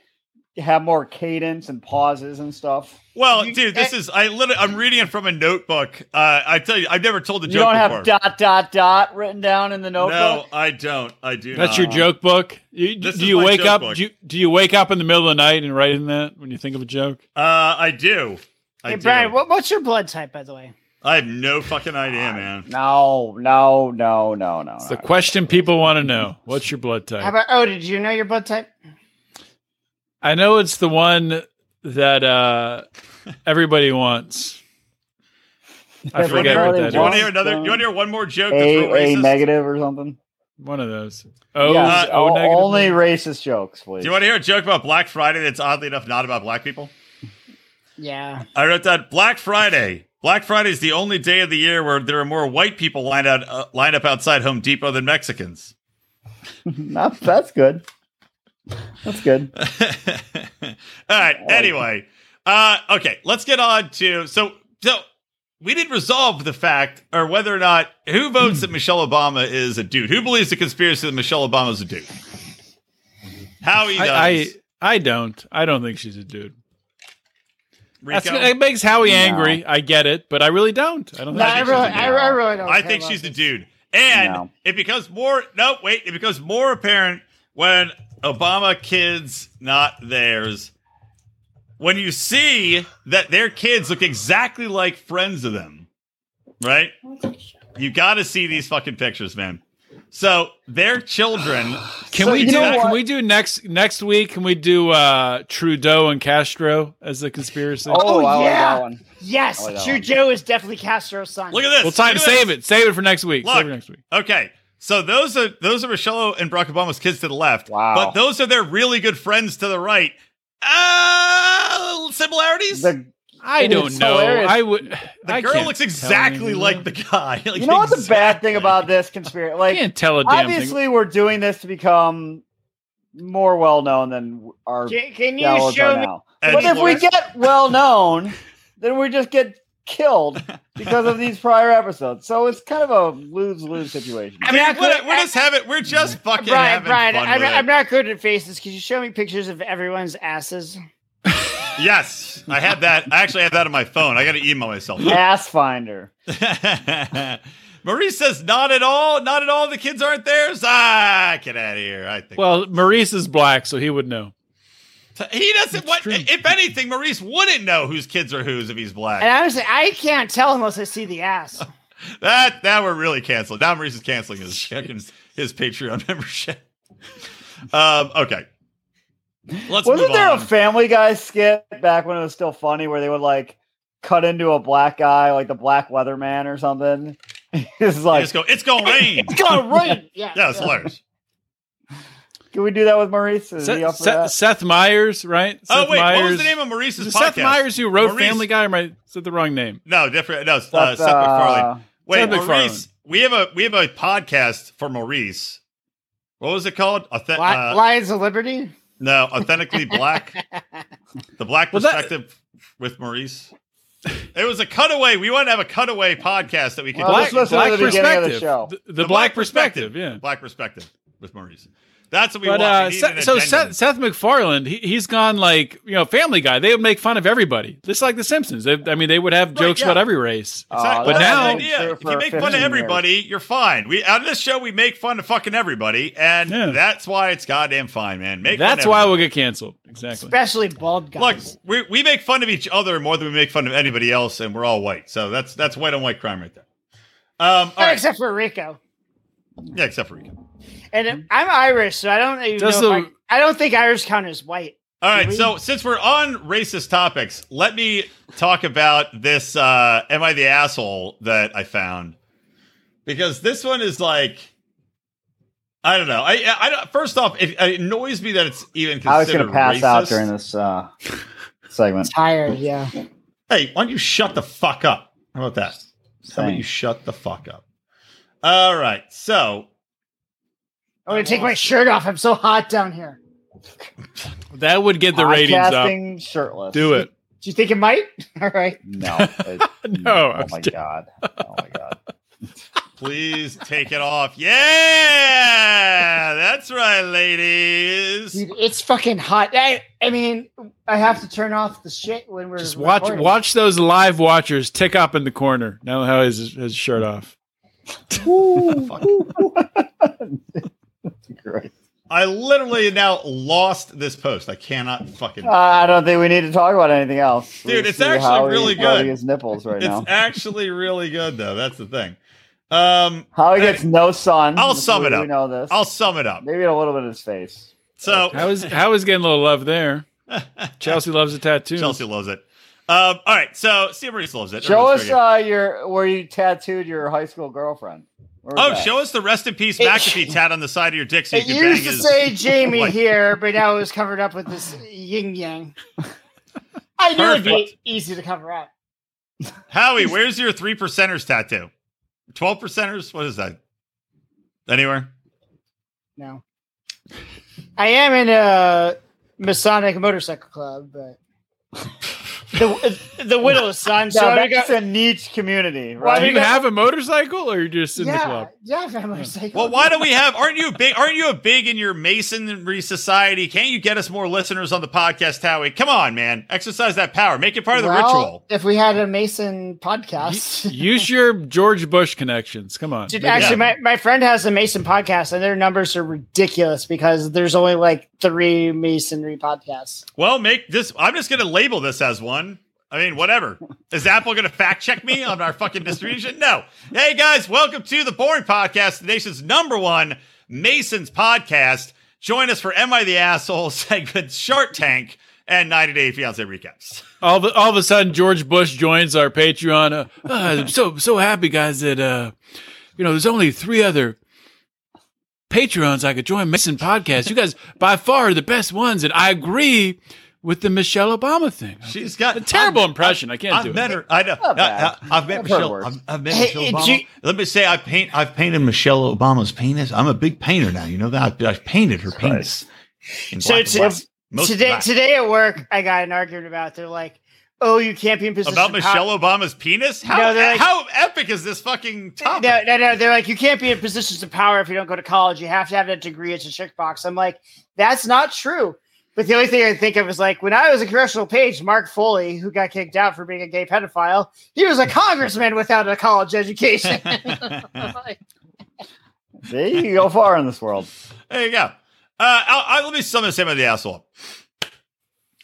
[SPEAKER 5] have more cadence and pauses and stuff.
[SPEAKER 1] Well, dude,
[SPEAKER 5] eh
[SPEAKER 1] this is I literally I'm reading it from a notebook. Uh, I tell you, I've never told the
[SPEAKER 5] You
[SPEAKER 1] joke
[SPEAKER 5] don't have
[SPEAKER 1] before.
[SPEAKER 5] dot dot dot written down in the
[SPEAKER 1] no,
[SPEAKER 5] notebook.
[SPEAKER 1] I don't. I do not.
[SPEAKER 4] That's your joke book. You,
[SPEAKER 1] This
[SPEAKER 4] do
[SPEAKER 1] is
[SPEAKER 4] you
[SPEAKER 1] my
[SPEAKER 4] wake
[SPEAKER 1] joke
[SPEAKER 4] up?
[SPEAKER 1] book.
[SPEAKER 4] Do you, do you wake up in the middle of the night and write in that when you think of a joke?
[SPEAKER 1] Uh, I do. I
[SPEAKER 2] hey,
[SPEAKER 1] do.
[SPEAKER 2] Brian, what, what's your blood type, by the way?
[SPEAKER 1] I have no fucking idea, man.
[SPEAKER 5] No, no, no, no, no.
[SPEAKER 4] It's the
[SPEAKER 5] no.
[SPEAKER 4] question people want to know. What's your blood
[SPEAKER 2] How
[SPEAKER 4] type?
[SPEAKER 2] about, oh, did you know your blood type?
[SPEAKER 4] I know it's the one that uh, everybody wants. I
[SPEAKER 5] Everybody
[SPEAKER 4] forget what that
[SPEAKER 1] You want
[SPEAKER 5] wants-
[SPEAKER 4] is.
[SPEAKER 1] to hear another? You want to hear one more joke that's real
[SPEAKER 5] A, a
[SPEAKER 1] racist?
[SPEAKER 5] negative or something.
[SPEAKER 4] One of those. Oh,
[SPEAKER 5] Yes,
[SPEAKER 4] oh,
[SPEAKER 5] o-
[SPEAKER 4] negative.
[SPEAKER 5] only racist jokes, please.
[SPEAKER 1] Do you want to hear a joke about Black Friday that's oddly enough not about black people?
[SPEAKER 2] Yeah.
[SPEAKER 1] I wrote that Black Friday. Black Friday is the only day of the year where there are more white people lined out uh, lined up outside Home Depot than Mexicans.
[SPEAKER 5] No, that's good. That's good.
[SPEAKER 1] All right. Anyway, uh, okay, let's get on to so so we did resolve the fact or whether or not who votes that Michelle Obama is a dude. Who believes the conspiracy that Michelle Obama is a dude? How he does.
[SPEAKER 4] I, I I don't. I don't think she's a dude. That's,
[SPEAKER 1] Rico?
[SPEAKER 4] it makes Howie angry. I get it, but I really don't. I don't.
[SPEAKER 2] No, I
[SPEAKER 1] think she's
[SPEAKER 2] really,
[SPEAKER 1] a
[SPEAKER 2] I, I really don't.
[SPEAKER 1] I
[SPEAKER 2] care
[SPEAKER 1] think
[SPEAKER 2] about
[SPEAKER 1] she's the
[SPEAKER 2] this.
[SPEAKER 1] dude. And
[SPEAKER 5] No.
[SPEAKER 1] it becomes more no, wait, it becomes more apparent when Obama kids not theirs. When you see that their kids look exactly like friends of them, right? You got to see these fucking pictures, man. So their children.
[SPEAKER 4] Can
[SPEAKER 5] So
[SPEAKER 4] we
[SPEAKER 5] you
[SPEAKER 4] do?
[SPEAKER 5] know
[SPEAKER 4] Can
[SPEAKER 5] what?
[SPEAKER 4] we do next next week? Can we do uh, Trudeau and Castro as the conspiracy?
[SPEAKER 5] Oh, I like
[SPEAKER 2] yeah.
[SPEAKER 5] that one.
[SPEAKER 2] Yes,
[SPEAKER 5] I like that
[SPEAKER 2] True
[SPEAKER 5] one.
[SPEAKER 2] Joe is definitely Castro's son.
[SPEAKER 1] Look at this.
[SPEAKER 4] Well, time
[SPEAKER 1] Look at this.
[SPEAKER 4] save it. Save it for next week.
[SPEAKER 1] Look.
[SPEAKER 4] Save it for next week.
[SPEAKER 1] Okay. So those are those are Michelle and Barack Obama's kids to the left.
[SPEAKER 5] Wow.
[SPEAKER 1] But those are their really good friends to the right. Uh, similarities.
[SPEAKER 5] The,
[SPEAKER 4] I
[SPEAKER 5] It's
[SPEAKER 4] don't know.
[SPEAKER 5] hilarious.
[SPEAKER 4] I would.
[SPEAKER 1] The
[SPEAKER 4] I
[SPEAKER 1] girl
[SPEAKER 4] can't
[SPEAKER 1] looks
[SPEAKER 4] tell
[SPEAKER 1] exactly
[SPEAKER 4] anymore.
[SPEAKER 1] like the guy. Like,
[SPEAKER 5] you know what the bad
[SPEAKER 1] exactly.
[SPEAKER 5] thing about this conspiracy?
[SPEAKER 4] I
[SPEAKER 5] Like,
[SPEAKER 4] can't tell a damn thing.
[SPEAKER 5] obviously, we're doing this to become more well known than our
[SPEAKER 2] Can, can you
[SPEAKER 5] gallows
[SPEAKER 2] show
[SPEAKER 5] are
[SPEAKER 2] me?
[SPEAKER 5] now.
[SPEAKER 1] And
[SPEAKER 5] But if we
[SPEAKER 1] Florida-
[SPEAKER 5] get well known, then we just get killed because of these prior episodes. So it's kind of a lose lose situation.
[SPEAKER 2] I'm
[SPEAKER 1] Dude,
[SPEAKER 2] not
[SPEAKER 1] we're,
[SPEAKER 2] good-
[SPEAKER 1] we're just having, we're just fucking
[SPEAKER 2] Brian,
[SPEAKER 1] having
[SPEAKER 2] Brian,
[SPEAKER 1] fun
[SPEAKER 2] I'm,
[SPEAKER 1] with
[SPEAKER 2] not- I'm
[SPEAKER 1] it.
[SPEAKER 2] not good at faces. Could you show me pictures of everyone's asses?
[SPEAKER 1] Yes, I have that. I actually have that on my phone. I got to email myself.
[SPEAKER 5] Ass finder.
[SPEAKER 1] Marie says, "Not at all, not at all. The kids aren't theirs." Ah, get out of here. I think.
[SPEAKER 4] Well, Maurice is black, so he would know.
[SPEAKER 1] he doesn't. What?
[SPEAKER 4] true.
[SPEAKER 1] If anything, Maurice wouldn't know whose kids are whose if he's black.
[SPEAKER 2] And honestly, I can't tell unless I see the ass.
[SPEAKER 1] That now we're really canceled. Now Maurice is canceling his fucking- his Patreon membership. Um, okay. Let's
[SPEAKER 5] Wasn't
[SPEAKER 1] move
[SPEAKER 5] there
[SPEAKER 1] on.
[SPEAKER 5] a Family Guy skit back when it was still funny where they would like cut into a black guy, like the black weatherman or something? it's
[SPEAKER 1] They
[SPEAKER 5] like,
[SPEAKER 1] just go, it's gonna rain.
[SPEAKER 2] It's gonna rain. Yeah.
[SPEAKER 1] yeah, it's hilarious.
[SPEAKER 5] can we do that with Maurice? Is he
[SPEAKER 4] Seth,
[SPEAKER 5] up for that?
[SPEAKER 4] Seth, Seth Myers, right?
[SPEAKER 1] oh
[SPEAKER 4] Seth
[SPEAKER 1] wait,
[SPEAKER 4] Meyers.
[SPEAKER 1] what was the name of Maurice's
[SPEAKER 4] Is it
[SPEAKER 1] podcast?
[SPEAKER 4] Seth Myers who wrote
[SPEAKER 1] Maurice-
[SPEAKER 4] Family Guy? Or am I said the wrong name?
[SPEAKER 1] No, different. No, uh, Seth,
[SPEAKER 5] Seth,
[SPEAKER 1] MacFarlane.
[SPEAKER 5] uh,
[SPEAKER 1] Wait,
[SPEAKER 4] Seth
[SPEAKER 1] Maurice,
[SPEAKER 4] MacFarlane.
[SPEAKER 1] we have a we have a podcast for Maurice. What was it called? Authen-
[SPEAKER 2] Li-
[SPEAKER 1] uh,
[SPEAKER 2] Lions of Liberty.
[SPEAKER 1] no, authentically black. the black
[SPEAKER 4] Well, that-
[SPEAKER 1] perspective with Maurice. It was a cutaway. We want to have a cutaway podcast that we could
[SPEAKER 5] Well,
[SPEAKER 1] do.
[SPEAKER 5] let's listen to the beginning of the show.
[SPEAKER 4] The, the black perspective. Yeah.
[SPEAKER 1] Black perspective with Maurice. That's what we
[SPEAKER 4] But
[SPEAKER 1] want.
[SPEAKER 4] uh,
[SPEAKER 1] We need
[SPEAKER 4] Seth-
[SPEAKER 1] an
[SPEAKER 4] so
[SPEAKER 1] addendum.
[SPEAKER 4] Seth, Seth MacFarlane, he, he's gone like you know Family Guy. They would make fun of everybody, just like The Simpsons. They, I mean, they would have jokes
[SPEAKER 1] yeah.
[SPEAKER 4] about every race.
[SPEAKER 1] Exactly.
[SPEAKER 4] Uh, But
[SPEAKER 1] But
[SPEAKER 4] now-
[SPEAKER 1] now, if you make fun of everybody, you're fine. We on this show we make fun of fucking everybody, and
[SPEAKER 4] Yeah.
[SPEAKER 1] that's why it's goddamn fine, man. Make fun
[SPEAKER 4] That's
[SPEAKER 1] of
[SPEAKER 4] why
[SPEAKER 1] everybody.
[SPEAKER 4] we'll get canceled. Exactly.
[SPEAKER 2] especially bald
[SPEAKER 1] Look,
[SPEAKER 2] guys.
[SPEAKER 1] we, we make fun of each other more than we make fun of anybody else, and we're all white. So that's that's white on white crime right there. Um, all
[SPEAKER 2] Oh,
[SPEAKER 1] right,
[SPEAKER 2] except for Rico.
[SPEAKER 1] yeah, except for Rico. Hmm?
[SPEAKER 2] And I'm Irish, so I don't even know.
[SPEAKER 4] Does
[SPEAKER 2] if
[SPEAKER 4] the-
[SPEAKER 2] I, I don't think Irish count as white.
[SPEAKER 1] All right,
[SPEAKER 2] Really?
[SPEAKER 1] so since we're on racist topics, let me talk about this. Uh, Am I the asshole that I found? Because this one is like, I don't know. I, I, I don't- first off, it, it annoys me that it's even considered
[SPEAKER 5] I was going to pass
[SPEAKER 1] racist.
[SPEAKER 5] out during this uh, segment.
[SPEAKER 2] Tired, yeah.
[SPEAKER 1] Hey, why don't you shut the fuck up? How about that? How about you
[SPEAKER 5] Thanks.
[SPEAKER 1] shut the fuck up? All right, so
[SPEAKER 2] I'm gonna take my shirt off. I'm so hot down here.
[SPEAKER 4] That would get the ratings up.
[SPEAKER 5] Podcasting shirtless.
[SPEAKER 4] Do it.
[SPEAKER 2] Do you think it might? All right.
[SPEAKER 5] No. it-
[SPEAKER 4] No, I
[SPEAKER 5] Oh
[SPEAKER 4] was
[SPEAKER 5] my
[SPEAKER 4] kidding.
[SPEAKER 5] god. Oh my god.
[SPEAKER 1] please take it off. Yeah, that's right, ladies.
[SPEAKER 2] Dude, it's fucking hot. I, I mean, I have to turn off the shit when we're
[SPEAKER 4] Just watch
[SPEAKER 2] recording.
[SPEAKER 4] watch those live watchers tick up in the corner. Now how is his, his shirt off?
[SPEAKER 5] Great.
[SPEAKER 1] I literally now lost this post. I cannot fucking.
[SPEAKER 5] Uh, I don't think we need to talk about anything else.
[SPEAKER 1] Dude,
[SPEAKER 5] We
[SPEAKER 1] it's
[SPEAKER 5] see
[SPEAKER 1] actually
[SPEAKER 5] how he-
[SPEAKER 1] really
[SPEAKER 5] how he
[SPEAKER 1] good.
[SPEAKER 5] His nipples right
[SPEAKER 1] it's
[SPEAKER 5] now.
[SPEAKER 1] actually really good though. That's the thing. Um,
[SPEAKER 5] How he gets no sun.
[SPEAKER 1] I'll sum it
[SPEAKER 5] We-
[SPEAKER 1] up.
[SPEAKER 5] We know this.
[SPEAKER 1] I'll sum it up.
[SPEAKER 5] Maybe a little bit of his face.
[SPEAKER 1] So
[SPEAKER 4] How is how is getting a little love there? Chelsea loves a tattoo.
[SPEAKER 1] Chelsea loves it. Um, all right, so see Maurice loves it.
[SPEAKER 5] Show
[SPEAKER 1] Everyone's
[SPEAKER 5] us
[SPEAKER 1] very good.
[SPEAKER 5] uh, your where you tattooed your high school girlfriend. Where was
[SPEAKER 1] Oh,
[SPEAKER 5] that?
[SPEAKER 1] show us the rest in peace
[SPEAKER 2] It-
[SPEAKER 1] McAfee tat on the side of your dick so you
[SPEAKER 2] It
[SPEAKER 1] can bang
[SPEAKER 2] used to
[SPEAKER 1] his.
[SPEAKER 2] say Jamie
[SPEAKER 1] Like-
[SPEAKER 2] here, but now it was covered up with this yin yang. I knew it'd be
[SPEAKER 1] Perfect.
[SPEAKER 2] easy to cover up.
[SPEAKER 1] Howie, where's your three percenters tattoo? Twelve percenters? What is that? Anywhere?
[SPEAKER 2] No, I am in a Masonic motorcycle club, but the the widow's son. So
[SPEAKER 5] Yeah,
[SPEAKER 2] I
[SPEAKER 5] that's
[SPEAKER 2] got,
[SPEAKER 5] a niche community,
[SPEAKER 2] Why
[SPEAKER 4] Do
[SPEAKER 5] right?
[SPEAKER 4] you have a motorcycle or you're just in the
[SPEAKER 2] yeah,
[SPEAKER 4] club?
[SPEAKER 2] yeah, I'm a motorcycle.
[SPEAKER 1] Well, why do we have? Aren't you big? Aren't you a big in your masonry society? Can't you get us more listeners on the podcast, Howie? Come on, man! Exercise that power. Make it part of the
[SPEAKER 2] Well,
[SPEAKER 1] ritual.
[SPEAKER 2] If we had a Mason
[SPEAKER 4] Y-
[SPEAKER 2] podcast,
[SPEAKER 4] Use your George Bush connections. Come on.
[SPEAKER 2] Dude,
[SPEAKER 4] Make it
[SPEAKER 2] actually,
[SPEAKER 4] happen.
[SPEAKER 2] my, my friend has a Mason podcast, and their numbers are ridiculous because there's only like three masonry podcasts.
[SPEAKER 1] Well, make this. I'm just going to label this as one. I mean, whatever. Is Apple going to fact check me on our fucking distribution? No. Hey guys, welcome to the Boring Podcast, the nation's number one Masons podcast. Join us for "Am I the Asshole?" segments, Shark Tank, and 90 Day Fiance recaps.
[SPEAKER 4] all of, all of a sudden George Bush joins our Patreon. Uh, "Ah, I'm so so happy, guys, that uh, you know there's only three other Patreons I could join Mason podcast. You guys by far are the best ones, and I agree with the Michelle Obama thing.
[SPEAKER 1] She's got
[SPEAKER 4] A terrible impression. I can't
[SPEAKER 1] I've
[SPEAKER 4] do it.
[SPEAKER 1] met her. I know.
[SPEAKER 5] Not
[SPEAKER 1] I,
[SPEAKER 5] bad.
[SPEAKER 1] have met
[SPEAKER 5] I've heard
[SPEAKER 1] Michelle.
[SPEAKER 5] worse.
[SPEAKER 1] I've, I've met
[SPEAKER 2] Hey,
[SPEAKER 1] Michelle
[SPEAKER 2] did
[SPEAKER 1] Obama.
[SPEAKER 2] you-
[SPEAKER 1] Let me say, I paint. I've painted Michelle Obama's penis. I'm a big painter now. You know that. I, I painted her penis. in
[SPEAKER 2] So
[SPEAKER 1] black
[SPEAKER 2] it's,
[SPEAKER 1] and white.
[SPEAKER 2] it's
[SPEAKER 1] Most
[SPEAKER 2] today,
[SPEAKER 1] black.
[SPEAKER 2] today at work, I got an argument about. They're like, "Oh, you can't be in position
[SPEAKER 1] about
[SPEAKER 2] of power."
[SPEAKER 1] Michelle Obama's penis? How
[SPEAKER 2] No, they're like-
[SPEAKER 1] how epic is this fucking topic?
[SPEAKER 2] No, no, no. They're like, you can't be in positions of power if you don't go to college. You have to have that degree. It's a check box. I'm like, that's not true. But the only thing I can think of is like when I was a congressional page, Mark Foley, who got kicked out for being a gay pedophile, he was a congressman without a college education.
[SPEAKER 5] See, you go far in this world.
[SPEAKER 1] There you go. Uh, I'll, I'll, let me sum this him of the asshole. up.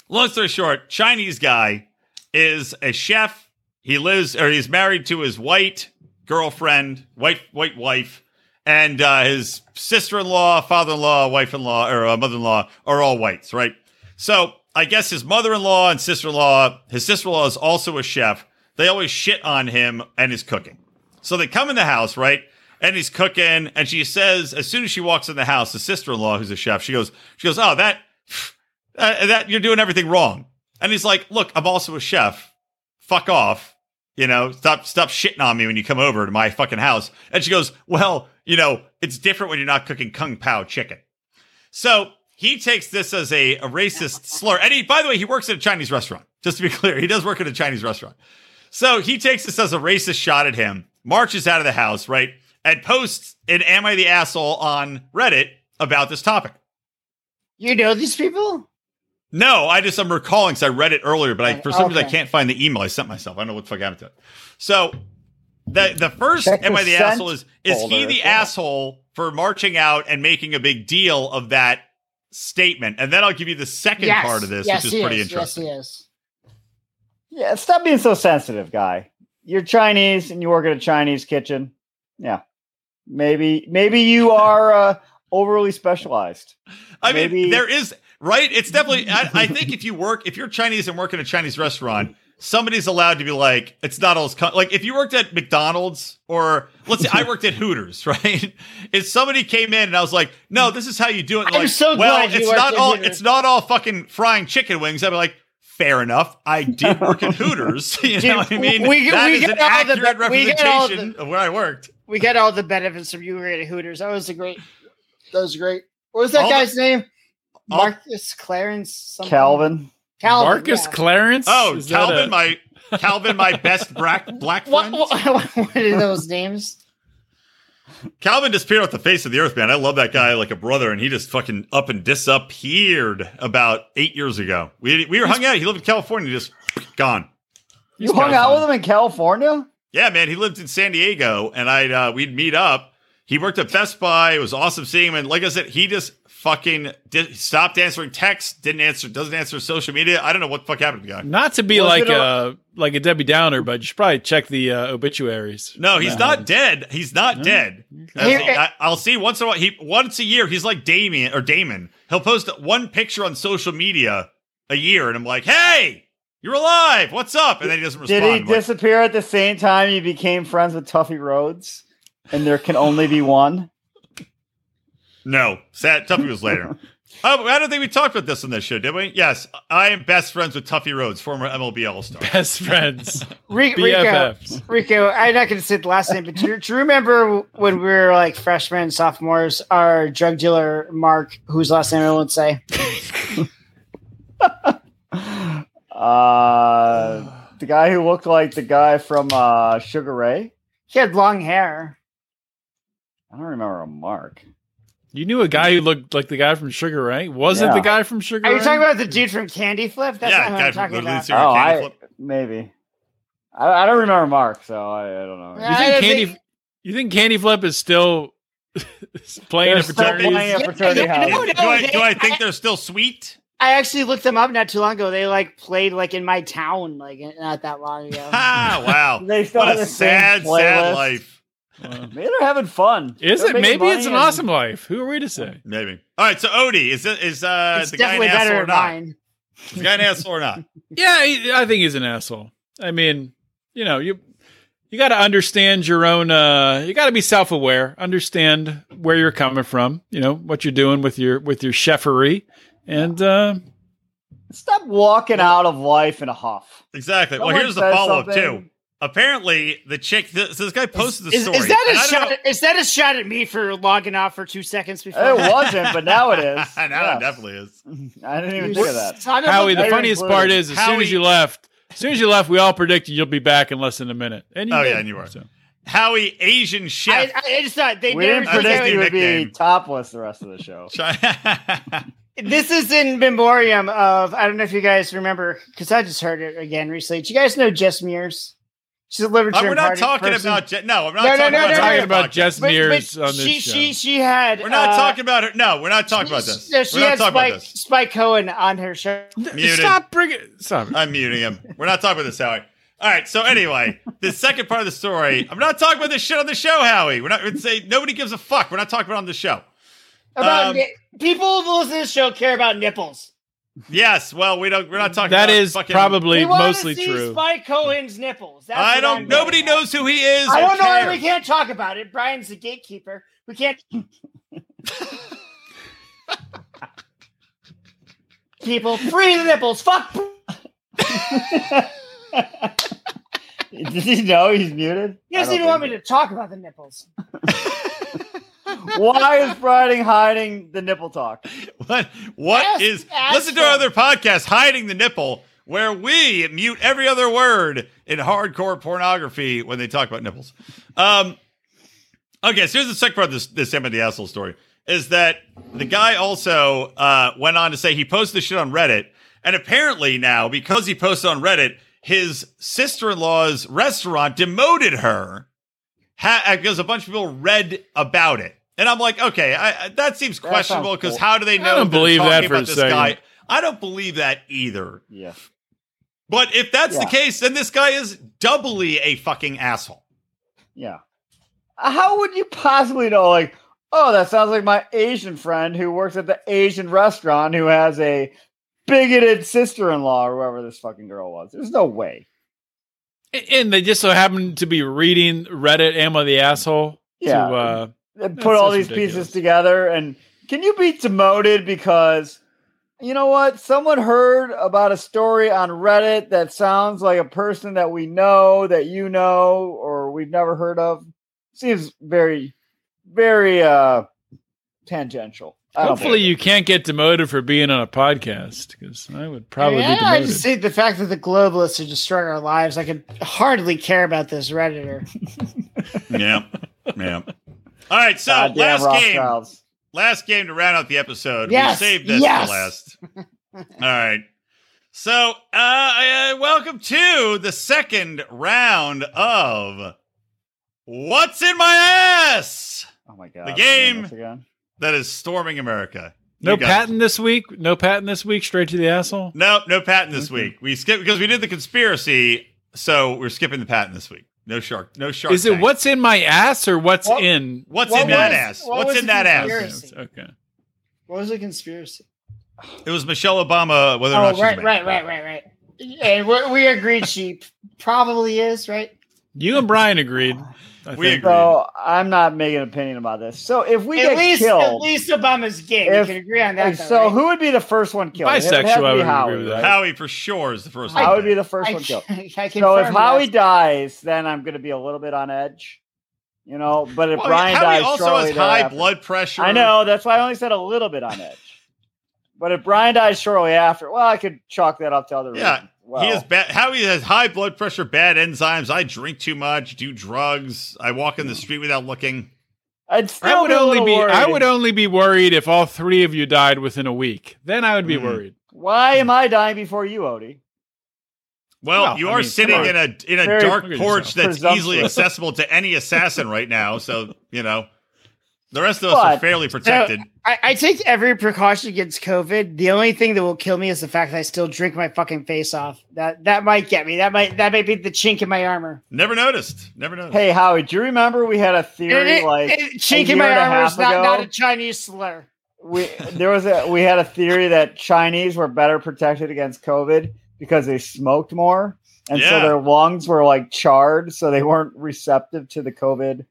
[SPEAKER 1] Long story short, Chinese guy is a chef. He lives or he's married to his white girlfriend, white white wife, and uh, his sister in law, father in law, wife in law, or uh, mother in law are all whites, right? So I guess his mother in law and sister in law, his sister in law is also a chef. They always shit on him and his cooking. So they come in the house, right? And he's cooking, and she says, as soon as she walks in the house, the sister-in-law, who's a chef, she goes, she goes, oh, that, uh, that you're doing everything wrong. And he's like, look, I'm also a chef. Fuck off. You know, stop, stop shitting on me when you come over to my fucking house. And she goes, well, you know, it's different when you're not cooking kung pao chicken. So he takes this as a, a racist slur. And he, by the way, he works at a Chinese restaurant. Just to be clear, he does work at a Chinese restaurant. So he takes this as a racist shot at him, marches out of the house, right? And posts an Am I the Asshole on Reddit about this topic.
[SPEAKER 2] you know these people?
[SPEAKER 1] No, I just I'm recalling because I read it earlier, but I for some reason I
[SPEAKER 2] Okay.
[SPEAKER 1] can't find the email I sent myself. I don't know what the fuck happened to it. So the the first
[SPEAKER 5] Check
[SPEAKER 1] am
[SPEAKER 5] the
[SPEAKER 1] I the
[SPEAKER 5] sent
[SPEAKER 1] asshole is is he
[SPEAKER 5] folder.
[SPEAKER 1] the
[SPEAKER 5] Yeah.
[SPEAKER 1] asshole for marching out and making a big deal of that statement? And then I'll give you the second
[SPEAKER 2] Yes.
[SPEAKER 1] part of this,
[SPEAKER 2] yes,
[SPEAKER 1] which
[SPEAKER 2] he
[SPEAKER 1] is pretty
[SPEAKER 2] is.
[SPEAKER 1] interesting.
[SPEAKER 2] Yes, he is.
[SPEAKER 5] Yeah, stop being so sensitive, guy. You're Chinese and you work at a Chinese kitchen. Yeah, maybe maybe you are uh, overly specialized.
[SPEAKER 1] I mean,
[SPEAKER 5] Maybe-
[SPEAKER 1] there is right. It's definitely. I, I think if you work, if you're Chinese and work in a Chinese restaurant, somebody's allowed to be like, it's not all as co-. like if you worked at McDonald's or let's say I worked at Hooters, right? If somebody came in and I was like, no, this is how you do it. and
[SPEAKER 2] I'm
[SPEAKER 1] like,
[SPEAKER 2] so
[SPEAKER 1] well,
[SPEAKER 2] glad you
[SPEAKER 1] it's
[SPEAKER 2] worked
[SPEAKER 1] not
[SPEAKER 2] at
[SPEAKER 1] all.
[SPEAKER 2] Hooters."
[SPEAKER 1] It's not all fucking frying chicken wings. I'd be like. Fair enough. I did work at Hooters. You
[SPEAKER 2] Dude,
[SPEAKER 1] know what I mean?
[SPEAKER 2] we-
[SPEAKER 1] That
[SPEAKER 2] we
[SPEAKER 1] is
[SPEAKER 2] get
[SPEAKER 1] an
[SPEAKER 2] all the-
[SPEAKER 1] accurate
[SPEAKER 2] we get all the-
[SPEAKER 1] representation of where I worked.
[SPEAKER 2] We got all the benefits from you were at Hooters. That was a great. That was great. What was that
[SPEAKER 1] All the-
[SPEAKER 2] guy's name?
[SPEAKER 1] all-
[SPEAKER 2] Marcus Clarence. Something?
[SPEAKER 5] Calvin,
[SPEAKER 2] Calvin.
[SPEAKER 4] Marcus
[SPEAKER 2] yeah.
[SPEAKER 4] Clarence?
[SPEAKER 1] Oh,
[SPEAKER 4] Is that
[SPEAKER 1] Calvin,
[SPEAKER 4] a-
[SPEAKER 1] my Calvin, my best black black
[SPEAKER 2] What,
[SPEAKER 1] friend.
[SPEAKER 2] what, what are those names?
[SPEAKER 1] Calvin disappeared off the face of the earth, man. I love that guy like a brother, and he just fucking up and disappeared about eight years ago. We we were hung out. He lived in California, just gone.
[SPEAKER 5] you hung out with him in California.
[SPEAKER 1] Yeah, man. He lived in San Diego, and I uh, we'd meet up. He worked at Best Buy. It was awesome seeing him. And like I said, he just fucking did, stopped answering texts. Didn't answer. Doesn't answer social media. I don't know what the fuck happened to the guy.
[SPEAKER 4] Not to be
[SPEAKER 5] Was
[SPEAKER 4] like
[SPEAKER 5] it a-
[SPEAKER 4] a like a Debbie Downer, but you should probably check the uh, obituaries.
[SPEAKER 1] No, he's
[SPEAKER 4] Um,
[SPEAKER 1] not dead. He's not dead.
[SPEAKER 2] Here-
[SPEAKER 5] eh,
[SPEAKER 1] I, I'll see once in a while. He once a year. He's like Damien or Damon. He'll post one picture on social media a year, and I'm like, "Hey, you're alive. What's up?" And then he doesn't respond.
[SPEAKER 5] Did he
[SPEAKER 1] I'm like,
[SPEAKER 5] disappear at the same time you became friends with Tuffy Rhodes? And there can only be one.
[SPEAKER 1] no, sad. Tuffy was later. oh, I don't think we talked about this on this show, did we? Yes, I am best friends with Tuffy Rhodes, former MLB All Star.
[SPEAKER 4] Best friends.
[SPEAKER 2] Re- Rico.
[SPEAKER 4] BFFs.
[SPEAKER 2] Rico, I'm not going to say the last name, but do you, do you remember when we were like freshmen and sophomores, our drug dealer, Mark, whose last name I won't say,
[SPEAKER 5] Uh, the guy who looked like the guy from uh, Sugar Ray.
[SPEAKER 2] he had long hair.
[SPEAKER 5] I don't remember a mark.
[SPEAKER 4] You knew a guy who looked like the guy from Sugar Ray? Was not
[SPEAKER 5] Yeah.
[SPEAKER 4] the guy from Sugar
[SPEAKER 2] Are
[SPEAKER 4] Ray?
[SPEAKER 2] you talking about the dude from Candy Flip? That's
[SPEAKER 1] yeah,
[SPEAKER 2] not who
[SPEAKER 1] guy
[SPEAKER 2] I'm
[SPEAKER 1] from
[SPEAKER 2] talking
[SPEAKER 1] Literally
[SPEAKER 2] about.
[SPEAKER 1] Serial
[SPEAKER 5] Oh,
[SPEAKER 1] Candy
[SPEAKER 5] I-
[SPEAKER 1] Flip.
[SPEAKER 5] Maybe. I, I don't remember Mark, so I, I don't know.
[SPEAKER 2] Yeah,
[SPEAKER 4] You
[SPEAKER 2] I
[SPEAKER 4] think Candy?
[SPEAKER 2] think-
[SPEAKER 4] You think Candy Flip is still playing
[SPEAKER 5] They're
[SPEAKER 4] at
[SPEAKER 5] still
[SPEAKER 4] fraternities?
[SPEAKER 5] playing at
[SPEAKER 2] Yeah,
[SPEAKER 5] fraternity
[SPEAKER 2] yeah,
[SPEAKER 5] houses.
[SPEAKER 2] Oh, no,
[SPEAKER 1] do, I,
[SPEAKER 2] they-
[SPEAKER 1] do I think they're still sweet?
[SPEAKER 2] I actually looked them up not too long ago. They like played like in my town, like not that long ago.
[SPEAKER 1] Ah, wow.
[SPEAKER 5] They still
[SPEAKER 1] what
[SPEAKER 5] have
[SPEAKER 1] a
[SPEAKER 5] the same
[SPEAKER 1] sad, sad
[SPEAKER 5] playlist.
[SPEAKER 1] life.
[SPEAKER 4] Wow.
[SPEAKER 5] Maybe they're having fun.
[SPEAKER 4] Is
[SPEAKER 5] They're
[SPEAKER 4] it?
[SPEAKER 5] making
[SPEAKER 4] Maybe it's an
[SPEAKER 5] money and-
[SPEAKER 4] awesome life. Who are we to say?
[SPEAKER 1] Maybe. All right. So Odie is it is uh
[SPEAKER 2] it's
[SPEAKER 1] the guy an
[SPEAKER 2] definitely
[SPEAKER 1] asshole
[SPEAKER 2] better
[SPEAKER 1] or
[SPEAKER 2] than
[SPEAKER 1] not?
[SPEAKER 2] mine.
[SPEAKER 1] Is the guy an asshole or not?
[SPEAKER 4] Yeah, he, I think he's an asshole. I mean, you know, you you got to understand your own. uh You got to be self aware. Understand where you're coming from. You know what you're doing with your with your chefery, and uh,
[SPEAKER 5] Stop walking out of life in a huff.
[SPEAKER 1] Exactly. well,
[SPEAKER 5] Someone
[SPEAKER 1] here's the
[SPEAKER 5] says
[SPEAKER 1] follow up too.
[SPEAKER 5] something,
[SPEAKER 1] apparently the chick. Th- so this guy posted the
[SPEAKER 2] Is,
[SPEAKER 1] story.
[SPEAKER 2] is that
[SPEAKER 1] and
[SPEAKER 2] a
[SPEAKER 1] I don't
[SPEAKER 2] shot? Is that a shot at me for logging off for two seconds before?
[SPEAKER 5] It wasn't, but now it is.
[SPEAKER 1] know- now it definitely is.
[SPEAKER 5] definitely. I didn't even think of that.
[SPEAKER 2] Son of a
[SPEAKER 4] Howie, the
[SPEAKER 5] Iron
[SPEAKER 2] bitch.
[SPEAKER 4] funniest
[SPEAKER 5] Blue.
[SPEAKER 4] part is as soon
[SPEAKER 1] Howie-
[SPEAKER 4] as you left, as soon as you left, we all predicted you'll be back in less than a minute. And you
[SPEAKER 1] Oh,
[SPEAKER 4] did.
[SPEAKER 1] yeah, and you were.
[SPEAKER 4] So-
[SPEAKER 1] Howie Asian
[SPEAKER 2] I,
[SPEAKER 1] chef.
[SPEAKER 2] I I just thought they
[SPEAKER 5] We
[SPEAKER 2] never
[SPEAKER 5] didn't
[SPEAKER 1] I was
[SPEAKER 5] predict
[SPEAKER 1] thinking
[SPEAKER 5] you would be
[SPEAKER 1] nickname.
[SPEAKER 5] topless the rest of the show.
[SPEAKER 2] This is in memoriam of I don't know if you guys remember because I just heard it again recently. Do you guys know Jess Mears? She's a literature.
[SPEAKER 1] Uh, we're
[SPEAKER 2] and
[SPEAKER 1] not
[SPEAKER 2] party
[SPEAKER 1] talking
[SPEAKER 2] person.
[SPEAKER 1] about Je- no. I'm not
[SPEAKER 2] No, no,
[SPEAKER 1] talking
[SPEAKER 2] no,
[SPEAKER 1] about
[SPEAKER 2] no,
[SPEAKER 4] We're
[SPEAKER 1] Tiger
[SPEAKER 4] talking
[SPEAKER 2] no.
[SPEAKER 4] about
[SPEAKER 1] Bucket.
[SPEAKER 4] Jess
[SPEAKER 2] But-
[SPEAKER 4] Mears
[SPEAKER 2] but
[SPEAKER 4] on this
[SPEAKER 2] she,
[SPEAKER 4] show.
[SPEAKER 2] she she had.
[SPEAKER 1] We're not
[SPEAKER 2] uh,
[SPEAKER 1] talking about her. No, we're not talking about this.
[SPEAKER 2] No, she
[SPEAKER 1] we're not
[SPEAKER 2] had
[SPEAKER 1] talking
[SPEAKER 2] Spike
[SPEAKER 1] about this.
[SPEAKER 2] Spike Cohen on her show.
[SPEAKER 1] Muted. Uh,
[SPEAKER 4] Stop bringing. Stop. it.
[SPEAKER 1] I'm muting him. We're not talking about this, Howie. All right. So anyway, the second part of the story. I'm not talking about this shit on the show, Howie. We're not it's say nobody gives a fuck. We're not talking about it on the show.
[SPEAKER 2] About
[SPEAKER 1] Um,
[SPEAKER 2] ni- people who listen to this show care about nipples.
[SPEAKER 1] Yes. Well, we don't. We're not talking.
[SPEAKER 4] That
[SPEAKER 1] about
[SPEAKER 4] is
[SPEAKER 1] fucking,
[SPEAKER 4] probably
[SPEAKER 2] They wanna
[SPEAKER 4] mostly
[SPEAKER 2] see
[SPEAKER 4] true.
[SPEAKER 2] Spike Cohen's nipples. That's
[SPEAKER 1] I
[SPEAKER 2] what
[SPEAKER 1] don't.
[SPEAKER 2] I'm
[SPEAKER 1] Nobody
[SPEAKER 2] getting at.
[SPEAKER 1] knows who he is.
[SPEAKER 2] I
[SPEAKER 1] or
[SPEAKER 2] don't know why
[SPEAKER 1] cares.
[SPEAKER 2] we can't talk about it. Brian's the gatekeeper. We can't. People, free the nipples. Fuck.
[SPEAKER 5] Did he know he's muted?
[SPEAKER 2] You guys
[SPEAKER 5] I don't
[SPEAKER 2] even want me
[SPEAKER 5] think
[SPEAKER 2] to talk about the nipples.
[SPEAKER 5] so. Why is Friday hiding the nipple talk?
[SPEAKER 1] What? What
[SPEAKER 2] Ask-
[SPEAKER 1] is?
[SPEAKER 2] ask
[SPEAKER 1] listen to our other
[SPEAKER 2] them.
[SPEAKER 1] podcast, hiding the nipple, where we mute every other word in hardcore pornography when they talk about nipples. Um. Okay, so here's the second part of this this Sam and the asshole story is that the guy also uh, went on to say he posted this shit on Reddit, and apparently now because he posted on Reddit, his sister in law's restaurant demoted her ha- because a bunch of people read about it. And I'm like, okay, I, I- that seems
[SPEAKER 5] sounds
[SPEAKER 1] questionable because
[SPEAKER 5] cool.
[SPEAKER 1] how do they
[SPEAKER 4] I
[SPEAKER 1] know?
[SPEAKER 4] don't
[SPEAKER 1] they're
[SPEAKER 4] believe
[SPEAKER 1] talking
[SPEAKER 4] that for
[SPEAKER 1] about
[SPEAKER 4] a
[SPEAKER 1] this
[SPEAKER 4] second.
[SPEAKER 1] guy? I don't believe that either.
[SPEAKER 5] Yeah.
[SPEAKER 1] But if that's the
[SPEAKER 5] Yeah.
[SPEAKER 1] case, then this guy is doubly a fucking asshole.
[SPEAKER 5] Yeah. How would you possibly know? Like, oh, that sounds like my Asian friend who works at the Asian restaurant who has a bigoted sister in law or whoever this fucking girl was. There's no way.
[SPEAKER 4] And they just so happened to be reading Reddit. Am I the asshole?
[SPEAKER 5] Yeah.
[SPEAKER 4] To, uh,
[SPEAKER 5] They put
[SPEAKER 4] That's
[SPEAKER 5] all
[SPEAKER 4] just
[SPEAKER 5] these
[SPEAKER 4] ridiculous.
[SPEAKER 5] pieces together and can you be demoted because you know what someone heard about a story on reddit that sounds like a person that we know that you know or we've never heard of seems very very uh tangential I don't
[SPEAKER 4] hopefully,
[SPEAKER 5] believe
[SPEAKER 4] you can't get demoted for being on a podcast because I would probably
[SPEAKER 2] Yeah,
[SPEAKER 4] be
[SPEAKER 2] I
[SPEAKER 4] demoted.
[SPEAKER 2] just see the fact that the globalists are destroying our lives. I could hardly care about this redditor.
[SPEAKER 1] Yeah. Yeah. All right,
[SPEAKER 5] it.
[SPEAKER 1] so
[SPEAKER 5] Goddamn
[SPEAKER 1] last game.
[SPEAKER 5] Rothschilds.
[SPEAKER 1] last game to round out the episode.
[SPEAKER 2] Yes,
[SPEAKER 1] We saved this
[SPEAKER 2] yes.
[SPEAKER 1] for last. All right. So, uh, uh, welcome to the second round of What's in My Ass?
[SPEAKER 5] oh my god
[SPEAKER 1] The
[SPEAKER 5] I'm doing
[SPEAKER 1] game.
[SPEAKER 5] this again.
[SPEAKER 1] That is storming America.
[SPEAKER 4] no
[SPEAKER 1] You got
[SPEAKER 4] patent this week. No patent this week. Straight to the asshole.
[SPEAKER 1] it. Nope, no patent
[SPEAKER 5] Mm-hmm.
[SPEAKER 1] this week. We skipped because we did the conspiracy, so we're skipping the patent this week. No shark. No shark.
[SPEAKER 4] Is it
[SPEAKER 1] Tank.
[SPEAKER 4] what's in my ass or what's
[SPEAKER 5] What-
[SPEAKER 4] in?
[SPEAKER 1] What's
[SPEAKER 5] what
[SPEAKER 1] in that
[SPEAKER 5] was-
[SPEAKER 1] ass?
[SPEAKER 5] what
[SPEAKER 1] What's
[SPEAKER 5] was
[SPEAKER 1] in
[SPEAKER 5] the
[SPEAKER 1] that ass?
[SPEAKER 2] Conspiracy.
[SPEAKER 4] Okay.
[SPEAKER 2] What was the conspiracy?
[SPEAKER 1] It was Michelle Obama. Whether or not
[SPEAKER 2] Oh,
[SPEAKER 1] she's
[SPEAKER 2] right,
[SPEAKER 1] mad.
[SPEAKER 2] right, right, right, right. And we, we agreed she probably is, right?
[SPEAKER 4] You and Brian agreed. I
[SPEAKER 1] We
[SPEAKER 4] think.
[SPEAKER 1] agree.
[SPEAKER 5] so i'm not making an opinion about this so if we
[SPEAKER 2] at
[SPEAKER 5] get
[SPEAKER 2] least,
[SPEAKER 5] killed
[SPEAKER 2] at least Obama's gay.
[SPEAKER 5] If-
[SPEAKER 2] we can agree on that.
[SPEAKER 5] like,
[SPEAKER 2] though,
[SPEAKER 5] so
[SPEAKER 2] right?
[SPEAKER 5] who would be the first one killed It would have to
[SPEAKER 4] Bisexual, I
[SPEAKER 5] be
[SPEAKER 4] would agree
[SPEAKER 5] Howie,
[SPEAKER 4] with that.
[SPEAKER 5] right?
[SPEAKER 1] Howie for sure is the first.
[SPEAKER 5] I
[SPEAKER 1] one
[SPEAKER 5] would
[SPEAKER 1] there.
[SPEAKER 5] be the first
[SPEAKER 2] I,
[SPEAKER 5] one killed.
[SPEAKER 2] I
[SPEAKER 5] So if
[SPEAKER 2] confirm
[SPEAKER 5] Howie
[SPEAKER 2] that.
[SPEAKER 5] dies, then I'm going to be a little bit on edge, you know. But if
[SPEAKER 1] Well,
[SPEAKER 5] Brian
[SPEAKER 1] Howie
[SPEAKER 5] dies,
[SPEAKER 1] also
[SPEAKER 5] shortly
[SPEAKER 1] has high
[SPEAKER 5] thereafter-
[SPEAKER 1] blood pressure.
[SPEAKER 5] I know that's why I only said a little bit on edge. But if Brian dies shortly after, well, I could chalk that up to other
[SPEAKER 1] Yeah,
[SPEAKER 5] reasons. Well,
[SPEAKER 1] he has bad. Howie has high blood pressure, bad enzymes. I drink too much, do drugs. I walk in
[SPEAKER 5] Mm.
[SPEAKER 1] the street without looking.
[SPEAKER 5] I'd still
[SPEAKER 4] I would
[SPEAKER 5] be a
[SPEAKER 4] only
[SPEAKER 5] little
[SPEAKER 4] be I
[SPEAKER 5] worried.
[SPEAKER 4] would only be worried if all three of you died within a week. Then I would be
[SPEAKER 1] Mhm.
[SPEAKER 4] worried.
[SPEAKER 5] Why am I dying before you, Odie?
[SPEAKER 1] Well,
[SPEAKER 4] Well,
[SPEAKER 1] you
[SPEAKER 4] I
[SPEAKER 1] are
[SPEAKER 4] mean, come
[SPEAKER 1] sitting
[SPEAKER 4] on.
[SPEAKER 1] in a in a
[SPEAKER 5] Very-
[SPEAKER 1] dark
[SPEAKER 4] Look at
[SPEAKER 1] porch that's
[SPEAKER 4] yourself.
[SPEAKER 1] easily
[SPEAKER 5] Presumptuous.
[SPEAKER 1] accessible to any assassin right now. So you know, the rest of us are
[SPEAKER 5] But-
[SPEAKER 1] fairly protected.
[SPEAKER 2] I, I take every precaution against COVID. The only thing that will kill me is the fact that I still drink my fucking face off. That that might get me. That might that might be the chink in my armor.
[SPEAKER 1] Never noticed. Never noticed.
[SPEAKER 5] Hey, Howie, do you remember we had a theory
[SPEAKER 2] It- it-
[SPEAKER 5] like
[SPEAKER 2] it- chink
[SPEAKER 5] a
[SPEAKER 2] in my
[SPEAKER 5] year and a
[SPEAKER 2] armor
[SPEAKER 5] half
[SPEAKER 2] is not, not a
[SPEAKER 5] ago?
[SPEAKER 2] Chinese slur.
[SPEAKER 5] we there was a we had a theory that Chinese were better protected against COVID because they smoked more, and
[SPEAKER 1] Yeah.
[SPEAKER 5] so their lungs were like charred, so they weren't receptive to the COVID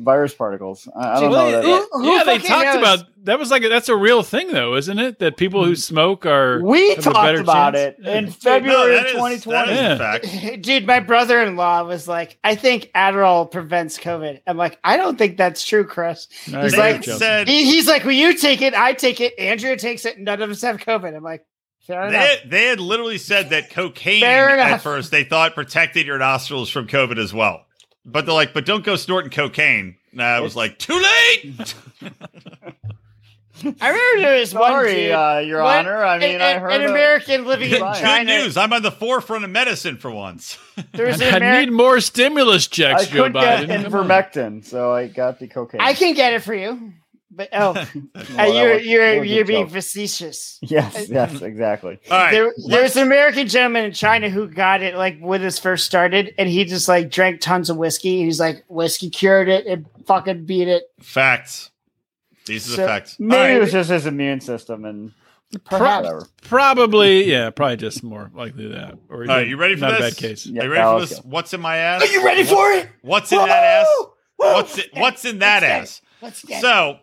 [SPEAKER 5] virus particles. I, I don't
[SPEAKER 4] Well,
[SPEAKER 5] know. That,
[SPEAKER 4] it-
[SPEAKER 2] Who- who
[SPEAKER 4] yeah, they
[SPEAKER 2] fucking
[SPEAKER 4] talked
[SPEAKER 2] knows?
[SPEAKER 4] about that was like that's a real thing though, isn't it? That people
[SPEAKER 1] Hmm.
[SPEAKER 4] who smoke are
[SPEAKER 5] we
[SPEAKER 4] Have a better
[SPEAKER 5] talked about
[SPEAKER 4] chance?
[SPEAKER 5] it in
[SPEAKER 4] Yeah.
[SPEAKER 5] February
[SPEAKER 1] that
[SPEAKER 5] of
[SPEAKER 1] is-
[SPEAKER 5] 2020.
[SPEAKER 1] That is a
[SPEAKER 4] Yeah.
[SPEAKER 1] fact.
[SPEAKER 2] Dude, my brother in law was like, I think Adderall prevents COVID. I'm like, I don't think that's true, Chris.
[SPEAKER 4] I
[SPEAKER 2] He's
[SPEAKER 4] agree
[SPEAKER 2] like-
[SPEAKER 1] They
[SPEAKER 4] with you.
[SPEAKER 1] said
[SPEAKER 2] He- he's like, Well, you take it, I take it, Andrea takes it, none of us have COVID. I'm like, fair enough.
[SPEAKER 1] They, they had literally said that cocaine
[SPEAKER 2] Fair
[SPEAKER 1] at
[SPEAKER 2] enough.
[SPEAKER 1] first they thought protected your nostrils from COVID as well. But they're like, but don't go snorting cocaine. And I was like, too late.
[SPEAKER 2] I remember there was one
[SPEAKER 5] Sorry,
[SPEAKER 2] dude,
[SPEAKER 5] uh, Your
[SPEAKER 2] one-
[SPEAKER 5] Honor. I mean,
[SPEAKER 2] an,
[SPEAKER 5] I
[SPEAKER 2] an-
[SPEAKER 5] heard
[SPEAKER 2] an
[SPEAKER 5] a-
[SPEAKER 2] American living in
[SPEAKER 5] Fine.
[SPEAKER 1] Good
[SPEAKER 2] China.
[SPEAKER 1] news. I'm on the forefront of medicine for once.
[SPEAKER 2] There was an
[SPEAKER 4] I need
[SPEAKER 2] American.
[SPEAKER 4] more stimulus checks,
[SPEAKER 5] I
[SPEAKER 4] Joe
[SPEAKER 5] could get
[SPEAKER 4] Biden. Come on.
[SPEAKER 5] ivermectin, so I got the cocaine.
[SPEAKER 2] I can get it for you, but oh, uh,
[SPEAKER 5] that
[SPEAKER 2] you're
[SPEAKER 5] was- that
[SPEAKER 2] you're
[SPEAKER 5] was a
[SPEAKER 2] you're being
[SPEAKER 5] joke.
[SPEAKER 2] facetious.
[SPEAKER 5] Yes, yes, exactly.
[SPEAKER 1] All right.
[SPEAKER 2] there, there was an American gentleman in China who got it like when this first started, and he just like drank tons of whiskey. He's like, whiskey cured it and fucking beat it.
[SPEAKER 1] Facts. These are the
[SPEAKER 2] So-
[SPEAKER 1] facts. All
[SPEAKER 5] Maybe it
[SPEAKER 1] right.
[SPEAKER 5] was just his immune system and
[SPEAKER 2] Perhaps.
[SPEAKER 5] whatever.
[SPEAKER 4] Probably, yeah, probably just more likely that.
[SPEAKER 1] All
[SPEAKER 4] Or
[SPEAKER 1] right, you ready for
[SPEAKER 4] not
[SPEAKER 1] this?
[SPEAKER 4] a bad case.
[SPEAKER 5] Yeah,
[SPEAKER 1] Are you ready
[SPEAKER 5] I'll
[SPEAKER 1] for this?
[SPEAKER 5] go.
[SPEAKER 1] What's in my ass?
[SPEAKER 2] ready for it?
[SPEAKER 1] What's in that ass? What's it,
[SPEAKER 2] Let's
[SPEAKER 1] what's in that
[SPEAKER 2] get it.
[SPEAKER 1] ass?
[SPEAKER 2] Let's get it.
[SPEAKER 1] So,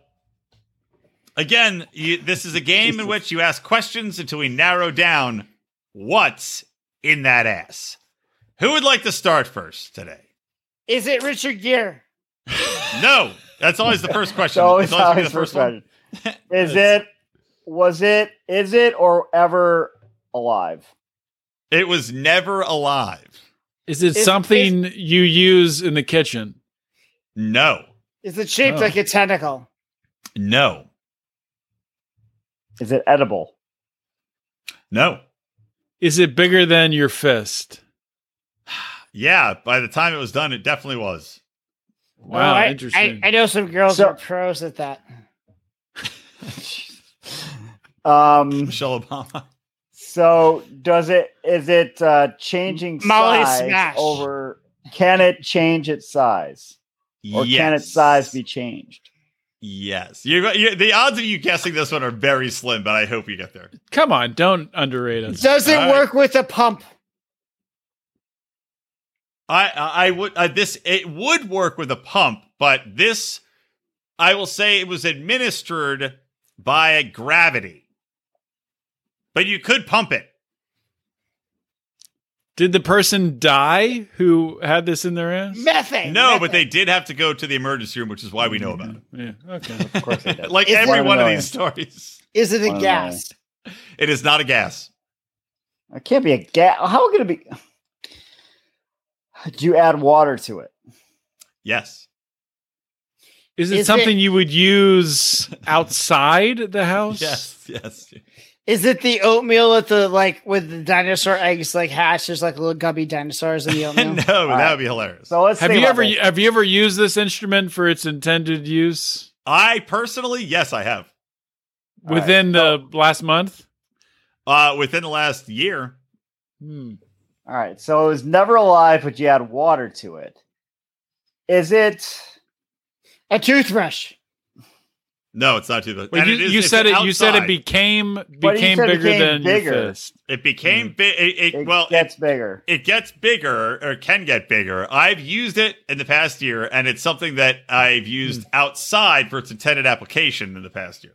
[SPEAKER 1] again, you, this is a game in which you ask questions until we narrow down what's in that ass. Who would like to start first today?
[SPEAKER 2] Is it Richard Gere?
[SPEAKER 1] No, that's always the first question.
[SPEAKER 5] So
[SPEAKER 1] It's
[SPEAKER 5] it's
[SPEAKER 1] always gonna be
[SPEAKER 5] always
[SPEAKER 1] the first
[SPEAKER 5] first
[SPEAKER 1] one.
[SPEAKER 5] question. Is it? Was it? Is it or ever alive?
[SPEAKER 1] It was never alive.
[SPEAKER 4] Is it
[SPEAKER 2] Is-
[SPEAKER 4] something you use in the kitchen?
[SPEAKER 1] No,
[SPEAKER 2] Is it shaped
[SPEAKER 4] Oh.
[SPEAKER 2] like a tentacle?
[SPEAKER 1] no,
[SPEAKER 5] Is it edible?
[SPEAKER 1] no.
[SPEAKER 4] Is it bigger than your fist?
[SPEAKER 1] Yeah, by the time it was done, it definitely was.
[SPEAKER 4] Wow,
[SPEAKER 2] Oh, I,
[SPEAKER 4] interesting.
[SPEAKER 2] I, I know some girls
[SPEAKER 5] So-
[SPEAKER 2] who are pros at that.
[SPEAKER 5] Um.
[SPEAKER 1] Michelle Obama.
[SPEAKER 5] So does it? Is it uh, changing
[SPEAKER 2] Molly
[SPEAKER 5] size
[SPEAKER 2] Smash.
[SPEAKER 5] over? Can it change its size, or
[SPEAKER 1] yes.
[SPEAKER 5] can its size be changed?
[SPEAKER 1] Yes. You, you, the odds of you guessing this one are very slim, but I hope you get there.
[SPEAKER 4] Come on, don't underrate us.
[SPEAKER 2] Does it
[SPEAKER 1] All right.
[SPEAKER 2] work with a pump?
[SPEAKER 1] I I I would uh, this it would work with a pump, but this I will say it was administered by gravity. But you could pump it.
[SPEAKER 4] Did the person die who had this in their ass?
[SPEAKER 2] Methane.
[SPEAKER 1] No,
[SPEAKER 2] methane.
[SPEAKER 1] but they did have to go to the emergency room, which is why we know about it.
[SPEAKER 4] Yeah, okay.
[SPEAKER 5] Mm-hmm. Of course it does.
[SPEAKER 1] Like
[SPEAKER 2] It's
[SPEAKER 1] every
[SPEAKER 5] one
[SPEAKER 1] one of
[SPEAKER 5] million.
[SPEAKER 1] these stories,
[SPEAKER 2] Is it
[SPEAKER 5] Wow.
[SPEAKER 2] a gas?
[SPEAKER 1] it is not a gas.
[SPEAKER 5] It can't be a gas. How can it be? Do you add water to it?
[SPEAKER 1] Yes,
[SPEAKER 4] Is it
[SPEAKER 2] Is
[SPEAKER 4] something you would use outside the
[SPEAKER 5] Oh,
[SPEAKER 4] house?
[SPEAKER 1] yes, yes.
[SPEAKER 2] Is it the oatmeal at the like with the dinosaur eggs like hatched? There's like little gubby dinosaurs in the
[SPEAKER 5] Oh,
[SPEAKER 1] no,
[SPEAKER 2] oatmeal.
[SPEAKER 1] that would be hilarious.
[SPEAKER 5] So let's
[SPEAKER 4] Have
[SPEAKER 5] think
[SPEAKER 4] you
[SPEAKER 5] about
[SPEAKER 4] ever
[SPEAKER 5] this.
[SPEAKER 4] have you ever used this instrument for its intended use
[SPEAKER 1] I personally, yes, I have.
[SPEAKER 5] All right.
[SPEAKER 4] within the last month?
[SPEAKER 1] Uh, within the last year,
[SPEAKER 4] Hmm.
[SPEAKER 5] All right. So it was never alive, but you add water to it. Is it?
[SPEAKER 2] a toothbrush.
[SPEAKER 1] no, it's not too bad.
[SPEAKER 4] Wait,
[SPEAKER 1] And
[SPEAKER 4] you,
[SPEAKER 1] is-
[SPEAKER 4] you
[SPEAKER 1] it's
[SPEAKER 4] said it. You said it
[SPEAKER 1] outside.
[SPEAKER 4] became
[SPEAKER 5] you
[SPEAKER 4] became
[SPEAKER 5] said it
[SPEAKER 4] bigger
[SPEAKER 5] became
[SPEAKER 4] than
[SPEAKER 5] bigger.
[SPEAKER 4] your fist.
[SPEAKER 1] It became big. It,
[SPEAKER 5] It
[SPEAKER 1] it, well, it,
[SPEAKER 5] gets bigger.
[SPEAKER 1] it gets bigger or can get bigger. I've used it in the past year, and it's something that I've used outside for its intended application in the past year.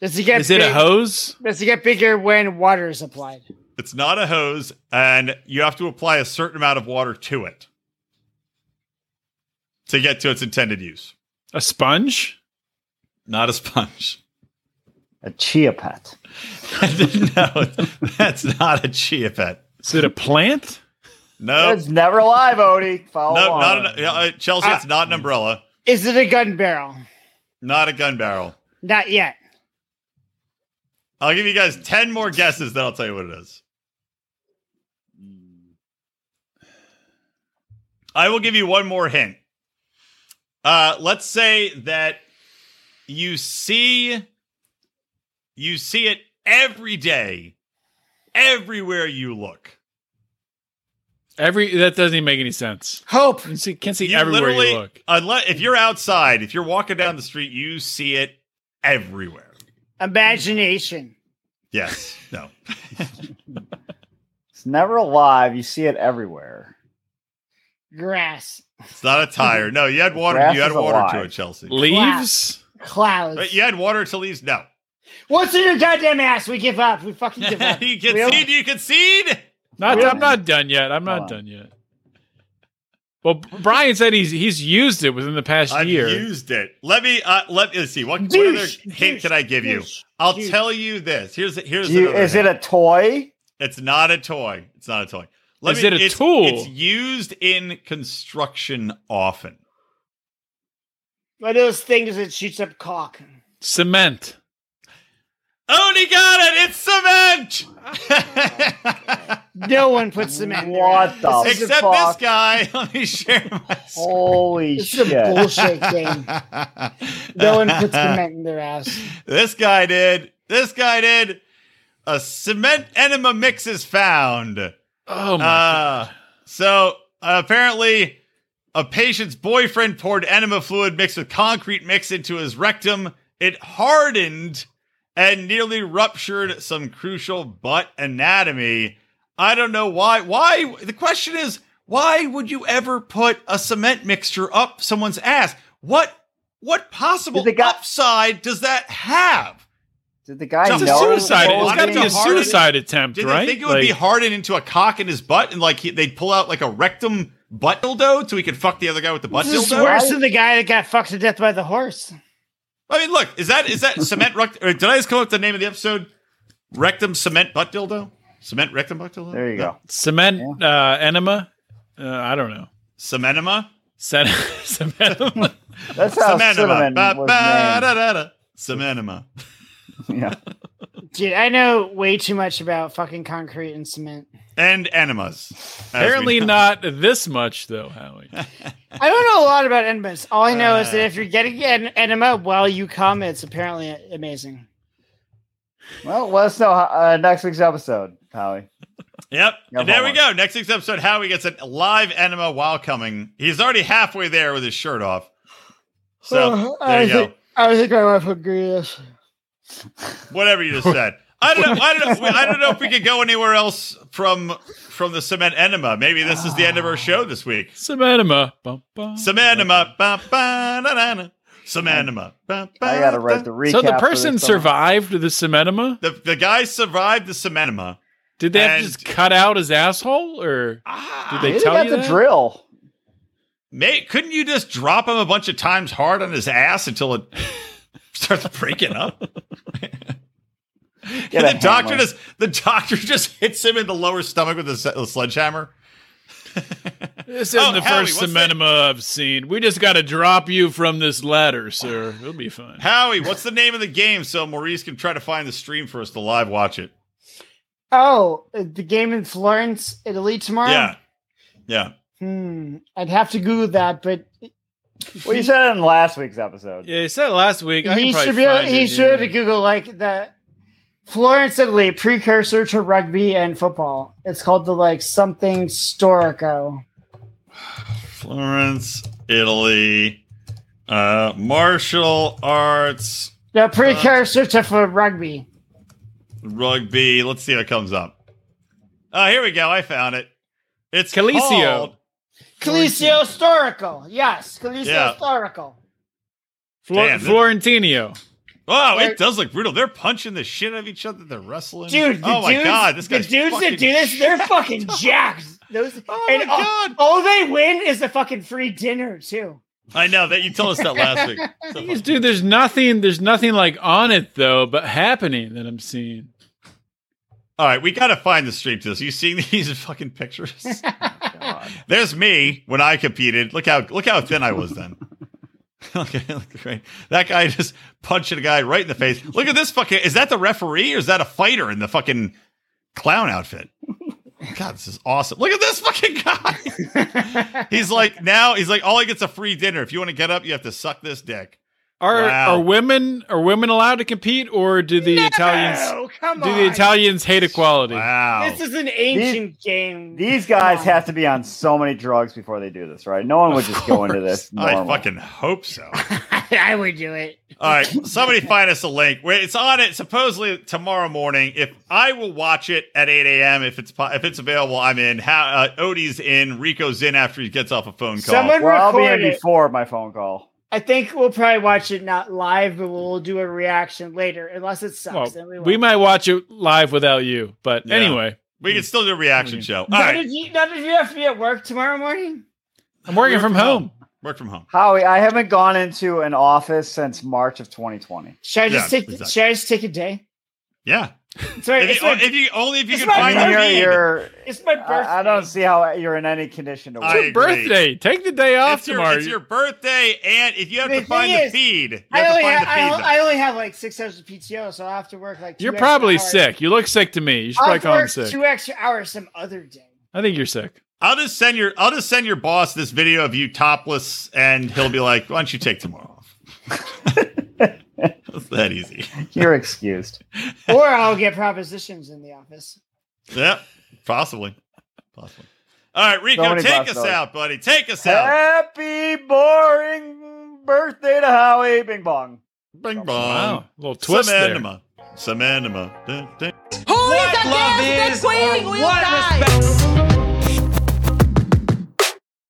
[SPEAKER 2] Does it get
[SPEAKER 4] Is it a
[SPEAKER 2] big-
[SPEAKER 4] hose?
[SPEAKER 2] Does it get bigger when water is applied?
[SPEAKER 1] It's not a hose, and you have to apply a certain amount of water to it to get to its intended use.
[SPEAKER 4] A sponge?
[SPEAKER 1] Not a sponge.
[SPEAKER 5] A chia pet.
[SPEAKER 1] no, that's not a chia pet.
[SPEAKER 4] Is it a plant?
[SPEAKER 1] No,
[SPEAKER 5] It's never alive, Odie. Follow
[SPEAKER 1] no,
[SPEAKER 5] along.
[SPEAKER 1] not an, uh, Chelsea. it's not an umbrella.
[SPEAKER 2] Is it a gun barrel?
[SPEAKER 1] Not a gun barrel.
[SPEAKER 2] Not yet.
[SPEAKER 1] I'll give you guys ten more guesses, then I'll tell you what it is. I will give you one more hint. Uh, let's say that you see you see it every day, everywhere you look.
[SPEAKER 4] Every that doesn't even make any sense.
[SPEAKER 2] Hope.
[SPEAKER 4] You see, can't see
[SPEAKER 1] You
[SPEAKER 4] everywhere
[SPEAKER 1] literally-
[SPEAKER 4] you look.
[SPEAKER 1] Unless if you're outside, if you're walking down the street, you see it everywhere.
[SPEAKER 2] Imagination.
[SPEAKER 1] Yes. No.
[SPEAKER 5] It's never alive. You see it everywhere.
[SPEAKER 2] grass,
[SPEAKER 1] It's not a tire. No, you had water.
[SPEAKER 5] Grass
[SPEAKER 1] You had
[SPEAKER 5] is a
[SPEAKER 1] water to
[SPEAKER 5] lie.
[SPEAKER 1] it, Chelsea.
[SPEAKER 4] Leaves?
[SPEAKER 2] clouds.
[SPEAKER 1] But you had water to leaves. No,
[SPEAKER 2] What's in your goddamn ass? We give up. We fucking give up.
[SPEAKER 1] you
[SPEAKER 2] We
[SPEAKER 1] concede. You concede.
[SPEAKER 4] Not, I'm not done yet. I'm not
[SPEAKER 5] Hold
[SPEAKER 4] done yet. Well, Brian said he's he's used it within the past
[SPEAKER 1] I've
[SPEAKER 4] year.
[SPEAKER 1] used it. Let me. Uh, let me see. What, what
[SPEAKER 2] Douche,
[SPEAKER 1] other hint
[SPEAKER 2] douche,
[SPEAKER 1] can I give you?
[SPEAKER 2] douche,
[SPEAKER 1] I'll
[SPEAKER 2] douche.
[SPEAKER 1] tell you this. Here's here's.
[SPEAKER 5] Do you-
[SPEAKER 1] another
[SPEAKER 5] is
[SPEAKER 1] hint.
[SPEAKER 5] it a toy?
[SPEAKER 1] It's not a toy. It's not a toy.
[SPEAKER 4] Is it a
[SPEAKER 1] it's,
[SPEAKER 4] tool?
[SPEAKER 1] It's used in construction often.
[SPEAKER 2] One of those things that shoots up cock.
[SPEAKER 4] Cement.
[SPEAKER 1] Oh, he got it! It's cement.
[SPEAKER 2] No one puts cement. in their
[SPEAKER 5] What
[SPEAKER 2] ass.
[SPEAKER 5] the
[SPEAKER 2] This is
[SPEAKER 1] Except this
[SPEAKER 5] fuck?
[SPEAKER 1] guy. Let me share my. screen.
[SPEAKER 5] Holy
[SPEAKER 2] This
[SPEAKER 5] shit!
[SPEAKER 2] is a bullshit game. No one puts cement in their ass.
[SPEAKER 1] This guy did. This guy did. A cement enema mix is found.
[SPEAKER 4] Oh my
[SPEAKER 1] Uh, so uh, apparently, a patient's boyfriend poured enema fluid mixed with concrete mix into his rectum. It hardened and nearly ruptured some crucial butt anatomy. I don't know why. Why? The question is, why would you ever put a cement mixture up someone's ass? What? What possible
[SPEAKER 5] Did the guy-
[SPEAKER 1] upside does that have?
[SPEAKER 5] Did the guy
[SPEAKER 1] It's
[SPEAKER 4] It's
[SPEAKER 1] a
[SPEAKER 4] a
[SPEAKER 5] know? it was
[SPEAKER 4] suicide.
[SPEAKER 1] Why
[SPEAKER 4] It's got to
[SPEAKER 1] did
[SPEAKER 4] be
[SPEAKER 1] they
[SPEAKER 4] a
[SPEAKER 1] harden it?
[SPEAKER 4] suicide attempt,
[SPEAKER 1] Did
[SPEAKER 4] right?
[SPEAKER 1] they think it would be
[SPEAKER 4] Like,
[SPEAKER 1] hardened into a cock in his butt and like he, they'd pull out like a rectum butt dildo so he could fuck the other guy with the butt
[SPEAKER 2] This is
[SPEAKER 1] dildo?
[SPEAKER 2] worse than the guy that got fucked to death by the horse.
[SPEAKER 1] I mean, look, is that is that cement rectum? Did I just come up with the name of the episode? Rectum cement butt dildo? Cement rectum butt dildo?
[SPEAKER 5] There you go.
[SPEAKER 4] cement uh, enema. Uh, I don't know.
[SPEAKER 1] Cemenema?
[SPEAKER 4] Cement. cement.
[SPEAKER 5] That's how
[SPEAKER 1] Cemenema.
[SPEAKER 5] cinnamon
[SPEAKER 1] Ba- ba-
[SPEAKER 5] was
[SPEAKER 1] da- da- da. Cemenema.
[SPEAKER 5] named. Yeah.
[SPEAKER 2] Dude, I know way too much about fucking concrete and cement.
[SPEAKER 1] And enemas. as we
[SPEAKER 4] Apparently
[SPEAKER 1] know.
[SPEAKER 4] not this much though, Howie.
[SPEAKER 2] I don't know a lot about enemas. All I know is
[SPEAKER 1] Uh.
[SPEAKER 2] that if you're getting an enema while you come, it's apparently amazing.
[SPEAKER 5] Well, let us know uh, next week's episode, Howie.
[SPEAKER 1] Yep.
[SPEAKER 5] Yeah,
[SPEAKER 1] and there we
[SPEAKER 5] homework.
[SPEAKER 1] go. Next week's episode, Howie gets a live enema while coming. He's already halfway there with his shirt off. So there
[SPEAKER 2] Uh, I
[SPEAKER 1] you go.
[SPEAKER 2] think, I think my wife would agree with this.
[SPEAKER 1] whatever you just said. I don't know. I don't know. I don't know if we could go anywhere else from from the cement enema. Maybe this is the end of our show this week.
[SPEAKER 4] Cement enema. Bum, bum.
[SPEAKER 1] Cement enema. Ba, ba, da, da, da. Cement enema. Ba, ba,
[SPEAKER 5] I gotta write
[SPEAKER 1] da.
[SPEAKER 5] the recap.
[SPEAKER 4] so the
[SPEAKER 5] for
[SPEAKER 4] person
[SPEAKER 5] this one.
[SPEAKER 4] survived the cement enema?
[SPEAKER 1] the the guy survived the cement enema.
[SPEAKER 4] Did they have
[SPEAKER 1] And-
[SPEAKER 4] to just cut out his asshole, or did
[SPEAKER 1] Ah,
[SPEAKER 4] they
[SPEAKER 5] Maybe
[SPEAKER 4] tell
[SPEAKER 5] got
[SPEAKER 4] you
[SPEAKER 5] the
[SPEAKER 4] that?
[SPEAKER 5] drill.
[SPEAKER 1] mate, couldn't you just drop him a bunch of times hard on his ass until it starts breaking up?
[SPEAKER 5] Get
[SPEAKER 1] the
[SPEAKER 5] a
[SPEAKER 1] doctor
[SPEAKER 5] hammer.
[SPEAKER 1] just the doctor just hits him in the lower stomach with a, s- a sledgehammer.
[SPEAKER 4] This isn't
[SPEAKER 1] Oh,
[SPEAKER 4] the
[SPEAKER 1] Howie,
[SPEAKER 4] first
[SPEAKER 1] what's
[SPEAKER 4] cement
[SPEAKER 1] that-
[SPEAKER 4] enema I've seen. We just got to drop you from this ladder, sir. It'll be fine.
[SPEAKER 1] Howie, what's the name of the game so Maurice can try to find the stream for us to live watch it?
[SPEAKER 2] Oh, uh, the game in Florence, Italy tomorrow?
[SPEAKER 1] Yeah. Yeah.
[SPEAKER 2] Hmm. I'd have to Google that, but
[SPEAKER 5] Well, you said it in last week's episode.
[SPEAKER 4] Yeah, he said it last week. I can
[SPEAKER 2] he
[SPEAKER 4] probably
[SPEAKER 2] should be able,
[SPEAKER 4] find
[SPEAKER 2] he
[SPEAKER 4] it
[SPEAKER 2] should
[SPEAKER 4] here.
[SPEAKER 2] Google like the Florence, Italy, precursor to rugby and football. It's called the like something storico.
[SPEAKER 1] Florence, Italy. Uh martial arts,
[SPEAKER 2] The precursor to for rugby.
[SPEAKER 1] rugby. Let's see what comes up. Oh, here we go. I found it. It's
[SPEAKER 4] Calicio.
[SPEAKER 1] called-
[SPEAKER 2] Coliseo storico. Yes, Coliseo
[SPEAKER 1] Yeah.
[SPEAKER 2] storico.
[SPEAKER 4] Flor-
[SPEAKER 1] Damn, this-
[SPEAKER 4] Florentino.
[SPEAKER 1] Wow,
[SPEAKER 2] Where-
[SPEAKER 1] it does look brutal. They're punching the shit out of each other. They're wrestling.
[SPEAKER 2] Dude, the
[SPEAKER 1] oh my
[SPEAKER 2] dudes,
[SPEAKER 1] god, this
[SPEAKER 2] the
[SPEAKER 1] guy's
[SPEAKER 2] dudes
[SPEAKER 1] fucking-
[SPEAKER 2] that do this, they're fucking jacked. Those
[SPEAKER 1] Oh
[SPEAKER 2] and
[SPEAKER 1] my
[SPEAKER 2] all-
[SPEAKER 1] god!
[SPEAKER 2] all they win is a fucking free dinner too.
[SPEAKER 1] I know that you told us that last week. So
[SPEAKER 4] Thing is,
[SPEAKER 1] fucking-
[SPEAKER 4] Dude, there's nothing. There's nothing like on it though, but happening that I'm seeing.
[SPEAKER 1] All right, we gotta find the stream to this. You seeing these fucking pictures?
[SPEAKER 2] Oh,
[SPEAKER 1] There's me when I competed. Look how look how thin I was then. okay, look great. That guy just punching a guy right in the face. Look at this fucking. Is that the referee or is that a fighter in the fucking clown outfit? God, this is awesome. Look at this fucking guy. he's like now he's like all he gets a free dinner. If you want to get up, you have to suck this dick.
[SPEAKER 4] Are
[SPEAKER 1] Wow.
[SPEAKER 4] are women are women allowed to compete, or do the Italians
[SPEAKER 2] No, come
[SPEAKER 4] do
[SPEAKER 2] on.
[SPEAKER 4] the Italians hate equality?
[SPEAKER 1] Wow.
[SPEAKER 2] This is an ancient game.
[SPEAKER 5] These guys
[SPEAKER 2] Come on.
[SPEAKER 5] have to be on so many drugs before they do this, right? No one would
[SPEAKER 1] Of
[SPEAKER 5] just go into
[SPEAKER 1] course.
[SPEAKER 5] this.
[SPEAKER 1] I
[SPEAKER 5] Normal.
[SPEAKER 1] fucking hope so.
[SPEAKER 2] I would do it.
[SPEAKER 1] All right, somebody find us a link. Wait, It's on it supposedly tomorrow morning. If I will watch it at eight a.m. if it's po- if it's available, I'm in. Ha- uh, Odie's in. Rico's in after he gets off a phone call.
[SPEAKER 2] Someone
[SPEAKER 5] well, I'll be
[SPEAKER 2] record
[SPEAKER 5] in
[SPEAKER 2] it.
[SPEAKER 5] before my phone call.
[SPEAKER 2] I think we'll probably watch it not live, but we'll do a reaction later, unless it sucks.
[SPEAKER 4] Well,
[SPEAKER 2] then we,
[SPEAKER 4] we
[SPEAKER 2] won't.
[SPEAKER 4] might watch it live without you, but
[SPEAKER 1] Yeah.
[SPEAKER 4] anyway,
[SPEAKER 1] we can still do a reaction show. All
[SPEAKER 2] Now,
[SPEAKER 1] right,
[SPEAKER 2] did you, now, did you have to be at work tomorrow morning?
[SPEAKER 4] I'm working from home.
[SPEAKER 1] work from home.
[SPEAKER 5] Howie, I haven't gone into an office since March of 2020.
[SPEAKER 2] Should I just
[SPEAKER 1] Yeah,
[SPEAKER 2] take?
[SPEAKER 1] exactly.
[SPEAKER 2] Should I just take a day?
[SPEAKER 1] Yeah,
[SPEAKER 2] It's my,
[SPEAKER 1] if
[SPEAKER 2] it's
[SPEAKER 1] you, oh,
[SPEAKER 2] my,
[SPEAKER 1] if you- only if you
[SPEAKER 2] it's
[SPEAKER 1] can
[SPEAKER 2] my
[SPEAKER 1] find
[SPEAKER 2] birthday.
[SPEAKER 1] your
[SPEAKER 5] you're,
[SPEAKER 1] need.
[SPEAKER 5] you're,
[SPEAKER 2] it's my birthday.
[SPEAKER 5] I, I don't see how you're in any condition to
[SPEAKER 1] I
[SPEAKER 5] work.
[SPEAKER 1] agree.
[SPEAKER 4] Birthday. Take the day off
[SPEAKER 1] It's your,
[SPEAKER 4] tomorrow.
[SPEAKER 1] it's your birthday, and if you have
[SPEAKER 2] The
[SPEAKER 1] to find
[SPEAKER 2] thing
[SPEAKER 1] the
[SPEAKER 2] is,
[SPEAKER 1] feed, you
[SPEAKER 2] I
[SPEAKER 1] have to
[SPEAKER 2] only,
[SPEAKER 1] find
[SPEAKER 2] have,
[SPEAKER 1] the feed.
[SPEAKER 2] I,
[SPEAKER 1] though.
[SPEAKER 2] I only have like six hours of PTO, so I will have to work like. two
[SPEAKER 4] You're
[SPEAKER 2] extra
[SPEAKER 4] probably
[SPEAKER 2] hours.
[SPEAKER 4] sick. You look sick to me. You should probably
[SPEAKER 2] I've
[SPEAKER 4] call him
[SPEAKER 2] worked
[SPEAKER 4] sick.
[SPEAKER 2] two extra hours some other day.
[SPEAKER 4] I think you're sick.
[SPEAKER 1] I'll just send your I'll just send your boss this video of you topless, and he'll be like, "Why don't you take tomorrow off?" It's that easy.
[SPEAKER 5] You're excused.
[SPEAKER 2] or I'll get propositions in the office.
[SPEAKER 1] Yep, possibly, possibly. All right, Rico,
[SPEAKER 5] many
[SPEAKER 1] take us
[SPEAKER 5] possibilities.
[SPEAKER 1] out, buddy. Take us out.
[SPEAKER 5] Happy boring birthday to Howie. Bing bong.
[SPEAKER 1] Bing bong.
[SPEAKER 4] Wow. A little twist there.
[SPEAKER 1] Samantha. Samantha. Dun, dun.
[SPEAKER 9] Who is against the queen will die.